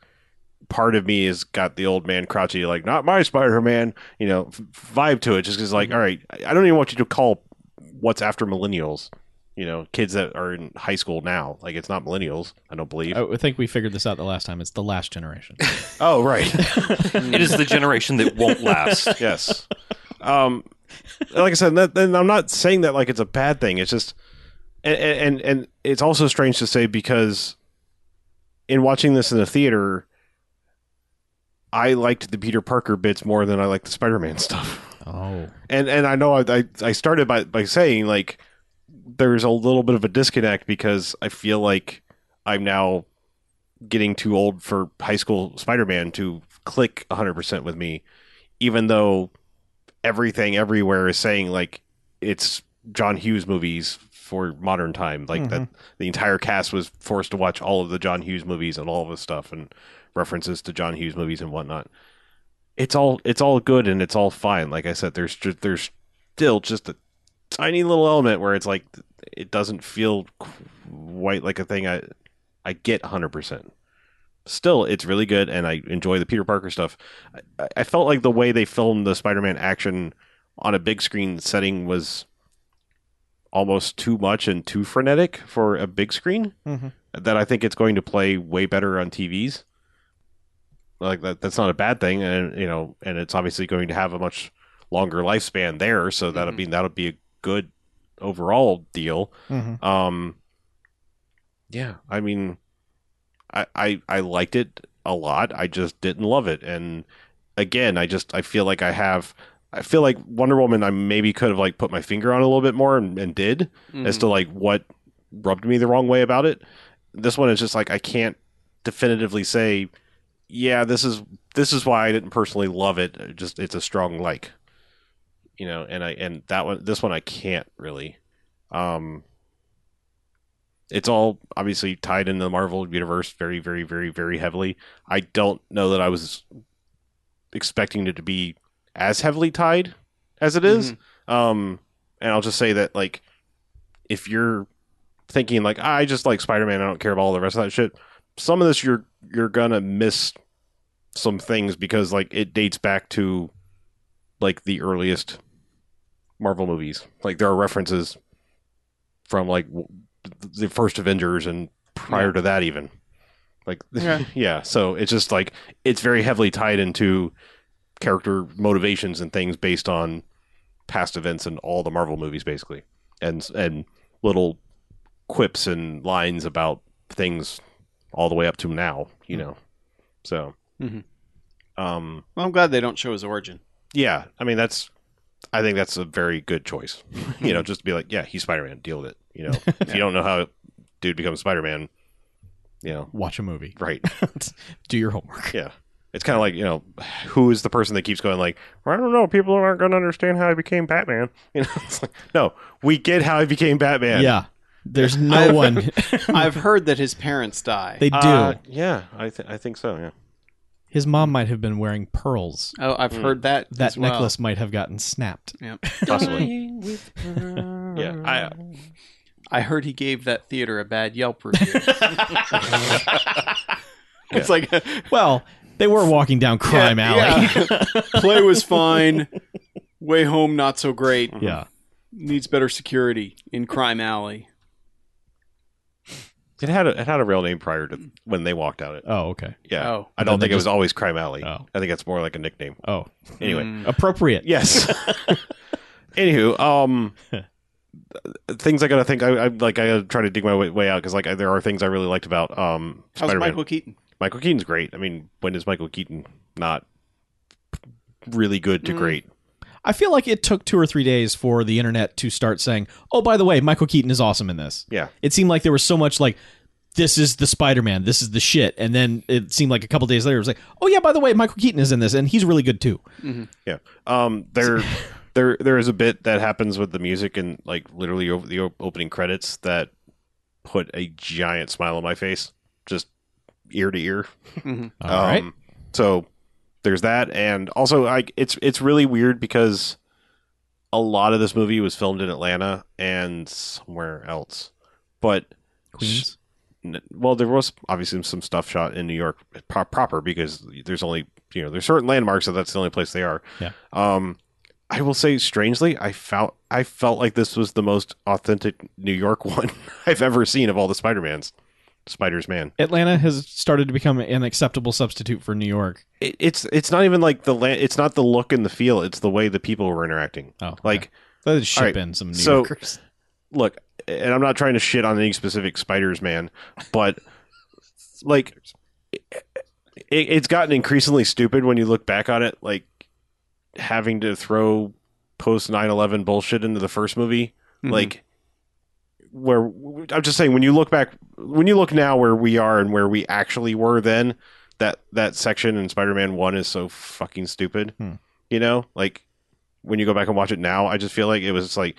Speaker 2: part of me has got the old man crotchety like not my Spider Man, you know, f- vibe to it. Just because
Speaker 4: Mm-hmm.
Speaker 2: like all right, I I don't even want you to call what's after millennials. You know, kids that are in high school now. Like it's not millennials. I don't believe.
Speaker 4: I think we figured this out the last time. It's the last generation.
Speaker 2: oh right.
Speaker 1: it is the generation that won't last.
Speaker 2: yes. Um, like I said, that, and I'm not saying that like it's a bad thing. It's just, and, and and it's also strange to say because in watching this in the theater, I liked the Peter Parker bits more than I liked the Spider-Man stuff.
Speaker 4: oh,
Speaker 2: And and I know I I, I started by by saying like there's a little bit of a disconnect because I feel like I'm now getting too old for high school Spider-Man to click 100% with me even though everything everywhere is saying like it's John Hughes movies for modern time like that the entire cast was forced to watch all of the John Hughes movies and all of this stuff and references to John Hughes movies and whatnot it's all it's all good and it's all fine like I said there's ju- there's still just a tiny little element where it's like it doesn't feel quite like a thing I I get 100%. still, it's really good, and I enjoy the Peter Parker stuff. I, I felt like the way they filmed the Spider-Man action on a big screen setting was almost too much and too frenetic for a big screen.
Speaker 5: Mhm.
Speaker 2: That I think it's going to play way better on TVs. Like that, that's not a bad thing, and you know, and it's obviously going to have a much longer lifespan there. So that'll be that'll be a good overall deal.
Speaker 5: Mhm.
Speaker 2: Um, yeah, I mean, I, I I liked it a lot. I just didn't love it, and again, I just I feel like I have. I feel like Wonder Woman. I maybe could have like put my finger on a little bit more and, and did
Speaker 3: Mm.
Speaker 2: as to like what rubbed me the wrong way about it. This one is just like I can't definitively say, yeah, this is this is why I didn't personally love it. It Just it's a strong like, you know, and I and that one this one I can't really. Um, it's all obviously tied into the Marvel universe very very very very heavily. I don't know that I was expecting it to be as heavily tied as it is. Um, and I'll just say that like if you're thinking like I just like Spider Man, I don't care about all the rest of that shit. Some of this you're you're gonna miss some things because like it dates back to like the earliest Marvel movies. Like there are references from like w- the first Avengers and prior to that even. Like
Speaker 3: Yeah.
Speaker 2: yeah, so it's just like it's very heavily tied into character motivations and things based on past events in all the Marvel movies basically. And and little quips and lines about things all the way up to now, you know. So,
Speaker 3: Mhm.
Speaker 2: um,
Speaker 3: Well, I'm glad they don't show his origin.
Speaker 2: yeah, I mean that's, I think that's a very good choice. you know, just to be like, yeah, he's Spider Man, deal with it. You know, if you don't know how dude becomes Spider Man, you know,
Speaker 4: Watch a movie.
Speaker 2: right?
Speaker 4: Do your homework.
Speaker 2: Yeah, it's kind of like you know, who is the person that keeps going like, I don't know, people aren't going to understand how I became Batman. You know, it's like, no, we get how he became Batman.
Speaker 4: Yeah. There's no one.
Speaker 3: I've heard that his parents die.
Speaker 4: They do.
Speaker 2: Uh, yeah, I th- I think so. Yeah.
Speaker 4: His mom might have been wearing pearls.
Speaker 3: oh, I've heard that.
Speaker 4: Mm. That
Speaker 3: as well.
Speaker 4: necklace might have gotten snapped.
Speaker 3: Yep.
Speaker 2: possibly. yeah, I,
Speaker 3: I heard he gave that theater a bad Yelp review. it's like
Speaker 4: Well, they were walking down crime alley.
Speaker 3: yeah. Play was fine. Way home not so great.
Speaker 2: Mm-hmm.
Speaker 4: Yeah.
Speaker 3: Needs better security in crime alley.
Speaker 2: it had a, it had a real name prior to when they walked out. It
Speaker 4: Oh, okay.
Speaker 2: yeah.
Speaker 3: Oh.
Speaker 2: I don't
Speaker 4: Then they
Speaker 2: think it was always Crime Alley.
Speaker 4: Oh.
Speaker 2: I think it's more like a nickname.
Speaker 4: Oh,
Speaker 2: Anyway,
Speaker 3: Mm.
Speaker 4: appropriate.
Speaker 2: yes. Anywho, um, th- things I gotta think. I, I like I gotta try to dig my way, way out because like I, there are things I really liked about um
Speaker 3: How's
Speaker 2: Spider-Man.
Speaker 3: Michael Keaton?
Speaker 2: Michael Keaton's great. I mean, when is Michael Keaton not really good to
Speaker 3: Mm.
Speaker 2: great?
Speaker 4: I feel like it took two or three days for the internet to start saying, "Oh, by the way, Michael Keaton is awesome in this."
Speaker 2: Yeah.
Speaker 4: It seemed like there was so much like, "This is the Spider-Man. This is the shit," and then it seemed like a couple days later it was like, "Oh yeah, by the way, Michael Keaton is in this, and he's really good too."
Speaker 2: Yeah. Um. There, there, there is a bit that happens with the music and like literally over the op- opening credits that put a giant smile on my face, just ear to ear.
Speaker 4: All
Speaker 2: Um,
Speaker 4: right.
Speaker 2: So there's that, and also like it's it's really weird because a lot of this movie was filmed in Atlanta and somewhere else, but
Speaker 4: Queens.
Speaker 2: n- well, there was obviously some stuff shot in New York pro- proper because there's only you know there's certain landmarks that that's the only place they are.
Speaker 4: Yeah.
Speaker 2: Um, I will say strangely, I felt I felt like this was the most authentic New York one I've ever seen of all the Spider Mans, Spiders Man.
Speaker 4: Atlanta has started to become an acceptable substitute for New York.
Speaker 2: It, it's it's not even like the land. It's not the look and the feel. It's the way the people were interacting.
Speaker 4: Oh, okay.
Speaker 2: Like
Speaker 4: they ship
Speaker 2: all right,
Speaker 4: in some New
Speaker 2: so-
Speaker 4: Yorkers.
Speaker 2: look, and I'm not trying to shit on any specific spiders, man, but like it, it's gotten increasingly stupid when you look back on it, like having to throw post 9/11 bullshit into the first movie,
Speaker 3: Mhm.
Speaker 2: like where I'm just saying when you look back when you look now where we are and where we actually were then, that that section in Spider-Man 1 is so fucking stupid.
Speaker 4: Hmm.
Speaker 2: You know, like when you go back and watch it now, I just feel like it was like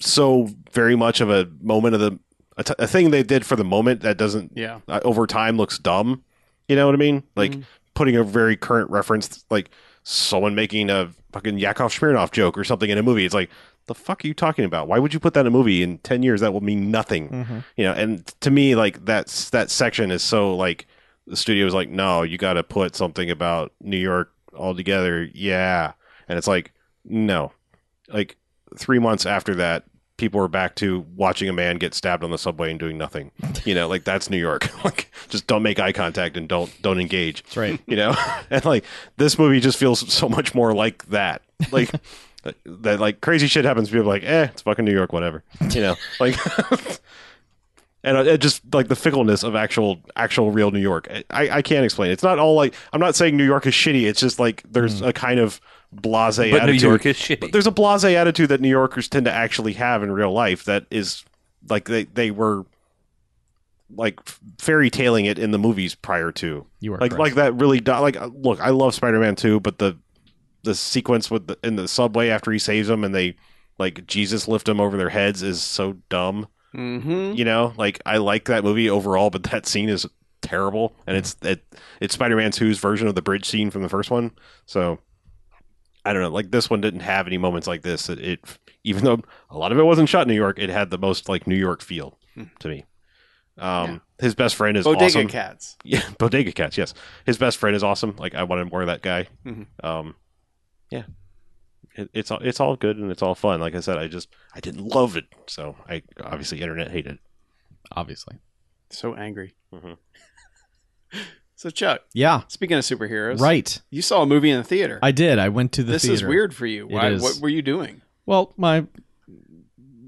Speaker 2: so very much of a moment of the a, t- a thing they did for the moment that doesn't
Speaker 3: Mm-hmm. Yeah.
Speaker 2: uh, over time looks dumb. You know what I mean? Like putting a very current reference, like someone making a fucking Yakov Smirnoff joke or something in a movie. It's like, the fuck are you talking about? Why would you put that in a movie in 10 years? That will mean nothing. You know, and to me, like that's that section is so like the studio was like, no, you got to put something about New York all together. Yeah. And it's like, no. Like three months after that, people were back to watching a man get stabbed on the subway and doing nothing. You know, like that's New York. like just don't make eye contact and don't don't engage.
Speaker 4: That's right.
Speaker 2: You know? and like this movie just feels so much more like that. Like that like crazy shit happens people are like, eh, it's fucking New York, whatever. You know? Like and uh, it just like the fickleness of actual actual real new york i i can't explain it. it's not all like i'm not saying new york is shitty it's just like there's a kind of blase
Speaker 1: Mm. but New
Speaker 2: attitude
Speaker 1: York is shitty.
Speaker 2: But there's a blase attitude that new yorkers tend to actually have in real life that is like they they were like fairy tailing it in the movies prior to
Speaker 4: You are
Speaker 2: like
Speaker 4: correct.
Speaker 2: like that really do- like uh, look i love spider-man 2 but the the sequence with the, in the subway after he saves them and they like jesus lift them over their heads is so dumb
Speaker 3: Mm-hmm.
Speaker 2: you know like i like that movie overall but that scene is terrible and it's it, it's spider-man 2's version of the bridge scene from the first one so i don't know like this one didn't have any moments like this it, it even though a lot of it wasn't shot in new york it had the most like new york feel
Speaker 3: Hmm.
Speaker 2: to me um
Speaker 3: Yeah.
Speaker 2: his best friend is
Speaker 3: Bodega
Speaker 2: awesome
Speaker 3: Cats.
Speaker 2: yeah bodega cats yes his best friend is awesome like i wanted more of that guy
Speaker 3: Mhm.
Speaker 4: Mm-hmm.
Speaker 2: um yeah it, it's all it's all good and it's all fun like i said i just i didn't love it so i obviously internet hated it
Speaker 4: obviously.
Speaker 3: So angry.
Speaker 2: Mhm.
Speaker 3: so Chuck,
Speaker 4: Yeah.
Speaker 3: speaking of superheroes,
Speaker 4: Right.
Speaker 3: You saw a movie in the theater.
Speaker 4: I did. I went to the
Speaker 3: this
Speaker 4: theater.
Speaker 3: is weird for you.
Speaker 4: It
Speaker 3: Why?
Speaker 4: is.
Speaker 3: What were you doing?
Speaker 4: Well, my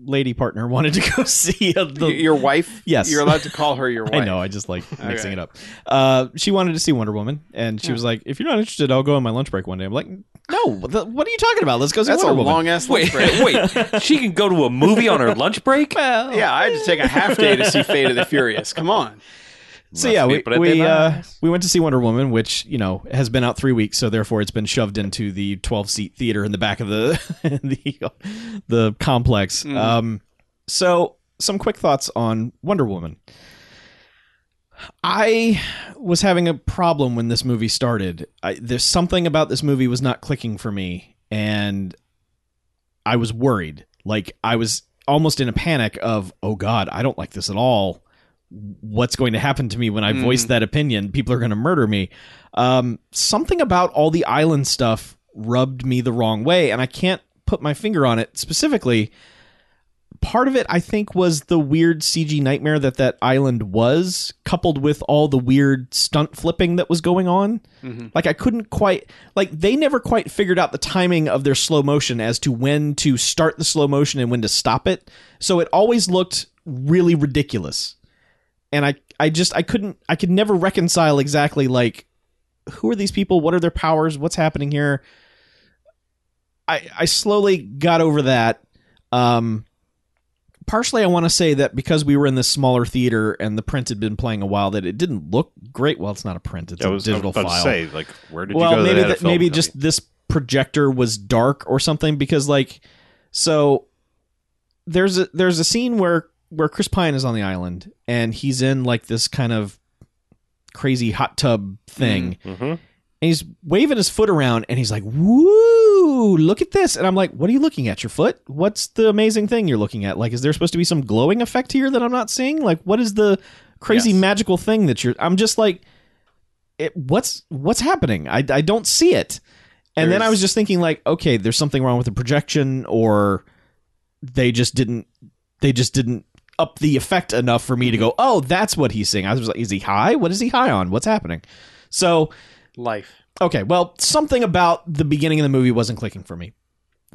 Speaker 4: lady partner wanted to go see a, the.
Speaker 3: Y- your wife?
Speaker 4: Yes.
Speaker 3: You're allowed to call her your wife.
Speaker 4: I know. I just like
Speaker 3: Okay.
Speaker 4: mixing it up. Uh, she wanted to see Wonder Woman, and she
Speaker 3: Yeah.
Speaker 4: was like, "If you're not interested, I'll go on my lunch break one day." I'm like, "No, the, what are you talking about? Let's go see
Speaker 3: That's a
Speaker 4: Wonder Woman."
Speaker 3: long ass lunch
Speaker 1: Wait,
Speaker 3: break.
Speaker 1: wait. She can go to a movie on her lunch break.
Speaker 4: well,
Speaker 3: Yeah, I had to take a half day to see Fate of the Furious. Come on.
Speaker 4: So
Speaker 1: Must
Speaker 4: yeah,
Speaker 1: be
Speaker 4: we
Speaker 1: pretty
Speaker 4: we, uh,
Speaker 1: nice.
Speaker 4: we went to see Wonder Woman, which you know has been out three weeks, so therefore it's been shoved into the twelve seat theater in the back of the the the complex.
Speaker 3: Mhm.
Speaker 4: Um, so some quick thoughts on Wonder Woman. I was having a problem when this movie started. I, there's something about this movie was not clicking for me, and I was worried. Like I was almost in a panic of, oh God, I don't like this at all. What's going to happen to me when I
Speaker 3: Mhm.
Speaker 4: voice that opinion? People are going to murder me. Um, something about all the island stuff rubbed me the wrong way, and I can't put my finger on it specifically. Part of it, I think, was the weird CG nightmare that that island was, coupled with all the weird stunt flipping that was going on.
Speaker 2: Mm.
Speaker 3: Mhm.
Speaker 4: Like I couldn't quite like they never quite figured out the timing of their slow motion as to when to start the slow motion and when to stop it. So it always looked really ridiculous. And I I just I couldn't I could never reconcile exactly like who are these people? What are their powers? What's happening here? I I slowly got over that. Um partially I want to say that because we were in this smaller theater and the print had been playing a while that it didn't look great. Well, it's not a print, it's
Speaker 2: I
Speaker 4: a
Speaker 2: was- I was
Speaker 4: digital
Speaker 2: about to
Speaker 4: file
Speaker 2: say, like, where did
Speaker 4: well,
Speaker 2: you go? that
Speaker 4: maybe
Speaker 2: had a
Speaker 4: that,
Speaker 2: film
Speaker 4: maybe
Speaker 2: copy?
Speaker 4: just this projector was dark or something because like so there's a there's a scene where where Chris Pine is on the island and he's in like this kind of crazy hot tub thing
Speaker 2: Mhm.
Speaker 4: and he's waving his foot around and he's like, Woo, look at this. And I'm like, What are you looking at? Your foot? What's the amazing thing you're looking at? Like, is there supposed to be some glowing effect here that I'm not seeing? Like, what is the crazy
Speaker 3: Yes.
Speaker 4: magical thing that you're I'm just like it, what's what's happening? I, I don't see it. And then I
Speaker 3: There's-
Speaker 4: was just thinking like, okay, there's something wrong with the projection or they just didn't they just didn't up the effect enough for me to
Speaker 3: Mm-hmm.
Speaker 4: go, "Oh, that's what he's seeing." I was like, "Is he high? What is he high on? What's happening?" So,
Speaker 3: Life.
Speaker 4: okay well something about the beginning of the movie wasn't clicking for me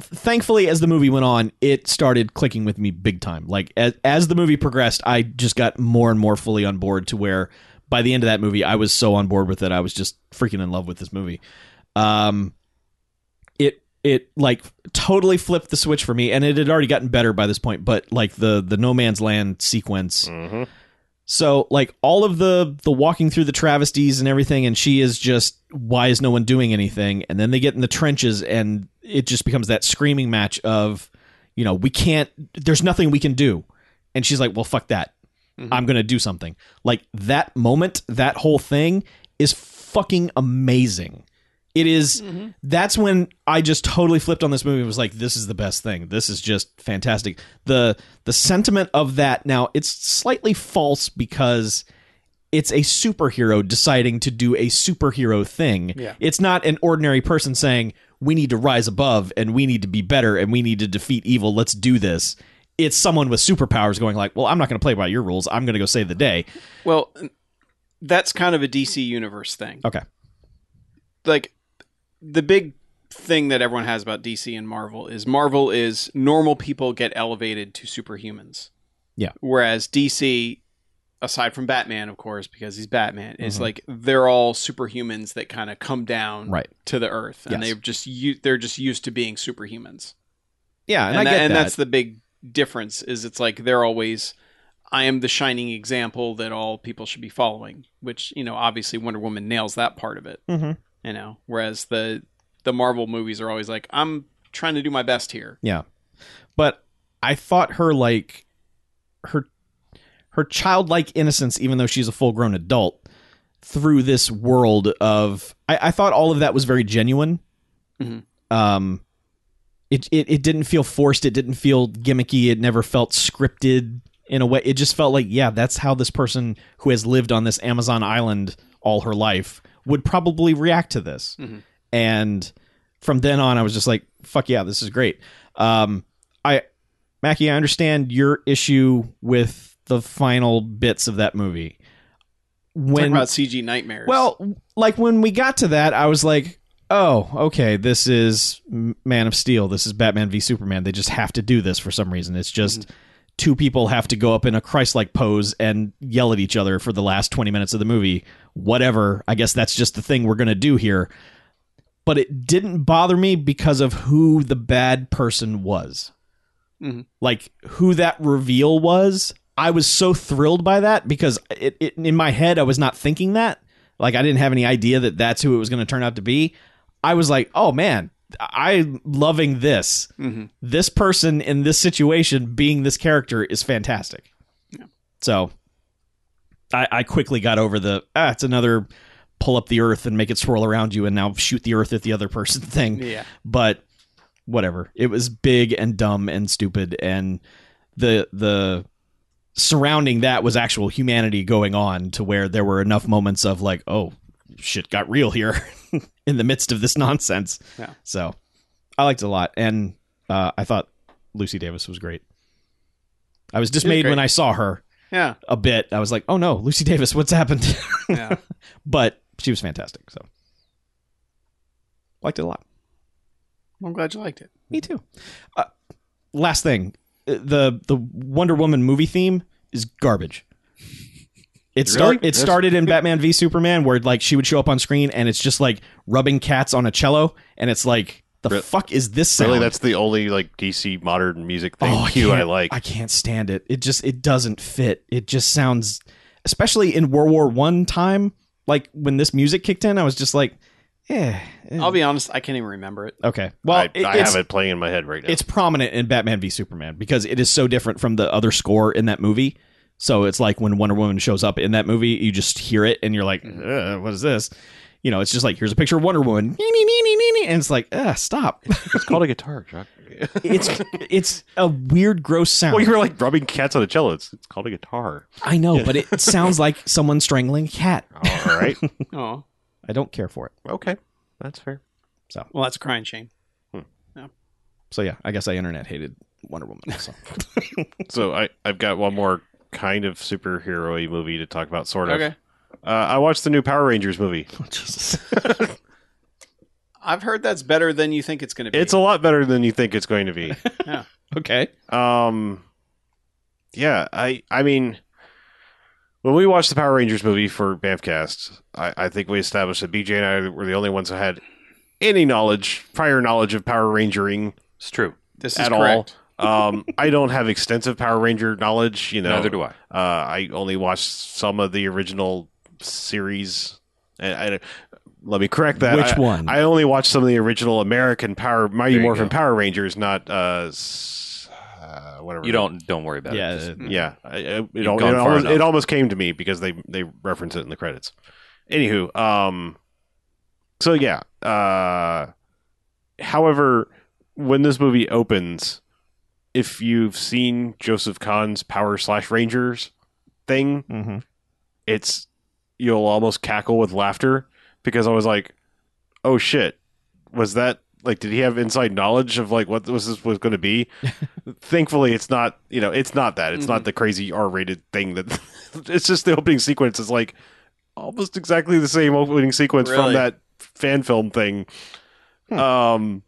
Speaker 4: thankfully as the movie went on it started clicking with me big time like as, as the movie progressed i just got more and more fully on board to where by the end of that movie i was so on board with it i was just freaking in love with this movie um it it like totally flipped the switch for me and it had already gotten better by this point but like the the no man's land sequence
Speaker 2: Mhm.
Speaker 4: so like all of the the walking through the travesties and everything, and she is just why is no one doing anything? And then they get in the trenches, and it just becomes that screaming match of, you know, we can't. There's nothing we can do, and she's like, well, fuck that,
Speaker 3: Mhm.
Speaker 4: I'm gonna do something. Like that moment, that whole thing is fucking amazing. It is- That's when I just totally flipped on this movie. and Was like, this is the best thing. This is just fantastic. the The sentiment of that now it's slightly false because it's a superhero deciding to do a superhero thing.
Speaker 3: Yeah.
Speaker 4: It's not an ordinary person saying, we need to rise above and we need to be better and we need to defeat evil. Let's do this. It's someone with superpowers going like, well, I'm not going to play by your rules. I'm going to go save the day.
Speaker 3: Well, that's kind of a DC universe thing.
Speaker 4: Okay.
Speaker 3: Like the big thing that everyone has about DC and Marvel is Marvel is normal people get elevated to superhumans.
Speaker 4: Yeah.
Speaker 3: Whereas DC aside from Batman of course because he's Batman is
Speaker 4: Mhm.
Speaker 3: like they're all superhumans that kind of come down
Speaker 4: Right.
Speaker 3: to the earth and
Speaker 4: Yes.
Speaker 3: they're just u- they're just used to being superhumans.
Speaker 4: Yeah. And,
Speaker 3: and,
Speaker 4: I
Speaker 3: that-
Speaker 4: get
Speaker 3: and
Speaker 4: that.
Speaker 3: that's the big difference is it's like they're always i am the shining example that all people should be following which you know obviously wonder woman nails that part of it
Speaker 4: Mhm.
Speaker 3: you know whereas the the marvel movies are always like i'm trying to do my best here
Speaker 4: Yeah. But I thought her like her her childlike innocence, even though she's a full grown adult, through this world of I, I thought all of that was very genuine.
Speaker 3: Mhm.
Speaker 4: Um it, it it didn't feel forced, it didn't feel gimmicky, it never felt scripted in a way. It just felt like, yeah, that's how this person who has lived on this Amazon island all her life would probably react to this.
Speaker 3: Mhm.
Speaker 4: And from then on, I was just like, fuck yeah, this is great. Um, I, Mackie, I understand your issue with the final bits of that movie.
Speaker 3: Talking
Speaker 4: When
Speaker 3: about cg nightmares
Speaker 4: well, like when we got to that, I was like, "Oh, okay, this is M- Man of Steel. This is Batman v Superman. They just have to do this for some reason. It's just two people have to go up in a Christ-like pose and yell at each other for the last 20 minutes of the movie. Whatever. I guess that's just the thing we're going to do here." But it didn't bother me because of who the bad person was like who that reveal was i was so thrilled by that because it, it in my head i was not thinking that like i didn't have any idea that that's who it was going to turn out to be i was like oh man i'm loving this
Speaker 3: Mhm.
Speaker 4: this person in this situation being this character is fantastic so I, I quickly got over the ah it's another pull up the earth and make it swirl around you and now shoot the earth at the other person thing
Speaker 3: yeah
Speaker 4: but whatever. It was big and dumb and stupid and the the surrounding that was actual humanity going on to where there were enough moments of like, oh, shit got real here in the midst of this nonsense.
Speaker 3: Yeah.
Speaker 4: So I liked it a lot and uh, I thought Lucy Davis was great. I was dismayed
Speaker 3: great.
Speaker 4: when I saw her
Speaker 3: yeah
Speaker 4: a bit. I was like, "Oh no, Lucy Davis, what's happened?"
Speaker 3: yeah
Speaker 4: but she was fantastic, so liked it a lot.
Speaker 3: i'm glad you liked it
Speaker 4: Me too. Uh, last thing, Uh, the the Wonder Woman movie theme is garbage. It start
Speaker 2: Really?
Speaker 4: it
Speaker 2: That's-
Speaker 4: started in Batman v Superman where like she would show up on screen and it's just like rubbing cats on a cello and it's like the
Speaker 2: Re-
Speaker 4: fuck is this sound?
Speaker 2: Really, that's the only like DC modern music thing
Speaker 4: Oh, I
Speaker 2: cue I
Speaker 4: can't-
Speaker 2: like.
Speaker 4: I can't stand it. It just it doesn't fit. It just sounds especially in World War 1 time like when this music kicked in I was just like eh. eh.
Speaker 3: i'll be honest i can't even remember it
Speaker 4: okay. Well,
Speaker 2: I,
Speaker 4: it-
Speaker 2: I
Speaker 4: it's-
Speaker 2: have it playing in my head right now.
Speaker 4: it's prominent in Batman v Superman because it is so different from the other score in that movie. So it's like when Wonder Woman shows up in that movie, you just hear it and you're like,
Speaker 2: Mm-hmm.
Speaker 4: "Uh, "What is this?" You know, it's just like here's a picture of Wonder Woman, Nee, nee, nee, nee, nee, nee. and it's like, "Ah, stop!"
Speaker 2: It's called a guitar, Chuck.
Speaker 4: It's it's a weird, gross sound.
Speaker 2: well, you were like rubbing cats on a cello. It's, it's called a guitar.
Speaker 4: I know, but it sounds like someone strangling a cat.
Speaker 2: All right.
Speaker 3: oh
Speaker 4: I don't care for it.
Speaker 2: okay. That's fair.
Speaker 3: well that's a crying shame
Speaker 4: So yeah, I guess I internet hated Wonder Woman. So
Speaker 2: So I, I've got one more kind of superhero movie to talk about, sort of.
Speaker 3: okay
Speaker 2: Uh, I watched the new Power Rangers movie.
Speaker 3: i've heard that's better than you think it's going to be
Speaker 2: It's a lot better than you think it's going to be.
Speaker 4: okay,
Speaker 2: Um, yeah, I I mean, when we watched the Power Rangers movie for Bamfcast, I, I think we established that BJ and I were the only ones who had any knowledge, prior knowledge of Power Rangering.
Speaker 1: It's true.
Speaker 3: this is
Speaker 2: at all.
Speaker 3: correct
Speaker 2: Um, I don't have extensive Power Ranger knowledge. You know,
Speaker 1: Neither do I.
Speaker 2: Uh, I only watched some of the original series. And I, let me correct that.
Speaker 4: which
Speaker 2: I-
Speaker 4: one?
Speaker 2: I only watched some of the original American Power Mighty
Speaker 1: There you
Speaker 2: Morphin
Speaker 1: go.
Speaker 2: Power Rangers, not uh, s- uh whatever.
Speaker 1: You don't don't worry about
Speaker 4: yeah, uh,
Speaker 1: it. Just-
Speaker 2: Yeah, I- I- it,
Speaker 1: Hmm. You've
Speaker 2: al-
Speaker 1: gone
Speaker 2: it
Speaker 1: far
Speaker 2: almost, it
Speaker 1: enough.
Speaker 2: almost came to me because they they reference it in the credits. Anywho, um, so yeah, uh, however, when this movie opens, if you've seen Joseph Kahn's Power Slash Rangers thing,
Speaker 4: mm-hmm.
Speaker 2: it's you'll almost cackle with laughter because I was like, "Oh shit, was that like? Did he have inside knowledge of like what was this was going to be?" Thankfully, it's not. You know, it's not that. It's not the crazy R-rated thing that. it's just the opening sequence is like almost exactly the same opening sequence from
Speaker 3: Really?
Speaker 2: that fan film thing. Um,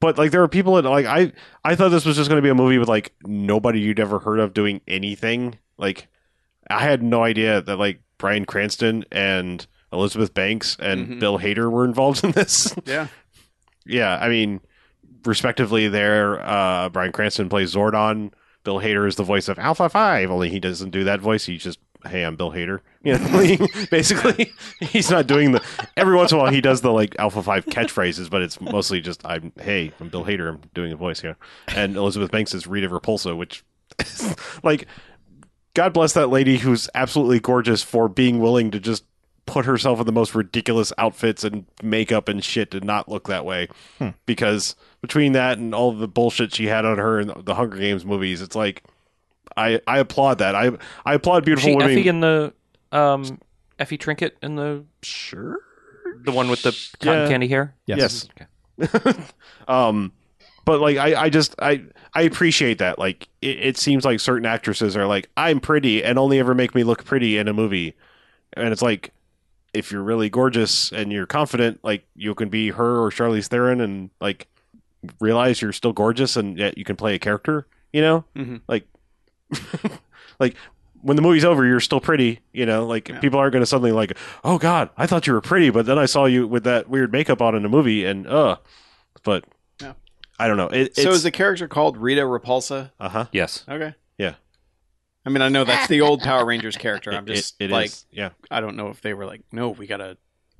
Speaker 2: but like there are people that like I I thought this was just going to be a movie with like nobody you'd ever heard of doing anything. Like I had no idea that like Brian Cranston and Elizabeth Banks and
Speaker 3: Mhm.
Speaker 2: Bill Hader were involved in this.
Speaker 3: Yeah.
Speaker 2: yeah, I mean, respectively, there uh, Brian Cranston plays Zordon. Bill Hader is the voice of Alpha Five. Only he doesn't do that voice. He's just hey, I'm Bill Hader. You know, basically, he's not doing the. Every once in a while, he does the like Alpha Five catchphrases, but it's mostly just I'm hey, I'm Bill Hader. I'm doing the voice here. And Elizabeth Banks is Rita Repulsa, which like God bless that lady who's absolutely gorgeous for being willing to just put herself in the most ridiculous outfits and makeup and shit to not look that way.
Speaker 1: Hmm.
Speaker 2: Because between that and all the bullshit she had on her in the Hunger Games movies, it's like I I applaud that. I I applaud beautiful
Speaker 1: She
Speaker 2: women.
Speaker 1: Effie in the um Effie Trinket in the
Speaker 2: sure.
Speaker 1: the one with the cotton
Speaker 2: Yeah.
Speaker 1: candy hair.
Speaker 4: Yes.
Speaker 2: Yes. um, but like I, I just I I appreciate that. Like it, it seems like certain actresses are like I'm pretty and only ever make me look pretty in a movie, and it's like if you're really gorgeous and you're confident, like you can be her or Charlize Theron, and like realize you're still gorgeous and yet you can play a character. You know,
Speaker 3: Mhm.
Speaker 2: like like when the movie's over, you're still pretty. You know, like
Speaker 3: Yeah.
Speaker 2: people aren't going to suddenly like, oh god, I thought you were pretty, but then I saw you with that weird makeup on in a movie, and uh, but
Speaker 3: Yeah.
Speaker 2: I don't know. It,
Speaker 3: So
Speaker 2: it's,
Speaker 3: is the character called Rita Repulsa?
Speaker 2: uh huh.
Speaker 1: Yes.
Speaker 3: Okay.
Speaker 2: Yeah.
Speaker 3: I mean, I know that's the old Power Rangers character. I'm just
Speaker 2: it, it
Speaker 3: like,
Speaker 2: is. yeah.
Speaker 3: I don't know if they were like, no, we gotta.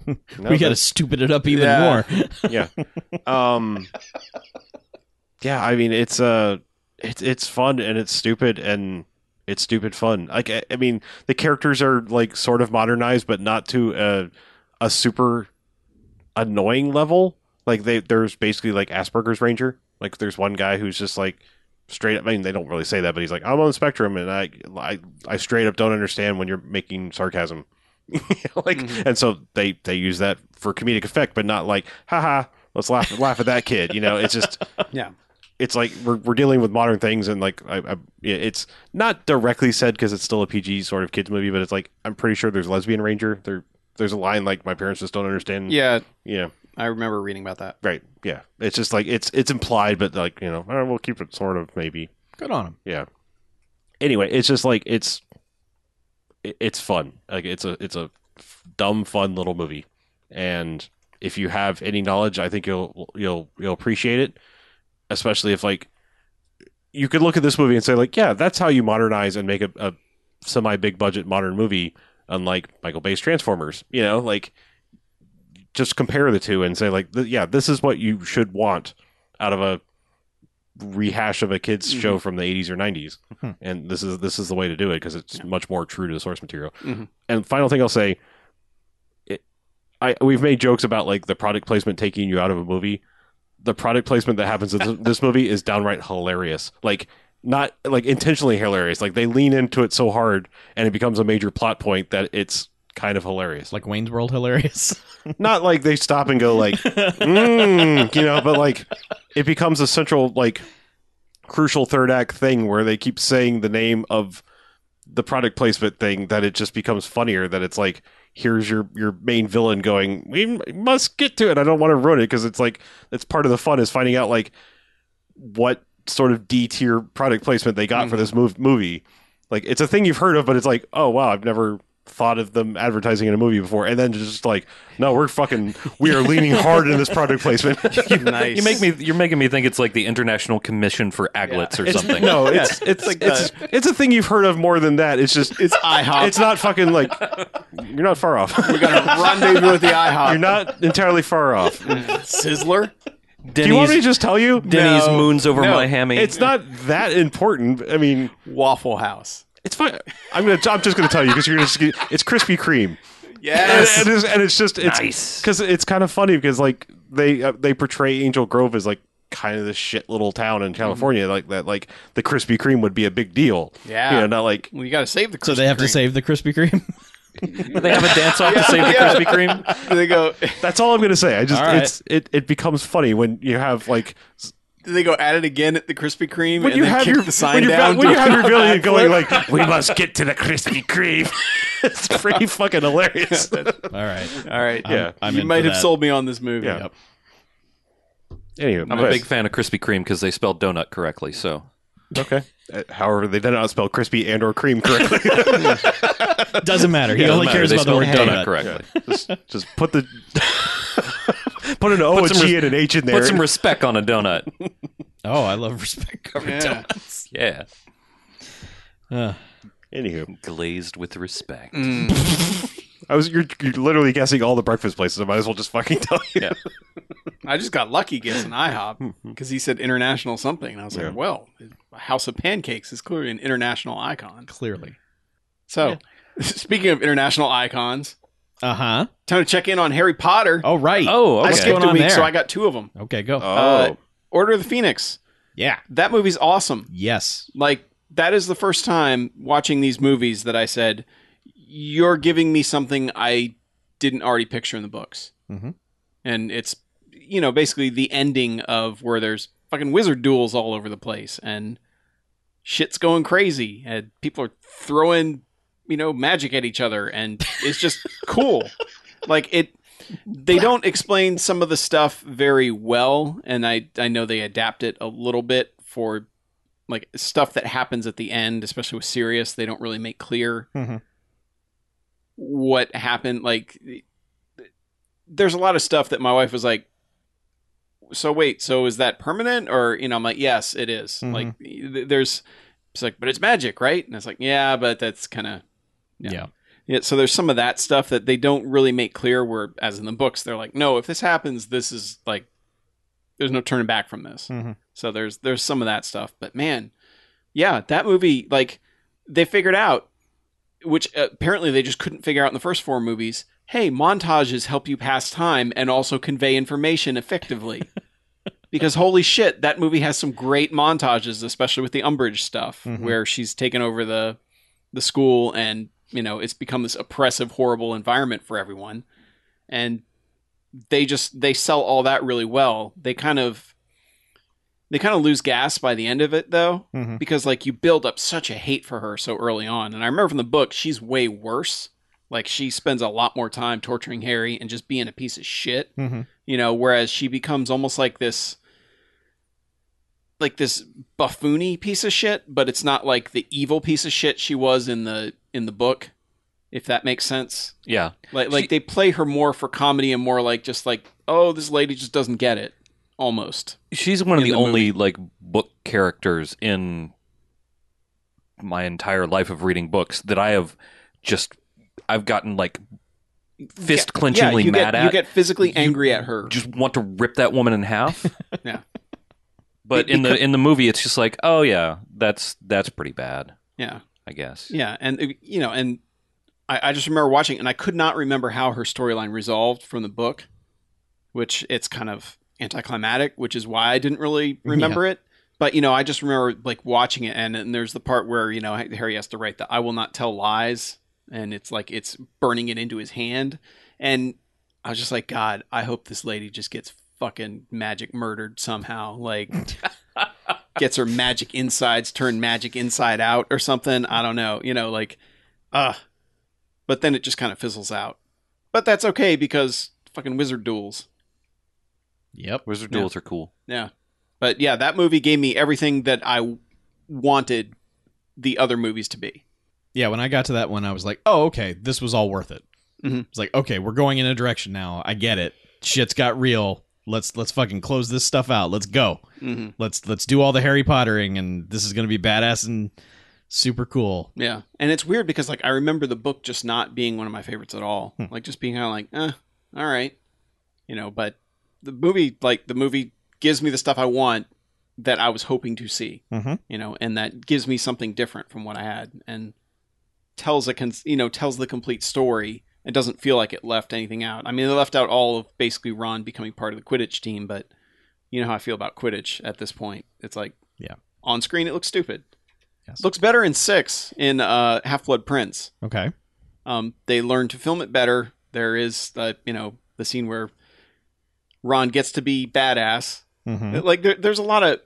Speaker 2: No,
Speaker 4: we got to stupid it up even
Speaker 3: Yeah.
Speaker 4: more.
Speaker 2: um yeah i mean it's uh it's it's fun and it's stupid and it's stupid fun like i, I mean the characters are like sort of modernized but not to a, a super annoying level like they there's basically like asperger's ranger like there's one guy who's just like straight up i mean they don't really say that but he's like i'm on the spectrum and i i, I straight up don't understand when you're making sarcasm like
Speaker 3: Mhm.
Speaker 2: and so they they use that for comedic effect but not like haha let's laugh laugh at that kid you know it's just
Speaker 3: Yeah.
Speaker 2: it's like we're, we're dealing with modern things and like I, I, yeah, it's not directly said because it's still a pg sort of kids movie but it's like i'm pretty sure there's lesbian ranger there there's a line like my parents just don't understand
Speaker 3: Yeah,
Speaker 2: you know
Speaker 3: I remember reading about that.
Speaker 2: right yeah it's just like it's it's implied but like you know "Oh, we'll keep it sort of maybe
Speaker 4: Good on him.
Speaker 2: anyway, it's just like it's it- it's fun. Like it's a it's a f- dumb fun little movie. And if you have any knowledge, I think you'll you'll you'll appreciate it, especially if like you could look at this movie and say like, yeah, that's how you modernize and make a, a semi big budget modern movie unlike Michael Bay's Transformers, you know, like just compare the two and say like, th- yeah, this is what you should want out of a rehash of a kids show from the 80s or 90s and this is this is the way to do it because it's much more true to the source material.
Speaker 3: Mhm.
Speaker 2: And final thing I'll say, it, I we've made jokes about like the product placement taking you out of a movie. The product placement that happens in th- this movie is downright hilarious. Like not like intentionally hilarious. Like they lean into it so hard and it becomes a major plot point that it's kind of hilarious.
Speaker 4: It's like Wayne's World hilarious.
Speaker 2: Not like they stop and go like, mm, you know, but like it becomes a central like crucial third act thing where they keep saying the name of the product placement thing that it just becomes funnier that it's like here's your your main villain going we m- must get to it i don't want to ruin it because it's like it's part of the fun is finding out like what sort of d-tier product placement they
Speaker 3: Mm.
Speaker 2: got for this mov- movie like it's a thing you've heard of but it's like oh wow i've never thought of them advertising in a movie before and then just like no we're fucking we are leaning hard in this product placement
Speaker 3: nice.
Speaker 1: You make me you're making me think it's like the International Commission for Aglets or something.
Speaker 2: No, it's it's
Speaker 3: like
Speaker 2: it's, it's a thing you've heard of more than that. It's just it's
Speaker 3: IHOP.
Speaker 2: It's not fucking like you're not far off.
Speaker 3: we got a rendezvous with the
Speaker 2: You're
Speaker 3: IHOP.
Speaker 2: not entirely far off.
Speaker 3: Sizzler.
Speaker 1: Denny's,
Speaker 2: Do you want me to just tell you?
Speaker 1: Denny's
Speaker 3: No.
Speaker 1: moons over
Speaker 3: No.
Speaker 1: my hammy.
Speaker 2: It's not that important. I mean,
Speaker 3: Waffle House.
Speaker 2: it's fine. I'm gonna. I'm just gonna tell you because you're just. It's Krispy Kreme.
Speaker 3: Yes.
Speaker 2: and, it's, and it's just it's
Speaker 1: Nice.
Speaker 2: because it's kind of funny because like they uh, they portray Angel Grove as like kind of this shit little town in California like that like the Krispy Kreme would be a big deal.
Speaker 3: Mm-hmm. Yeah.
Speaker 2: you know, not like
Speaker 3: well, you got to save the.
Speaker 4: so they have to
Speaker 3: Krispy Kreme.
Speaker 4: save the Krispy Kreme.
Speaker 1: they have a dance off to save the Krispy Kreme.
Speaker 3: Do they go?
Speaker 2: That's all I'm gonna say. I just
Speaker 4: All right.
Speaker 2: it's it, it becomes funny when you have like
Speaker 3: Do they go at it again at the Krispy Kreme?
Speaker 2: when
Speaker 3: and
Speaker 2: you
Speaker 3: then
Speaker 2: have
Speaker 3: kick
Speaker 2: your
Speaker 3: the sign
Speaker 2: when you,
Speaker 3: down.
Speaker 2: when
Speaker 3: to
Speaker 2: you have your
Speaker 3: a
Speaker 2: villain going
Speaker 3: backflip?
Speaker 2: like we must get to the Krispy Kreme. it's pretty fucking hilarious.
Speaker 4: All right.
Speaker 3: All right,
Speaker 2: Yeah.
Speaker 4: I'm
Speaker 3: you
Speaker 4: in
Speaker 3: might
Speaker 4: for
Speaker 3: have
Speaker 4: that.
Speaker 3: sold me on this movie.
Speaker 2: Yeah. Yep. anyway,
Speaker 1: I'm a
Speaker 2: but-
Speaker 1: big fan of Krispy Kreme because they spelled donut correctly. So
Speaker 2: okay. Uh, However, they did not spell crispy and or cream correctly.
Speaker 4: Doesn't matter. He
Speaker 2: Yeah,
Speaker 4: only
Speaker 2: doesn't
Speaker 4: cares
Speaker 1: they
Speaker 4: about the
Speaker 1: spelled
Speaker 4: word
Speaker 1: donut,
Speaker 4: donut.
Speaker 1: correctly.
Speaker 2: just, just put the put an O, a
Speaker 1: Put some
Speaker 2: G,
Speaker 1: res-
Speaker 2: and an H in there.
Speaker 1: Put some respect on a donut.
Speaker 4: Oh, I love respect covered
Speaker 3: Yeah.
Speaker 4: donuts.
Speaker 1: Yeah,
Speaker 4: Uh,
Speaker 2: Anywho,
Speaker 1: glazed with respect.
Speaker 3: Mm.
Speaker 2: I was you're, you're literally guessing all the breakfast places. I might as well just fucking tell you.
Speaker 1: Yeah.
Speaker 3: I just got lucky guessing IHOP because he said international something, and I was
Speaker 2: Yeah.
Speaker 3: like, well, House of Pancakes is clearly an international icon.
Speaker 4: clearly.
Speaker 3: So, speaking of international icons,
Speaker 4: Uh huh.
Speaker 3: time to check in on Harry Potter.
Speaker 4: Oh right.
Speaker 1: Oh,
Speaker 3: I
Speaker 4: what's
Speaker 1: okay.
Speaker 4: skip-
Speaker 3: skipped
Speaker 4: going
Speaker 3: a
Speaker 4: on
Speaker 3: week,
Speaker 4: there?
Speaker 3: so I got two of them.
Speaker 4: Okay, go.
Speaker 2: Oh.
Speaker 3: Uh, Order of the Phoenix.
Speaker 4: yeah.
Speaker 3: That movie's awesome.
Speaker 4: Yes.
Speaker 3: like that is the first time watching these movies that I said you're giving me something I didn't already picture in the books,
Speaker 4: Mhm.
Speaker 3: and it's you know basically the ending of where there's fucking wizard duels all over the place and shit's going crazy and people are throwing you know magic at each other and it's just cool like it they don't explain some of the stuff very well and i i know they adapt it a little bit for like stuff that happens at the end especially with sirius they don't really make clear
Speaker 4: Mhm.
Speaker 3: what happened like there's a lot of stuff that my wife was like so wait so is that permanent or you know i'm like yes it is."
Speaker 4: Mhm.
Speaker 3: like th- there's it's like but it's magic right and it's like yeah but that's kind of Yeah.
Speaker 4: yeah.
Speaker 3: yeah, so there's some of that stuff that they don't really make clear. Where, as in the books, they're like, no, if this happens, this is like, there's no turning back from this.
Speaker 4: Mhm.
Speaker 3: So there's there's some of that stuff. But man, yeah, that movie, like, they figured out, which uh, apparently they just couldn't figure out in the first four movies. Hey, montages help you pass time and also convey information effectively. because holy shit, that movie has some great montages, especially with the Umbridge stuff,
Speaker 4: Mhm.
Speaker 3: where she's taken over the the school and you know it's become this oppressive horrible environment for everyone and they just they sell all that really well they kind of they kind of lose gas by the end of it though
Speaker 4: Mhm.
Speaker 3: because like you build up such a hate for her so early on and i remember from the book she's way worse like she spends a lot more time torturing harry and just being a piece of shit
Speaker 4: Mhm.
Speaker 3: you know whereas she becomes almost like this like this buffoony piece of shit but it's not like the evil piece of shit she was in the in the book if that makes sense
Speaker 1: yeah,
Speaker 3: like like
Speaker 1: She-
Speaker 3: they play her more for comedy and more like just like oh this lady just doesn't get it almost
Speaker 1: she's one of
Speaker 3: In
Speaker 1: the,
Speaker 3: the
Speaker 1: only like book characters in my entire life of reading books that I have just I've gotten like fist clenchingly
Speaker 3: you
Speaker 1: mad
Speaker 3: get,
Speaker 1: at.
Speaker 3: you get physically
Speaker 1: You
Speaker 3: angry at her
Speaker 1: just want to rip that woman in half.
Speaker 3: Yeah.
Speaker 1: But
Speaker 3: Be-
Speaker 1: in the in the movie it's just like, oh yeah, that's that's pretty bad,
Speaker 3: yeah
Speaker 1: I guess.
Speaker 3: yeah and uh, you know and I, I just remember watching and i could not remember how her storyline resolved from the book which it's kind of anticlimactic which is why i didn't really remember it but you know i just remember like watching it and, and there's the part where you know harry has to write the i will not tell lies and it's like it's burning it into his hand and i was just like god i hope this lady just gets fucking magic murdered somehow like gets her magic insides turned magic inside out or something i don't know you know like uh but then it just kind of fizzles out but that's okay because fucking wizard duels
Speaker 4: Yep.
Speaker 1: Wizard
Speaker 3: Yeah.
Speaker 1: duels are cool.
Speaker 3: yeah. But yeah, that movie gave me everything that I wanted the other movies to be.
Speaker 4: Yeah. When I got to that one, I was like, oh, okay, this was all worth it.
Speaker 3: Mhm.
Speaker 4: It's like, okay, we're going in a direction now. I get it. Shit's got real. Let's let's fucking close this stuff out. Let's go.
Speaker 3: Mm-hmm.
Speaker 4: Let's let's do all the Harry Pottering, and this is gonna be badass and super cool.
Speaker 3: Yeah. And it's weird because like I remember the book just not being one of my favorites at all. Like just being kind of like, eh, all right. You know, but the movie like the movie gives me the stuff I want that I was hoping to see.
Speaker 4: Mhm.
Speaker 3: You know, and that gives me something different from what I had and tells a con- you know, tells the complete story. It doesn't feel like it left anything out. I mean, they left out all of basically Ron becoming part of the Quidditch team, but you know how I feel about Quidditch at this point. It's like
Speaker 4: Yeah.
Speaker 3: On screen it looks stupid.
Speaker 4: Yes.
Speaker 3: Looks better in six in uh, Half Blood Prince.
Speaker 4: Okay.
Speaker 3: Um, they learn to film it better. There is, uh, you know, the scene where Ron gets to be badass.
Speaker 5: Mm-hmm.
Speaker 3: Like there, there's a lot of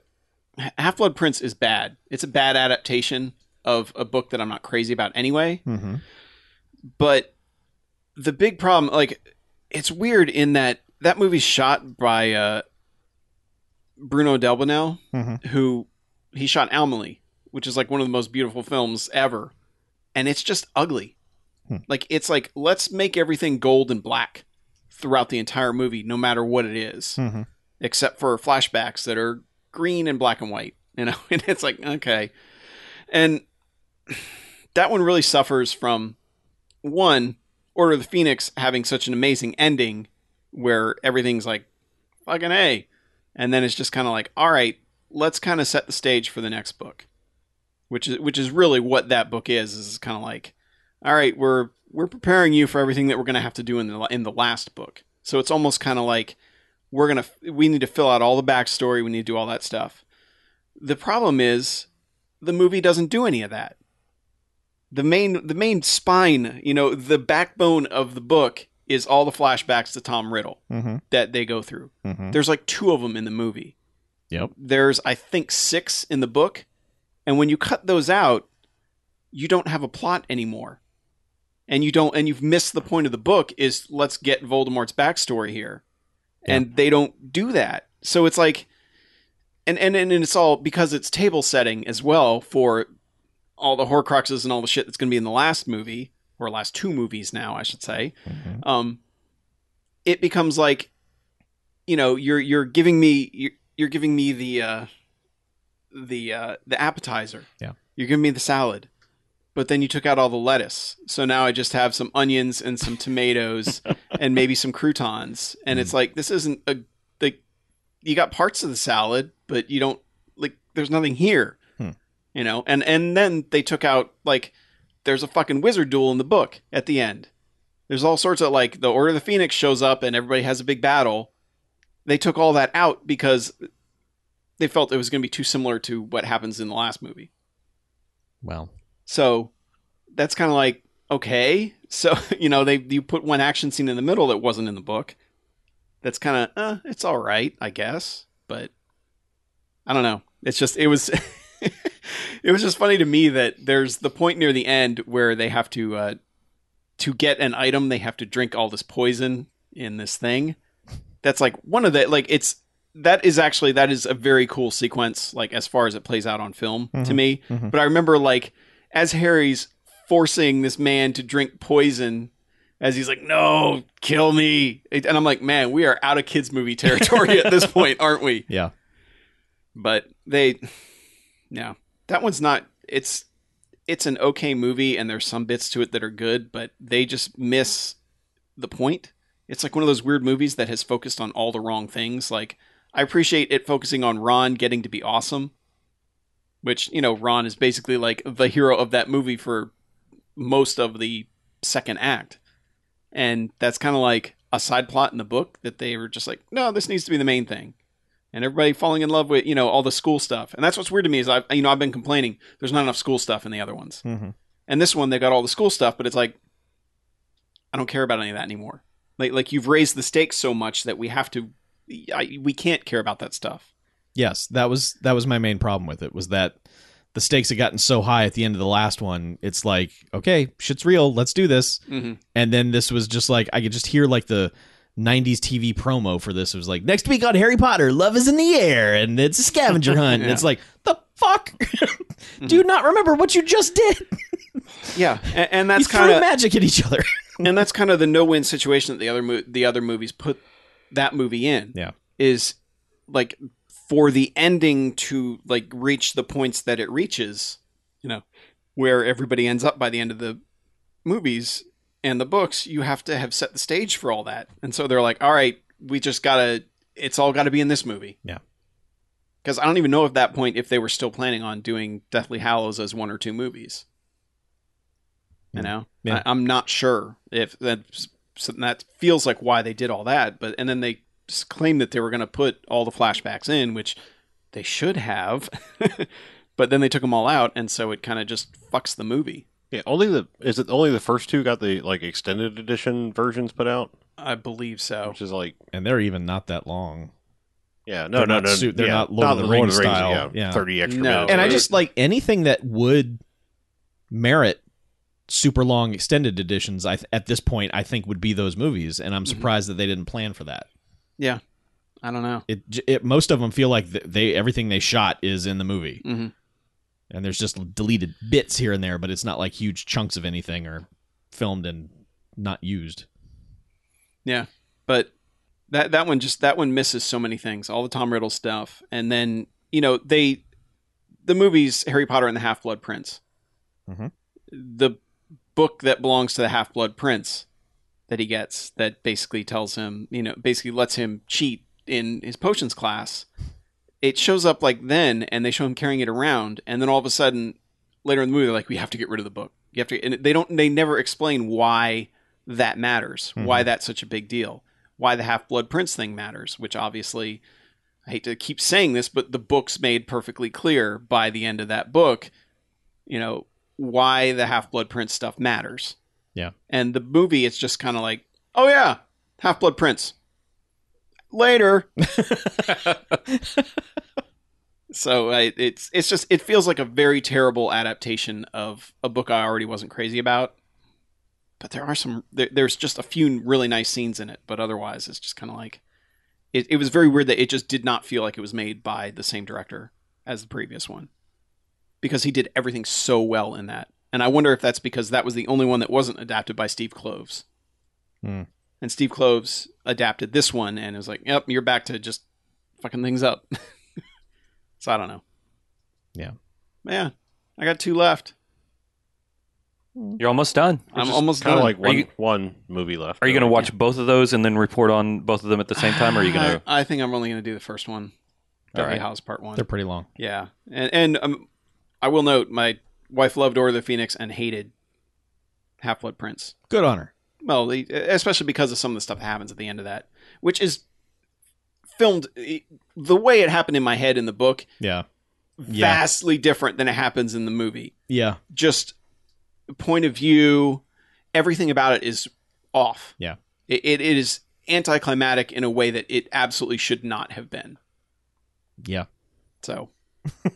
Speaker 3: Half Blood Prince is bad. It's a bad adaptation of a book that I'm not crazy about anyway.
Speaker 5: Mm-hmm.
Speaker 3: But the big problem, like, it's weird in that that movie's shot by uh, Bruno Delbonnel,
Speaker 4: Mm-hmm.
Speaker 5: Mhm.
Speaker 3: who he shot Amelie, which is like one of the most beautiful films ever, and it's just ugly.
Speaker 5: Hmm.
Speaker 3: Like it's like let's make everything gold and black throughout the entire movie, no matter what it is
Speaker 5: Mm-hmm.
Speaker 3: except for flashbacks that are green and black and white. You know, and it's like okay, and that one really suffers from one Order of the Phoenix having such an amazing ending where everything's like fucking a, and then it's just kind of like all right, let's kind of set the stage for the next book, which is which is really what that book is. Is kind of like all right, we're we're preparing you for everything that we're going to have to do in the in the last book. So it's almost kind of like we're gonna we need to fill out all the backstory we need to do all that stuff the problem is the movie doesn't do any of that the main the main spine you know the backbone of the book is all the flashbacks to tom riddle
Speaker 5: Mm-hmm.
Speaker 3: that they go through
Speaker 5: Mm-hmm.
Speaker 3: there's like two of them in the movie
Speaker 4: Yep.
Speaker 3: there's i think six in the book and when you cut those out you don't have a plot anymore and you don't and you've missed the point of the book is let's get voldemort's backstory here and they don't do that so it's like and, and and it's all because it's table setting as well for all the horcruxes and all the shit that's going to be in the last movie or last two movies now i should say
Speaker 5: Mm-hmm.
Speaker 3: um, it becomes like, you know, you're you're giving me you're, you're giving me the uh, the uh, the appetizer.
Speaker 5: Yeah.
Speaker 3: You're giving me the salad, but then you took out all the lettuce, so now I just have some onions and some tomatoes and maybe some croutons, and
Speaker 5: Mm.
Speaker 3: it's like this isn't a like you got parts of the salad, but you don't like there's nothing here.
Speaker 5: Hmm.
Speaker 3: You know, and and then they took out like there's a fucking wizard duel in the book at the end. There's all sorts of like the Order of the Phoenix shows up and everybody has a big battle. They took all that out because they felt it was going to be too similar to what happens in the last movie.
Speaker 4: Well,
Speaker 3: So that's kind of like okay. So you know they you put one action scene in the middle that wasn't in the book. That's kind of uh, it's all right, I guess. But I don't know. It's just it was it was just funny to me that there's the point near the end where they have to uh, to get an item they have to drink all this poison in this thing. That's like one of the like it's that is actually that is a very cool sequence like as far as it plays out on film to
Speaker 5: Mhm.
Speaker 3: me.
Speaker 5: Mhm.
Speaker 3: But I remember like as Harry's forcing this man to drink poison as he's like, "No, kill me," and I'm like, "Man, we are out of kids' movie territory at this point, aren't we?"
Speaker 4: Yeah.
Speaker 3: But they, no, that one's not. It's it's an okay movie, and there's some bits to it that are good, but they just miss the point. It's like one of those weird movies that has focused on all the wrong things. Like I appreciate it focusing on Ron getting to be awesome, which you know Ron is basically like the hero of that movie for most of the second act. And that's kind of like a side plot in the book that they were just like, no, this needs to be the main thing. And everybody falling in love with, you know, all the school stuff. And that's what's weird to me is I've, you know, I've been complaining there's not enough school stuff in the other ones.
Speaker 5: Mm-hmm.
Speaker 3: And this one, they got all the school stuff, but it's like, I don't care about any of that anymore. Like, like you've raised the stakes so much that we have to, I, we can't care about that stuff.
Speaker 4: yes, that was that was my main problem with it was that the stakes had gotten so high at the end of the last one. It's like, okay, shit's real. Let's do this.
Speaker 3: Mm-hmm.
Speaker 4: And then this was just like I could just hear like the 90s TV promo for this. It was like next week on Harry Potter, love is in the air, and it's a scavenger hunt. And it's like the fuck, do you not remember what you just did?
Speaker 3: Yeah. And, and that's
Speaker 4: you threw
Speaker 3: kind of,
Speaker 4: magic at each other.
Speaker 3: and that's kind of the no-win situation that the other mo- the other movies put that movie in.
Speaker 4: Yeah.
Speaker 3: is like for the ending to like reach the points that it reaches, you know, where everybody ends up by the end of the movies and the books. You have to have set the stage for all that, and so they're like, all right, we just gotta. It's all got to be in this movie.
Speaker 4: Yeah.
Speaker 3: Because I don't even know at that point if they were still planning on doing Deathly Hallows as one or two movies. You know,
Speaker 4: Yeah.
Speaker 3: I, I'm not sure if that so that feels like why they did all that. But and then they s- claimed that they were going to put all the flashbacks in, which they should have, but then they took them all out, and so it kind of just fucks the movie.
Speaker 2: Yeah, only the is it only the first two got the like extended edition versions put out,
Speaker 3: I believe
Speaker 4: Oh.
Speaker 3: so.
Speaker 2: which is like
Speaker 4: and they're even not that long.
Speaker 2: yeah, no,
Speaker 4: They're
Speaker 2: no,
Speaker 4: not
Speaker 2: no,
Speaker 4: su- they're
Speaker 2: yeah,
Speaker 4: not Lord of the Rings style, yeah.
Speaker 2: thirty extra
Speaker 3: No.
Speaker 1: Oh,
Speaker 2: minutes.
Speaker 4: And I
Speaker 2: or-
Speaker 4: just like anything that would merit super long extended editions. I th- at this point, I think would be those movies, and I'm
Speaker 1: Mm-hmm.
Speaker 3: Mhm.
Speaker 4: surprised that they didn't plan for that.
Speaker 3: I don't know.
Speaker 4: It, j- it most of them feel like th- they everything they shot is in the movie,
Speaker 3: Mhm.
Speaker 4: and there's just deleted bits here and there, but it's not like huge chunks of anything or filmed and not used.
Speaker 3: but that that one just that one misses so many things all the tom riddle stuff and then you know they the movies harry potter and the half-blood prince
Speaker 4: Mhm.
Speaker 3: the book that belongs to the half-blood prince that he gets that basically tells him you know basically lets him cheat in his potions class it shows up like then and they show him carrying it around and then all of a sudden later in the movie they're like we have to get rid of the book you have to and they don't they never explain why that matters why that's such a big deal why the Half Blood Prince thing matters, which obviously I hate to keep saying this, but the book's made perfectly clear by the end of that book, you know, why the Half Blood Prince stuff matters.
Speaker 4: Yeah.
Speaker 3: And the movie, it's just kind of like, oh, yeah, Half Blood Prince. Later. so I, it's it's just it feels like a very terrible adaptation of a book I already wasn't crazy about but there are some there, there's just a few really nice scenes in it but otherwise it's just kind of like it, it was very weird that it just did not feel like it was made by the same director as the previous one because he did everything so well in that and i wonder if that's because that was the only one that wasn't adapted by steve cloves
Speaker 4: Hmm.
Speaker 3: and steve cloves adapted this one and it was like yep you're back to just fucking things up so i don't know
Speaker 4: Yeah.
Speaker 3: yeah i got two left
Speaker 1: You're almost done.
Speaker 2: Which
Speaker 3: i'm
Speaker 2: is
Speaker 3: almost
Speaker 2: kind
Speaker 3: done
Speaker 2: of like one,
Speaker 1: you-
Speaker 2: one movie left.
Speaker 1: Are you going to watch both of those and then report on both of them at the same time? Or are you going to?
Speaker 3: I I think I'm only going to do the first one.
Speaker 1: All
Speaker 3: Deadly
Speaker 1: right.
Speaker 3: House Part One.
Speaker 4: They're pretty long.
Speaker 3: Yeah, and and um, I will note my wife loved Order of the Phoenix and hated Half Blood Prince.
Speaker 4: Good honor.
Speaker 3: Well, the- especially because of some of the stuff that happens at the end of that, which is filmed the way it happened in my head in the book,
Speaker 4: Yeah. Yeah.
Speaker 3: vastly different than it happens in the movie
Speaker 4: Yeah.
Speaker 3: just point of view, everything about it is off.
Speaker 4: Yeah.
Speaker 3: It, it is anticlimactic in a way that it absolutely should not have been.
Speaker 4: Yeah.
Speaker 3: So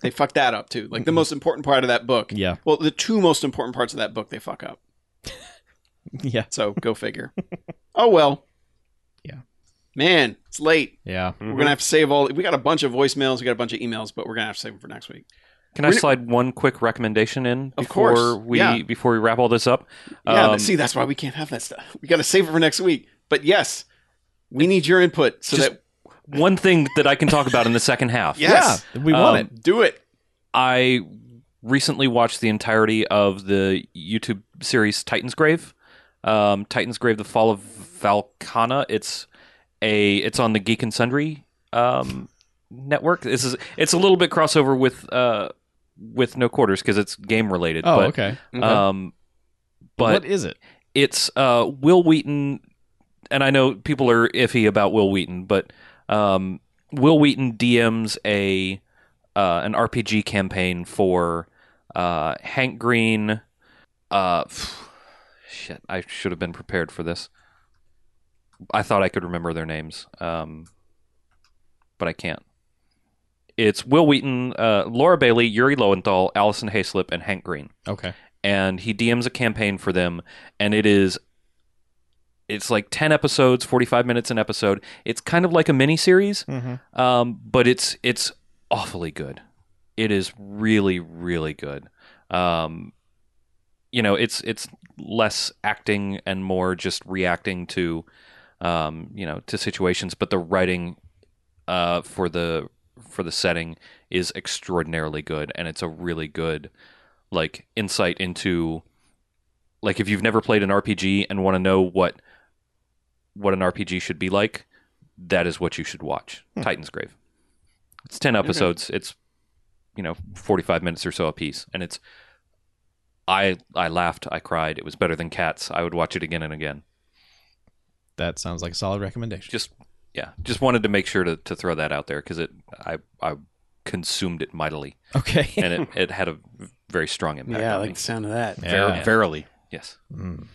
Speaker 3: they fucked that up too. Like the most important part of that book.
Speaker 4: Yeah.
Speaker 3: Well, the two most important parts of that book they fuck up.
Speaker 4: Yeah.
Speaker 3: So go figure. oh well.
Speaker 4: Yeah.
Speaker 3: Man, it's late.
Speaker 4: Yeah.
Speaker 2: Mm-hmm.
Speaker 3: We're gonna have to save all. We got a bunch of voicemails. We got a bunch of emails, but we're gonna have to save them for next week.
Speaker 1: Can I
Speaker 3: Really-
Speaker 1: slide one quick recommendation in
Speaker 3: Of
Speaker 1: before
Speaker 3: course,
Speaker 1: we
Speaker 3: yeah.
Speaker 1: before we wrap all this up?
Speaker 3: Yeah,
Speaker 1: Um,
Speaker 3: but see, that's why we can't have that stuff. We got to save it for next week. But yes, we need your input so
Speaker 1: Just-
Speaker 3: that
Speaker 1: one thing that I can talk about in the second half.
Speaker 3: yes,
Speaker 4: Yeah. We
Speaker 1: Um,
Speaker 4: want it.
Speaker 3: do it.
Speaker 1: I recently watched the entirety of the YouTube series Titan's Grave. Um, Titan's Grave: The Fall of Valkana. It's a it's on the Geek and Sundry um, network. This is it's a little bit crossover with uh, with No Quarters because it's game related.
Speaker 4: Oh,
Speaker 1: but,
Speaker 4: okay.
Speaker 1: Um, but
Speaker 4: what is it?
Speaker 1: it's uh, Will Wheaton, and I know people are iffy about Will Wheaton, but um, Will Wheaton DMs a uh, an RPG campaign for uh, Hank Green. Uh, pff, shit, I should have been prepared for this. I thought I could remember their names, um, but I can't. It's Will Wheaton, uh, Laura Bailey, Yuri Lowenthal, Allison Hayslip, and Hank Green
Speaker 4: Okay.
Speaker 1: and he DMs a campaign for them, and it is it's like 10 episodes 45 minutes an episode it's kind of like a mini series
Speaker 4: Mm-hmm.
Speaker 1: um, but it's it's awfully good it is really really good um, you know it's it's less acting and more just reacting to um, you know to situations but the writing uh, for the for the setting is extraordinarily good and it's a really good like insight into like if you've never played an RPG and want to know what what an RPG should be like that is what you should watch Titan's Grave it's 10 episodes it's you know 45 minutes or so a piece and it's I I laughed I cried it was better than Cats I would watch it again and again
Speaker 4: That sounds like a solid recommendation.
Speaker 1: just yeah just wanted to make sure to, to throw that out there because it I I consumed it mightily
Speaker 4: okay.
Speaker 1: and it, it had a very strong impact
Speaker 3: yeah, I
Speaker 1: on
Speaker 3: like
Speaker 1: me.
Speaker 3: the sound of that.
Speaker 5: Yeah.
Speaker 2: Ver- verily.
Speaker 1: Yes.
Speaker 5: Mm.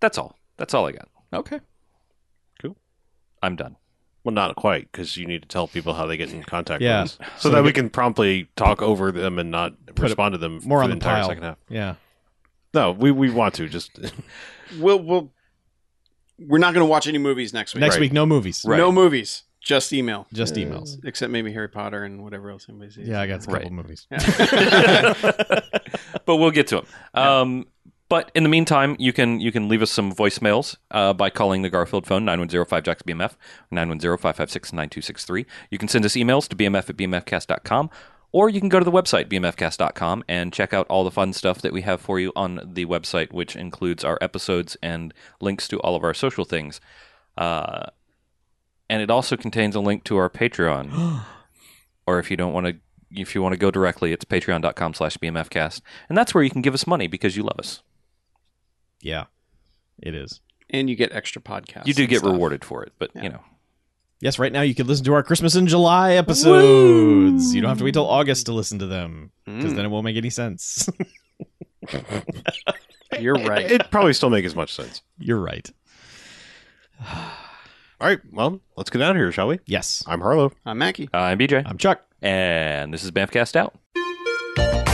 Speaker 1: That's all. That's all I got.
Speaker 4: Okay.
Speaker 1: I'm done.
Speaker 2: Well, not quite, because you need to tell people how they get in contact
Speaker 4: Yeah.
Speaker 2: with us, so, that we can promptly talk over them and not respond to them
Speaker 4: more
Speaker 2: for
Speaker 4: on
Speaker 2: the
Speaker 4: the
Speaker 2: entire
Speaker 4: pile.
Speaker 2: second half.
Speaker 4: Yeah.
Speaker 2: No, we, we want to just
Speaker 3: We'll, we'll, we're not going to watch any movies next week.
Speaker 4: Next
Speaker 2: Right.
Speaker 4: week, no movies.
Speaker 1: Right.
Speaker 3: No movies, just email,
Speaker 4: Just emails.
Speaker 3: except maybe Harry Potter and whatever else anybody sees.
Speaker 4: Yeah, I got a couple
Speaker 1: Right.
Speaker 4: movies.
Speaker 1: but we'll get to them. Um, but in the meantime, you can you can leave us some voicemails uh, by calling the Garfield phone 9105 Jacks BMF 9105569263. You can send us emails to bmf at bmfcast.com or you can go to the website bmfcast.com and check out all the fun stuff that we have for you on the website, which includes our episodes and links to all of our social things. Uh, and it also contains a link to our Patreon or if you don't want to if you want to go directly it's patreon.com slash bmfcast and that's where you can give us money because you love us
Speaker 4: Yeah. It is.
Speaker 3: and you get extra podcasts.
Speaker 1: you do
Speaker 3: and
Speaker 1: get
Speaker 3: stuff.
Speaker 1: rewarded for it but
Speaker 3: Yeah.
Speaker 1: you know
Speaker 4: Yes, right now you can listen to our Christmas in July episodes. You don't have to wait till August to listen to them because
Speaker 3: Mm,
Speaker 4: then it won't make any sense.
Speaker 3: you're right.
Speaker 2: it probably still make as much sense.
Speaker 4: You're right.
Speaker 2: All right, well, let's get out of here, shall we?
Speaker 4: Yes.
Speaker 2: I'm Harlow.
Speaker 3: I'm Mackie.
Speaker 1: Uh, i'm bj
Speaker 4: I'm Chuck.
Speaker 1: and this is bamfcast out